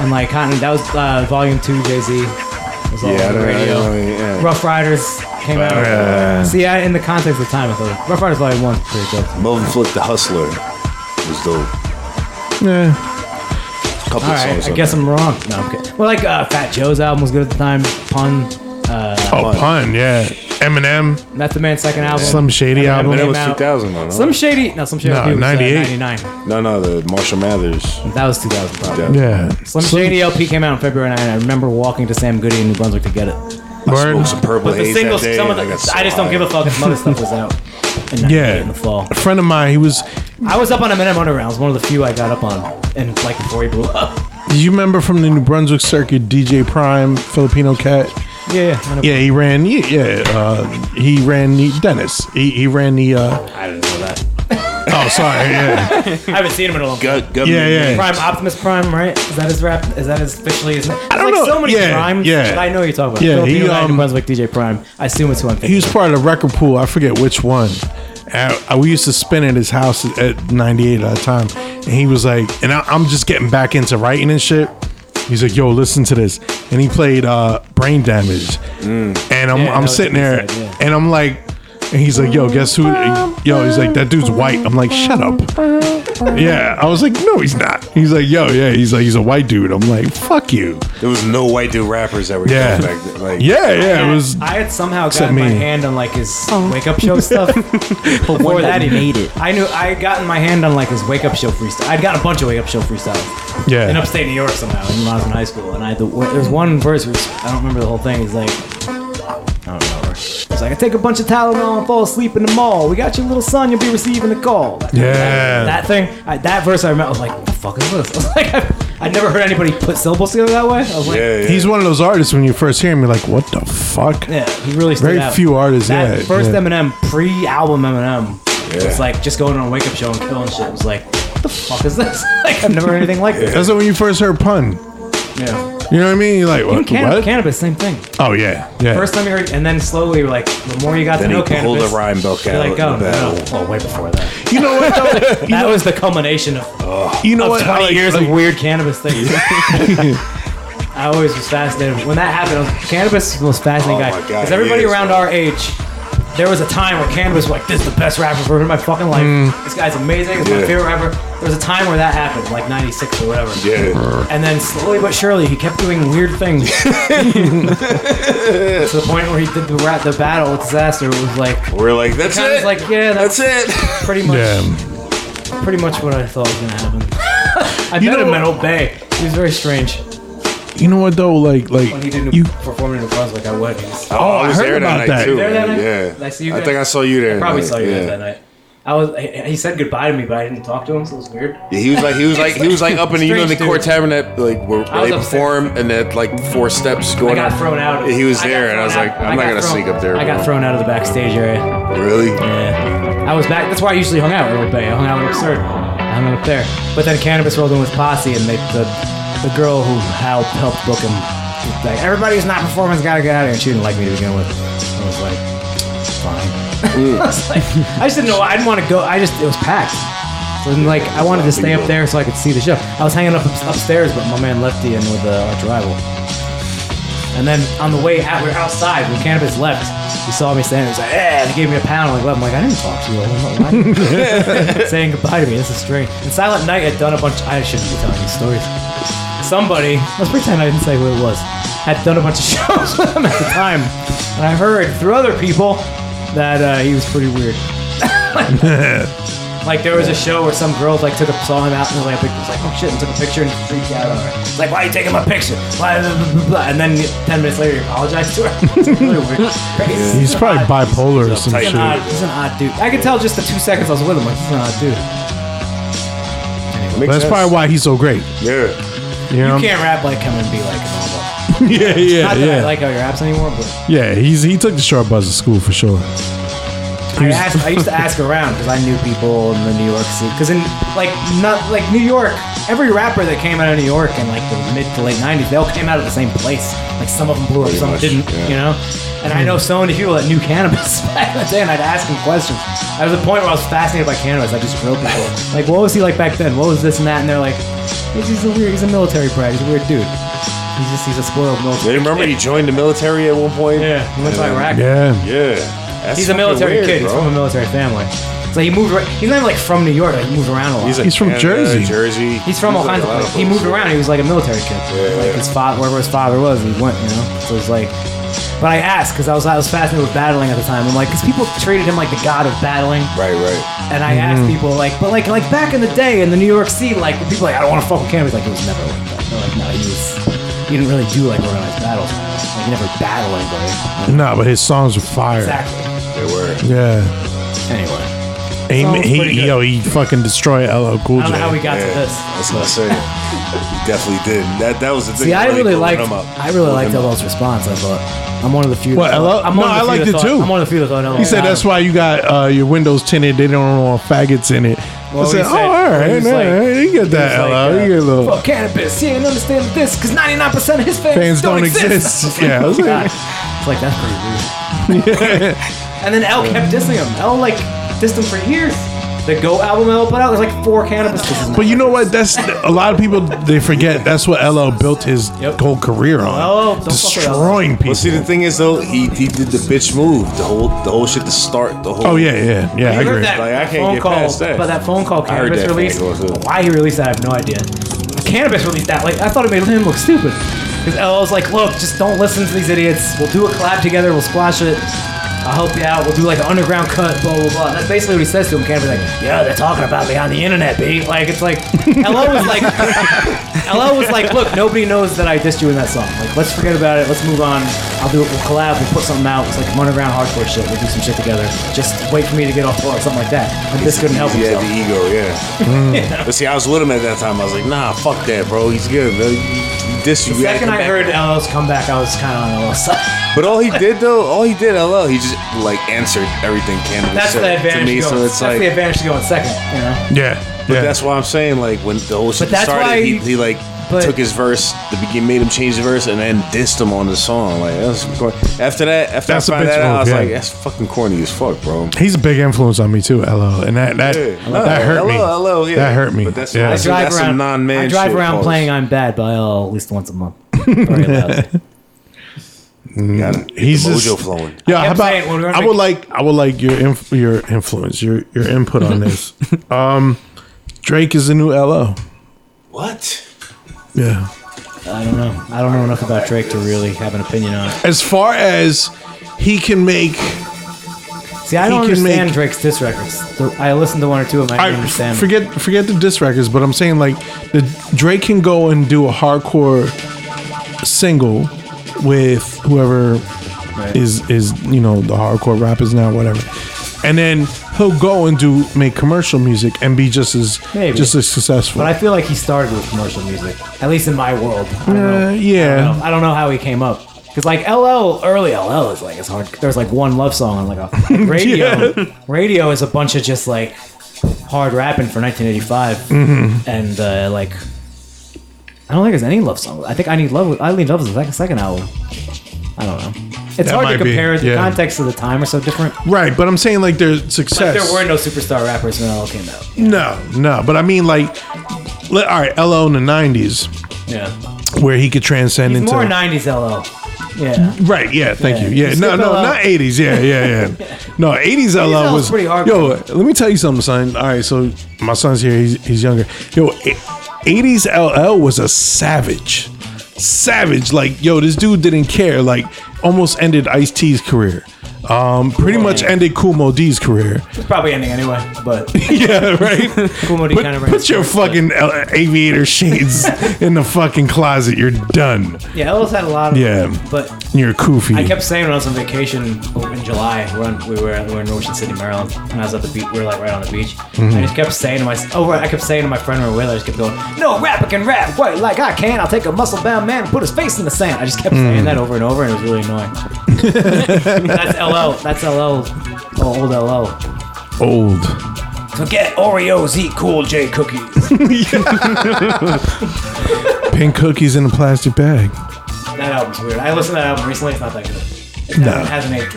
and like Cotton, that was uh, Volume Two, Jay Z. Was all
Yeah, I
over
don't-
the
I
radio.
don't really- yeah. Oh,
Rough Riders came out.
Yeah.
See, I, in the context of time, I thought Rough Riders Volume One was pretty dope.
Melvin Flip, the Hustler, was dope.
Yeah.
All
Couple of
right,
songs.
I
on
guess
there.
I'm wrong. No, I'm kidding. Well, like uh, Fat Joe's album was good at the time. Pun. Uh,
Oh, pun, yeah. Eminem.
Method Man's second album.
Slim Shady
Eminem
album.
came
That was
out.
2000 though, no?
Slim Shady. No, Slim Shady.
No,
was, uh,
98.
99.
No, no, the Marshall Mathers.
That was 2000.
Probably.
Yeah.
Slim Shady LP came out on February 9. I remember walking to Sam Goody in New Brunswick to get it.
Word. smoked
some purple
But the
haze
singles,
that day,
some of the,
and I got so
I just don't give a fuck if some other stuff was out. in 98
Yeah.
In the fall.
A friend of mine, he was.
I was up on Eminem Underground. It was one of the few I got up on, and like before he blew up.
Do you remember from the New Brunswick circuit, DJ Prime, Filipino Cat?
Yeah, yeah.
Yeah, he ran. Yeah, yeah uh, he ran the Dennis. He, he ran the. Uh,
I didn't know that.
oh, sorry. Yeah,
I haven't seen him in a long time.
Yeah, yeah.
Prime Optimus Prime, right? Is that his rap? Is that his officially his name? I
don't
like
know.
So many
Yeah,
rhymes.
yeah.
But I know who you're talking about.
Yeah, he,
Filipino Night,
um,
New Brunswick DJ Prime. I assume it's who I'm
he
thinking.
was part of the record pool. I forget which one. And I- we used to spin at his house at '98 at a time, and he was like, and I, I'm just getting back into writing and shit. He's like, "Yo, listen to this," and he played uh, "Brain Damage," and I'm
Mm. Yeah, I know
I'm
what
sitting
you
there,
said, yeah.
and I'm like, and he's like, "Yo, guess who?" Yo, he's like, "That dude's white." I'm like, "Shut up." Yeah, I was like, "No, he's not." He's like, "Yo, yeah," he's like, "He's a white dude." I'm like, "Fuck you."
There was no white dude rappers that were
Yeah.
back then. Like,
Yeah, yeah, it was.
I had somehow
Except
gotten my
me. Oh.
hand on like his wake up show stuff. Before
that
that, he
made it.
I knew I had gotten my hand on like his wake up show freestyle. I'd got a bunch of wake up show freestyles.
Yeah.
In upstate New York somehow when I was in high school, and I had the there's one verse which I don't remember the whole thing. He's like. I don't remember. It's like I take a bunch of Tylenol and fall asleep in the mall. We got your little son. You'll be receiving a call. That-
Yeah.
That, that thing. I, that verse I remember. I was like, "What the fuck is this?" I was like, I, would never heard anybody put syllables together that way. I was like,
He's one of those artists when you first hear him, you're like, "What the fuck?"
yeah, he really stood
Very
out.
few artists.
That
yeah,
first
yeah.
Eminem, pre-album Eminem,
Yeah.
was like just going on a wake-up show and killing shit. It was like, what the fuck is this? like I've never heard anything like this.
That's like when you first heard pun.
Yeah.
You know what I mean? You're like,
Even
what?
can-
what?
cannabis, same thing.
Oh yeah, yeah.
First time you heard, and then slowly you were like, the more you got
Then
to know
he pulled
cannabis,
a rhyme book
you're
out
like, oh
in the
no,
battle.
well, way before that.
You know what?
that was the culmination of,
you know
of
what? I
20
like-
years
like-
of weird cannabis things. I always was fascinated when that happened. I was- Cannabis was fascinating, guy.
Oh my God,
Because
it
everybody
is,
around our age, there was a time where cannabis was like, "This is the best rapper I've ever heard in my fucking life.
Mm.
This guy's amazing. It's my
Yeah.
favorite rapper." There was a time where that happened, like '96 or whatever.
Yeah.
And then slowly but surely, he kept doing weird things to the point where he did the rap, the battle with disaster. It was like
We're like, that's
kind
it.
of like, yeah, that's,
it.
Pretty much, pretty much what I thought was gonna happen. I
You
met
know-
him at Old Bay. He was very strange.
You know what though? Like, like
When he did New,
you.
perform in New Brunswick, I went.
Oh, I was there that night, too.
There that night?
Yeah.
Did I see you
I
guys?
think I saw you there
I probably
that
saw
night,
you guys
yeah.
that night. I was. He he said goodbye to me, but I didn't talk to him, so it was weird.
Yeah, he was like he was like he was like up in the you know in the
Strange dude.
court tavern that like where
I was
they
upstairs.
perform and that like four steps going.
I got
up.
thrown out.
Yeah, He was
I got
there and I was
thrown
like,
out.
I'm
I
not
got
gonna
thrown-
sneak up there.
I got
bro.
thrown out of the backstage area.
Really?
Yeah. I was back. That's where I usually hung out with everybody. I hung out with Absurd. I hung out up there. But then Cannabis rolled in with Posse, and they, the the girl who helped helped book him. was Like everybody who's not performing has got to get out of here. And she didn't like me to begin with. I was like, fine. I, was like, I just didn't know. I didn't want to go. I just it was packed. So then, like I wanted to stay up there so I could see the show. I was hanging up upstairs, but my man Lefty and with uh, Arch Rival. And then on the way out, we were outside when cannabis left. He saw me standing. He was like, "Eh," and he gave me a pound. I'm like, "What?" I'm like, "I didn't talk to you. I don't know why." Saying goodbye to me. This is strange. And Silent Night had done a bunch. I shouldn't be telling these stories. Somebody, let's pretend I didn't say who it was, had done a bunch of shows with him at the time, and I heard through other people that uh, he was pretty weird. Like there was a show where some girl like took a saw him out in the lamp was like, oh shit, and took a picture and freaked out on her. It's like, why are you taking my picture? Why blah, blah, blah, blah. and then ten minutes later you apologize to her. It's really weird. Crazy.
He's probably bipolar or some
He's an, odd,
shit.
he's an odd dude. I could tell just the two seconds I was with him, like he's an odd dude.
That's probably why he's so great.
Yeah.
You know?
You can't rap like him and be like an all
yeah, Um, yeah,
Not that I
yeah.
like how he raps anymore, but
yeah, he's he took the short bus to school for sure.
I, asked, I used to ask around because I knew people in the New York scene. Because in like not like New York, every rapper that came out of New York in like the mid to late '90s, they all came out of the same place. Like some of them blew up,
Pretty
some
much,
didn't.
yeah. Hmm.
You know. And I know so many people that knew cannabis back in the day, and I'd ask them questions. At the point where I was fascinated by cannabis, I just drilled people. Like, what was he like back then? What was this and that? And they're like, he's just a weird, he's a military brat, he's a weird dude. He's just, he's a spoiled military.
They remember he joined the military at one point.
Yeah, he went to
And-
Iraq.
Yeah. That's
he's a
fucking
military
weird,
kid. He's
bro.
from a military family. So he moved. Right, he's not even like from New York. Like, he moved around a lot.
He's, like, Canada, Jersey.
He's from all
like,
kinds
a lot
of
of
places. He moved around. He was like a military kid. like his father, wherever his father was, he went. You know. So it's like. But I asked because I was I was fascinated with battling at the time. I'm like, because people treated him like the god of battling.
Right, right.
And I asked
Mhm.
people like, but like like back in the day in the New York scene, like people were like I don't want to fuck with cannabis. Like it was never like that. They're like no, he was he didn't really do like organized battles. Like he never battled anybody.
Nah, but his songs are fire.
Exactly.
They were.
Yeah.
Anyway.
Aim,
Sounds pretty
he,
good.
yo, he fucking destroyed LL Cool J.
I don't know how we got to
Yeah,
this.
That's what I say. He definitely did. That that was the thing.
See, I
that
really
blew
liked.
him up.
I really liked LL's response. I thought I'm one of the few.
What,
that
LL?
thought- I'm
No,
one of the
I
few
liked
that
it
thought-
too.
I'm one of the few that thought LL.
He said that's why you got uh, your windows tinted. They don't want faggots in it. I
Well, he
said,
said-
oh, all
well, he
right,
was
all
like-
right. You get that,
was like,
LL.
uh,
you get a little.
Fuck cannabis. He didn't understand this because 99 percent of his fans,
Fans
don't,
don't
exist.
exist. Yeah, I was like-
God. it's like that's pretty rude. And then L kept dissing him. L like dissed him for years. The Go album L put out there's like four cannabis disses.
But you know what? That's a lot of people they forget. That's what LL built his whole career on. destroying people.
Well, see, the thing is though, he, he did the bitch move. The whole the whole shit to start the whole.
Oh, yeah, yeah, yeah, I
heard
agree.
That
Like, I can't
phone
get
call,
past that.
But that phone call
I heard
cannabis
that phone
released.
call, too.
Why he released that, I have no idea. Cannabis released that. Like I thought it made him look stupid. Because LL's like, look, just don't listen to these idiots. We'll do a collab together. We'll squash it. I'll help you out. We'll do like an underground cut. Blah blah blah. That's basically what he says to him. Cannabis like, yeah, they're talking about me on the internet, B. Like it's like LL was like, LL was like, look, nobody knows that I dissed you in that song. Like let's forget about it. Let's move on. I'll do it. We'll collab. We'll put something out. It's like underground hardcore shit. We'll do some shit together. Just wait for me to get off tour or something like that. Like this couldn't help
He
himself.
had the ego, yeah. Mm. But see, I was with him at that time. I was like, nah, fuck that, bro. He's good, bro. You This you
The
gotta
second
come
I heard
back.
LL's comeback, I was kind of on LL's side.
But all he did though, all he did, LL, he just like answered everything cannabis
That's
said
the
to
advantage.
me.
to
So
going-
it's
that's
like,
the advantage to going second. You know?
yeah,
but that's why I'm saying like when the whole shit
But that's
started,
why-
he, he like took his verse, the beginning made him change the verse, and then dissed him on the song. Like that was corny. after that, after
That's a
I found
bitch
that out,
move,
I was
yeah.
like, that's fucking corny as fuck, bro.
He's a big influence on me too, LL, and that that
No,
that hurt me.
LL, LL, yeah.
That hurt me.
But that's-
yeah.
I drive That's some around- non-man
I drive
shit,
around
folks.
playing "I'm Bad" by LL at least once a month. Sorry about it.
Mm, he's
the mojo
just,
flowing.
Yeah,
I
how
kept
about
saying, when we were
I would like I would like your inf- your influence, your your input on this. um, Drake is the new LL.
What?
Yeah.
I don't know. I don't know enough about Drake to really have an opinion on it.
As far as he can make,
See, I
He can
don't understand
make-
Drake's diss records. The- I listened to one or two of them. I,
I
didn't understand.
forget forget the disc records, but I'm saying like the Drake can go and do a hardcore single with whoever is is you know the hardcore rappers now, whatever. And then he'll go and do make commercial music and be just as
Maybe.
just as successful.
But I feel like he started with commercial music, at least in my world. I don't know.
Uh, yeah.
I don't know, I don't know how he came up. Cause like LL early LL is like it's hard. There's like one love song on like a like radio. Radio is a bunch of just like hard rapping for 1985,
Mhm.
and uh, like I don't think there's any love song. I think I need love. I need love is the sec- second album. I don't know. It's
That
hard to
might be,
compare. the
yeah.
context of the time are so different.
Right, but I'm saying like their
Like
success.
there were no superstar rappers when LL came out.
no, no, but I mean like, li- all right, LO in the '90s,
Yeah.
where he could transcend
He's
into
more 90s LL. Yeah.
Right. Yeah. Thank
Yeah.
you. Yeah.
You
No.
skip
No.
LL.
Not 80s. Yeah. Yeah. Yeah. No. 80s LL,
80s
was
pretty hard.
Yo, let me tell you something, son. All right. So my son's here. He's, he's younger. Yo, eh, 80s LL was a savage, savage. Like yo, this dude didn't care. Like almost ended Ice T's career. Um, pretty much ended Kumo D's career.
It's probably ending anyway, but
yeah, right.
Kumodi
Put,
kind of
put your fucking uh, aviator shades in the fucking closet. You're done.
yeah, LL's had a lot of
Yeah.
but
You're koofy.
I kept saying when I was on vacation in July, we're on, we were we were in Ocean City, Maryland, and I was at the beach. We were like right on the beach.
Mhm.
I just kept saying to my oh, I kept saying to my friend we were with, I just kept going, "No rapper can rap white like I can. I'll take a muscle bound man and put his face in the sand." I just kept
Mm.
saying that over and over, and it was really annoying. That's LL LL. That's LL. Oh, old LL.
Old.
So get Oreos, eat Cool J cookies.
Pink cookies in a plastic bag.
That album's weird. I listened to that album recently. It's not that good. It
No.
hasn't- hasn't aged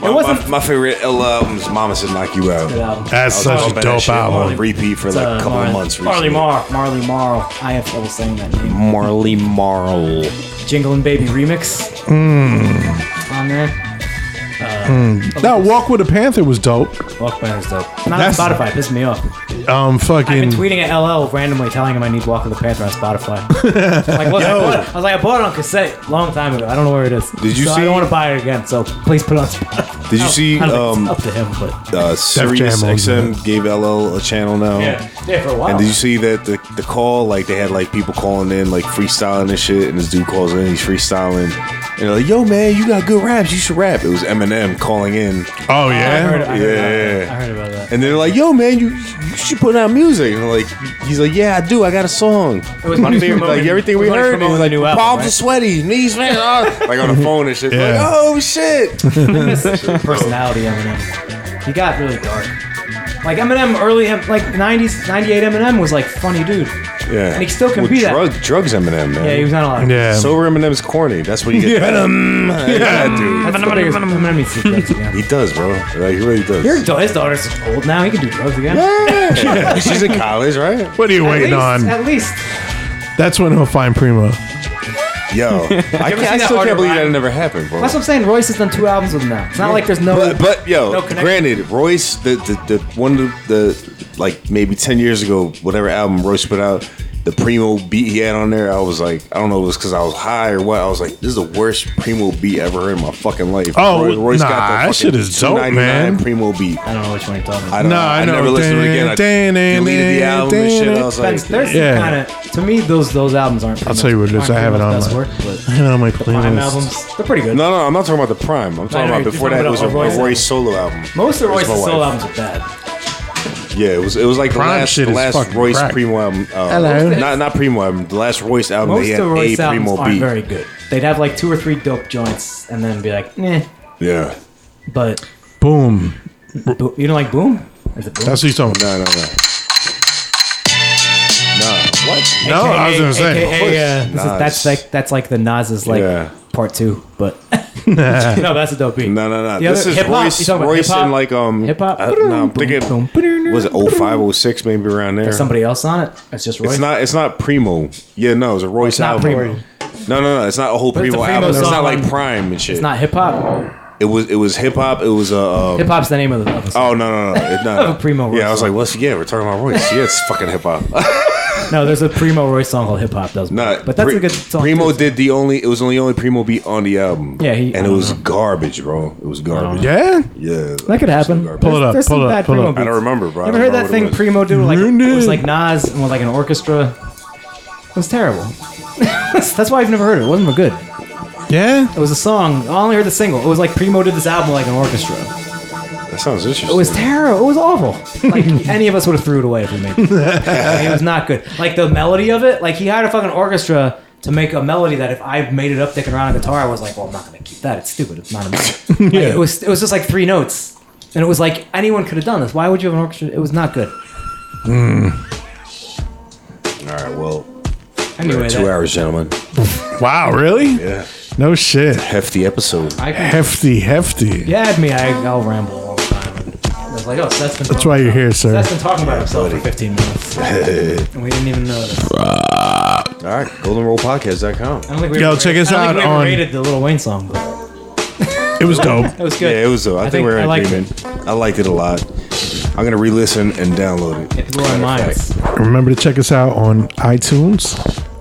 well.
My, my, my favorite L album's Mama Said Knock You
Good album.
Out.
That's
I
such
was
a
bumping that
dope
shit on
album.
repeat for
It's,
like
uh,
a couple
Mar-
of months.
Marley
recently.
Marl. Marley Marl. I have trouble saying that name.
Marley Marl.
Jingling Baby remix
Mm.
Hmm.
on there. Uh,
Mm. Now, Walk with a Panther was dope.
Walkman's dope. Not on Spotify. Pissed me off.
Um,
I've
fucking.
been tweeting at LL randomly telling him I need Walk of the Panther on Spotify. I'm like, look, I, bought it. I was like, I bought it on cassette a long time ago. I don't know where it is.
Did you
so
see-
I don't want to buy it again, so please put it on Spotify.
Did you
I don't-
see,
Oh, I don't Oh. think
um,
it's up to him, but.
Uh, Sirius
Jam owns
XM gave LL a channel now.
Yeah. Yeah, for a while.
And did you see that the, the call? Like they had like people calling in, like freestyling and shit. And this dude calls in, he's freestyling, and they're like, "Yo, man, you got good raps. You should rap." It was Eminem calling in.
Oh
I heard, I
yeah,
heard About that. I heard about that.
And they're like, "Yo, man, you you should put out music." And like, he's like, "Yeah, I do. I got a song." It
was when he was
like
promoting-
everything
it was
we
when he was
heard. It was
promoting
like,
the new
palms
album,
are
right?
sweaty, knees man, ah. like on the phone and shit. Like,
Yeah.
oh shit.
I miss personality Eminem. He got really dark. Like Eminem, early em- like '90s, '98 Eminem was like funny dude.
Yeah.
And he still can
Well,
be that.
drug, Drugs Eminem, man.
Yeah, he was not allowed.
Yeah.
Sober Eminem's corny. That's what you get.
Yeah.
Venom.
Yeah.
Yeah, dude.
That's the biggest- Eminem needs to do drugs again.
He does, bro. Like, he really does.
Your da- his daughter's old now. He can do drugs again.
Yeah. She's in college, right?
What are you
At
waiting
least-
on?
At least.
That's when he'll find Primo.
Yo, I, can't,
seen
I
that
still
Art
can't
of
believe that
Rhyme?
never happened, bro.
That's what I'm saying. Royce has done two albums with him now. It's not like there's no.
But, but yo,
no connection.
granted, Royce, the, the the one of the like maybe ten years ago, whatever album Royce put out, the Primo beat he had on there, I was like, I don't know, if it was because I was high or what. I was like, this is the worst Primo beat I ever heard in my fucking life.
Oh, nah, that
fucking
shit is dope,
299
man.
Primo beat.
I don't know which one you're talking
I
about.
don't
Nah,
know. I,
I know.
never listened to it again. I
Dun, dun,
deleted the
dun,
album and
dun,
shit. I was
Depends.
like,
There's
Yeah.
kind of to me those those albums aren't.
I'll tell you what it is. I have it on
Best
my-
work,
I have it on my playlist.
Prime albums, they're pretty good.
no, no, I'm not talking about the Prime. I'm talking
know,
about
you're
before
talking
that. It
about
was
a Royce
a Royce,
album.
solo album.
Most of
It
Royce's
was my
solo
wife.
albums are bad.
Yeah, it was it was like the
Prime
last,
shit
the
is
last
fucking
Royce
crack.
Primo album. Uh,
Hello.
Not not Primo album. The last Royce album.
Most
They had
of Royce's
a
albums
Primo
aren't
beat.
very good. They'd have like two or three dope joints and then be like, eh.
Yeah.
But
Boom.
Bo- you don't like Boom? Is it Boom?
That's what he's talking about.
No, no, no. No. What?
No, I was gonna say.
AKA, uh, this is-
Nas.
that's like that's like the Nas's like
Yeah.
part two, but
Nah.
no, that's a dope beat.
No, no, no.
The
this
other-
is
hip-hop? You
Royce,
talking about
Royce
hip-hop?
and like um
Hip hop.
I, no, I'm thinking was it 05, 06 maybe around there.
There's somebody else on it. It's just Royce.
It's not. It's not Primo. Yeah, no, it's a Royce
not
album.
Primo.
No, no, no. It's not a whole
But it's a
Primo,
Primo
album. It's
song.
not like Prime and shit.
It's not hip hop.
It was. It was hip hop. It was a. Uh, um,
Hip hop's the name of the. Of the song.
Oh no no no! It, no, no.
Primo Royce
Yeah, I was like, what's yeah? We're talking about Royce. Yeah, it's fucking hip hop.
No, there's a Primo Royce song called Hip Hop. Does
Oh. No,
but that's
Pri-
a good song.
Primo
too.
did the only. It was the only Primo beat on the album.
Yeah, he- I
and it
don't
was garbage, bro. It was garbage.
Yeah?
yeah.
That could happen.
Pull it
There's-
up,
There's
pull
some
it up,
bad
pull it
Primo
up.
I
beats.
don't remember, bro. I
You ever
don't
heard
know
that
what it
thing
was.
Primo do? Like
Ruined
it was
it.
like Nas and with like an orchestra. It was terrible. That's why I've never heard it. It wasn't good.
Yeah?
It was a song. I only heard the single. It was like Primo did this album like an orchestra.
That sounds interesting.
It was terrible. It was awful. Like any of us would have threw it away if we made it. Like, it was not good. Like the melody of it. Like he hired a fucking orchestra to make a melody that if I made it up, they could run on a guitar. I was like, well, I'm not gonna keep that. It's stupid. It's not a melody. Like, it was. It was just like three notes, and it was like anyone could have done this. Why would you have an orchestra? It was not good.
All right, well,
Anyway,
two
that-
hours, gentlemen.
Wow, really?
Yeah,
No shit.
hefty episode.
I can,
Hefty, hefty.
you had me. I, I'll ramble all the time. I was like, oh, Seth's been.
That's why you're here, sir.
Seth's been talking about himself for 15 minutes, and we didn't even know this. I
All right, goldenrollpodcast.com.
don't think we
Yo,
ever
check
rated-
us
I don't
out
think we ever
on-
rated the Little Wayne song, but
It was dope.
it was good.
Yeah, it was. Uh, I, think,
think
we're in
I liked
agreement. I liked it a lot. I'm gonna re-listen and download it.
People are minds.
Remember to check us out on iTunes,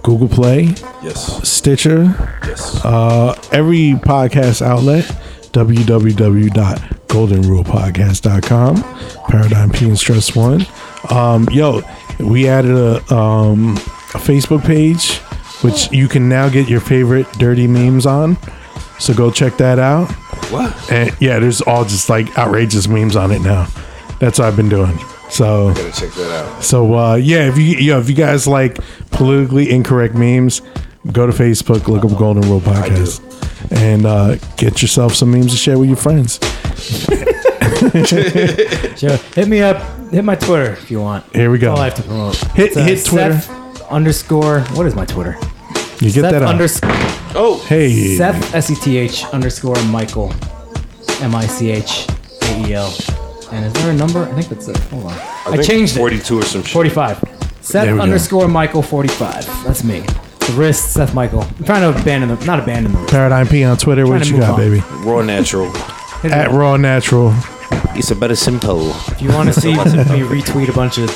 Google Play,
Yes.
Stitcher,
Yes.
uh, every podcast outlet, www.goldenrulepodcast.com, Paradigm P and Stress One. Um, yo, we added a, um, a Facebook page, which you can now get your favorite dirty memes on. So go check that out.
what?
And yeah, there's all just like outrageous memes on it now. That's what I've been doing. So
Gotta check that out.
so uh, yeah, if you yo, if you guys like politically incorrect memes, go to Facebook, look up Golden Rule Podcast. and uh, get yourself some memes to share with your friends.
Sure. Hit me up. Hit my Twitter if you want.
Here we go.
That's all I have to promote. uh,
Hit- hit Twitter.
Seth underscore. What is my Twitter?
You get
Seth
that out.
underscore.
Oh.
Hey.
Seth S E T H underscore Michael M I C H A E L. And is there a number? I think that's it. Hold on. I,
think
changed it.
42 or some shit.
45. Seth
There we go.
underscore Michael 45. That's me. The wrist, Seth Michael. I'm trying to abandon the, not abandon the
Paradigm P on Twitter.
Trying
What
to
you
move
got,
on.
baby?
Raw natural.
At Raw Natural.
It's a better simple.
If you want to see me retweet a bunch of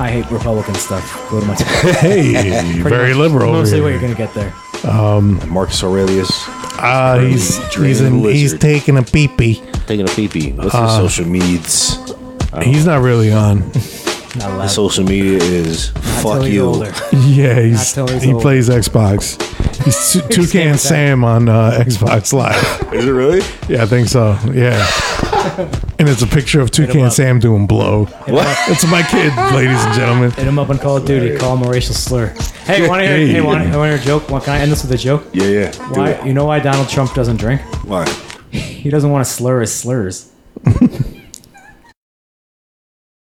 I hate Republican stuff, go to my Twitter.
Hey,
Pretty
very
much-
liberal over
Mostly
here.
what you're going to get there.
Um,
Marcus Aurelius.
Ah, he's he's, in, he's taking a pee pee.
Taking a pee pee. What's
Uh,
the social medias? I don't
He's not really on.
know. The social media is fuck you.
Yeah, he's,
till he's
he
older.
plays Xbox. He's two, Toucan Sam on uh, Xbox Live.
Is it really?
Yeah, I think so. Yeah. and it's a picture of Toucan Sam doing blow. What? It's my kid, ladies and gentlemen.
Hit him up on Call of Duty. Call him a racial slur. Hey, want to hear? Hey, want to hear a joke? Want, can I end this with a joke?
Yeah, yeah.
Why? You know why Donald Trump doesn't drink?
Why?
He doesn't want to slur his slurs.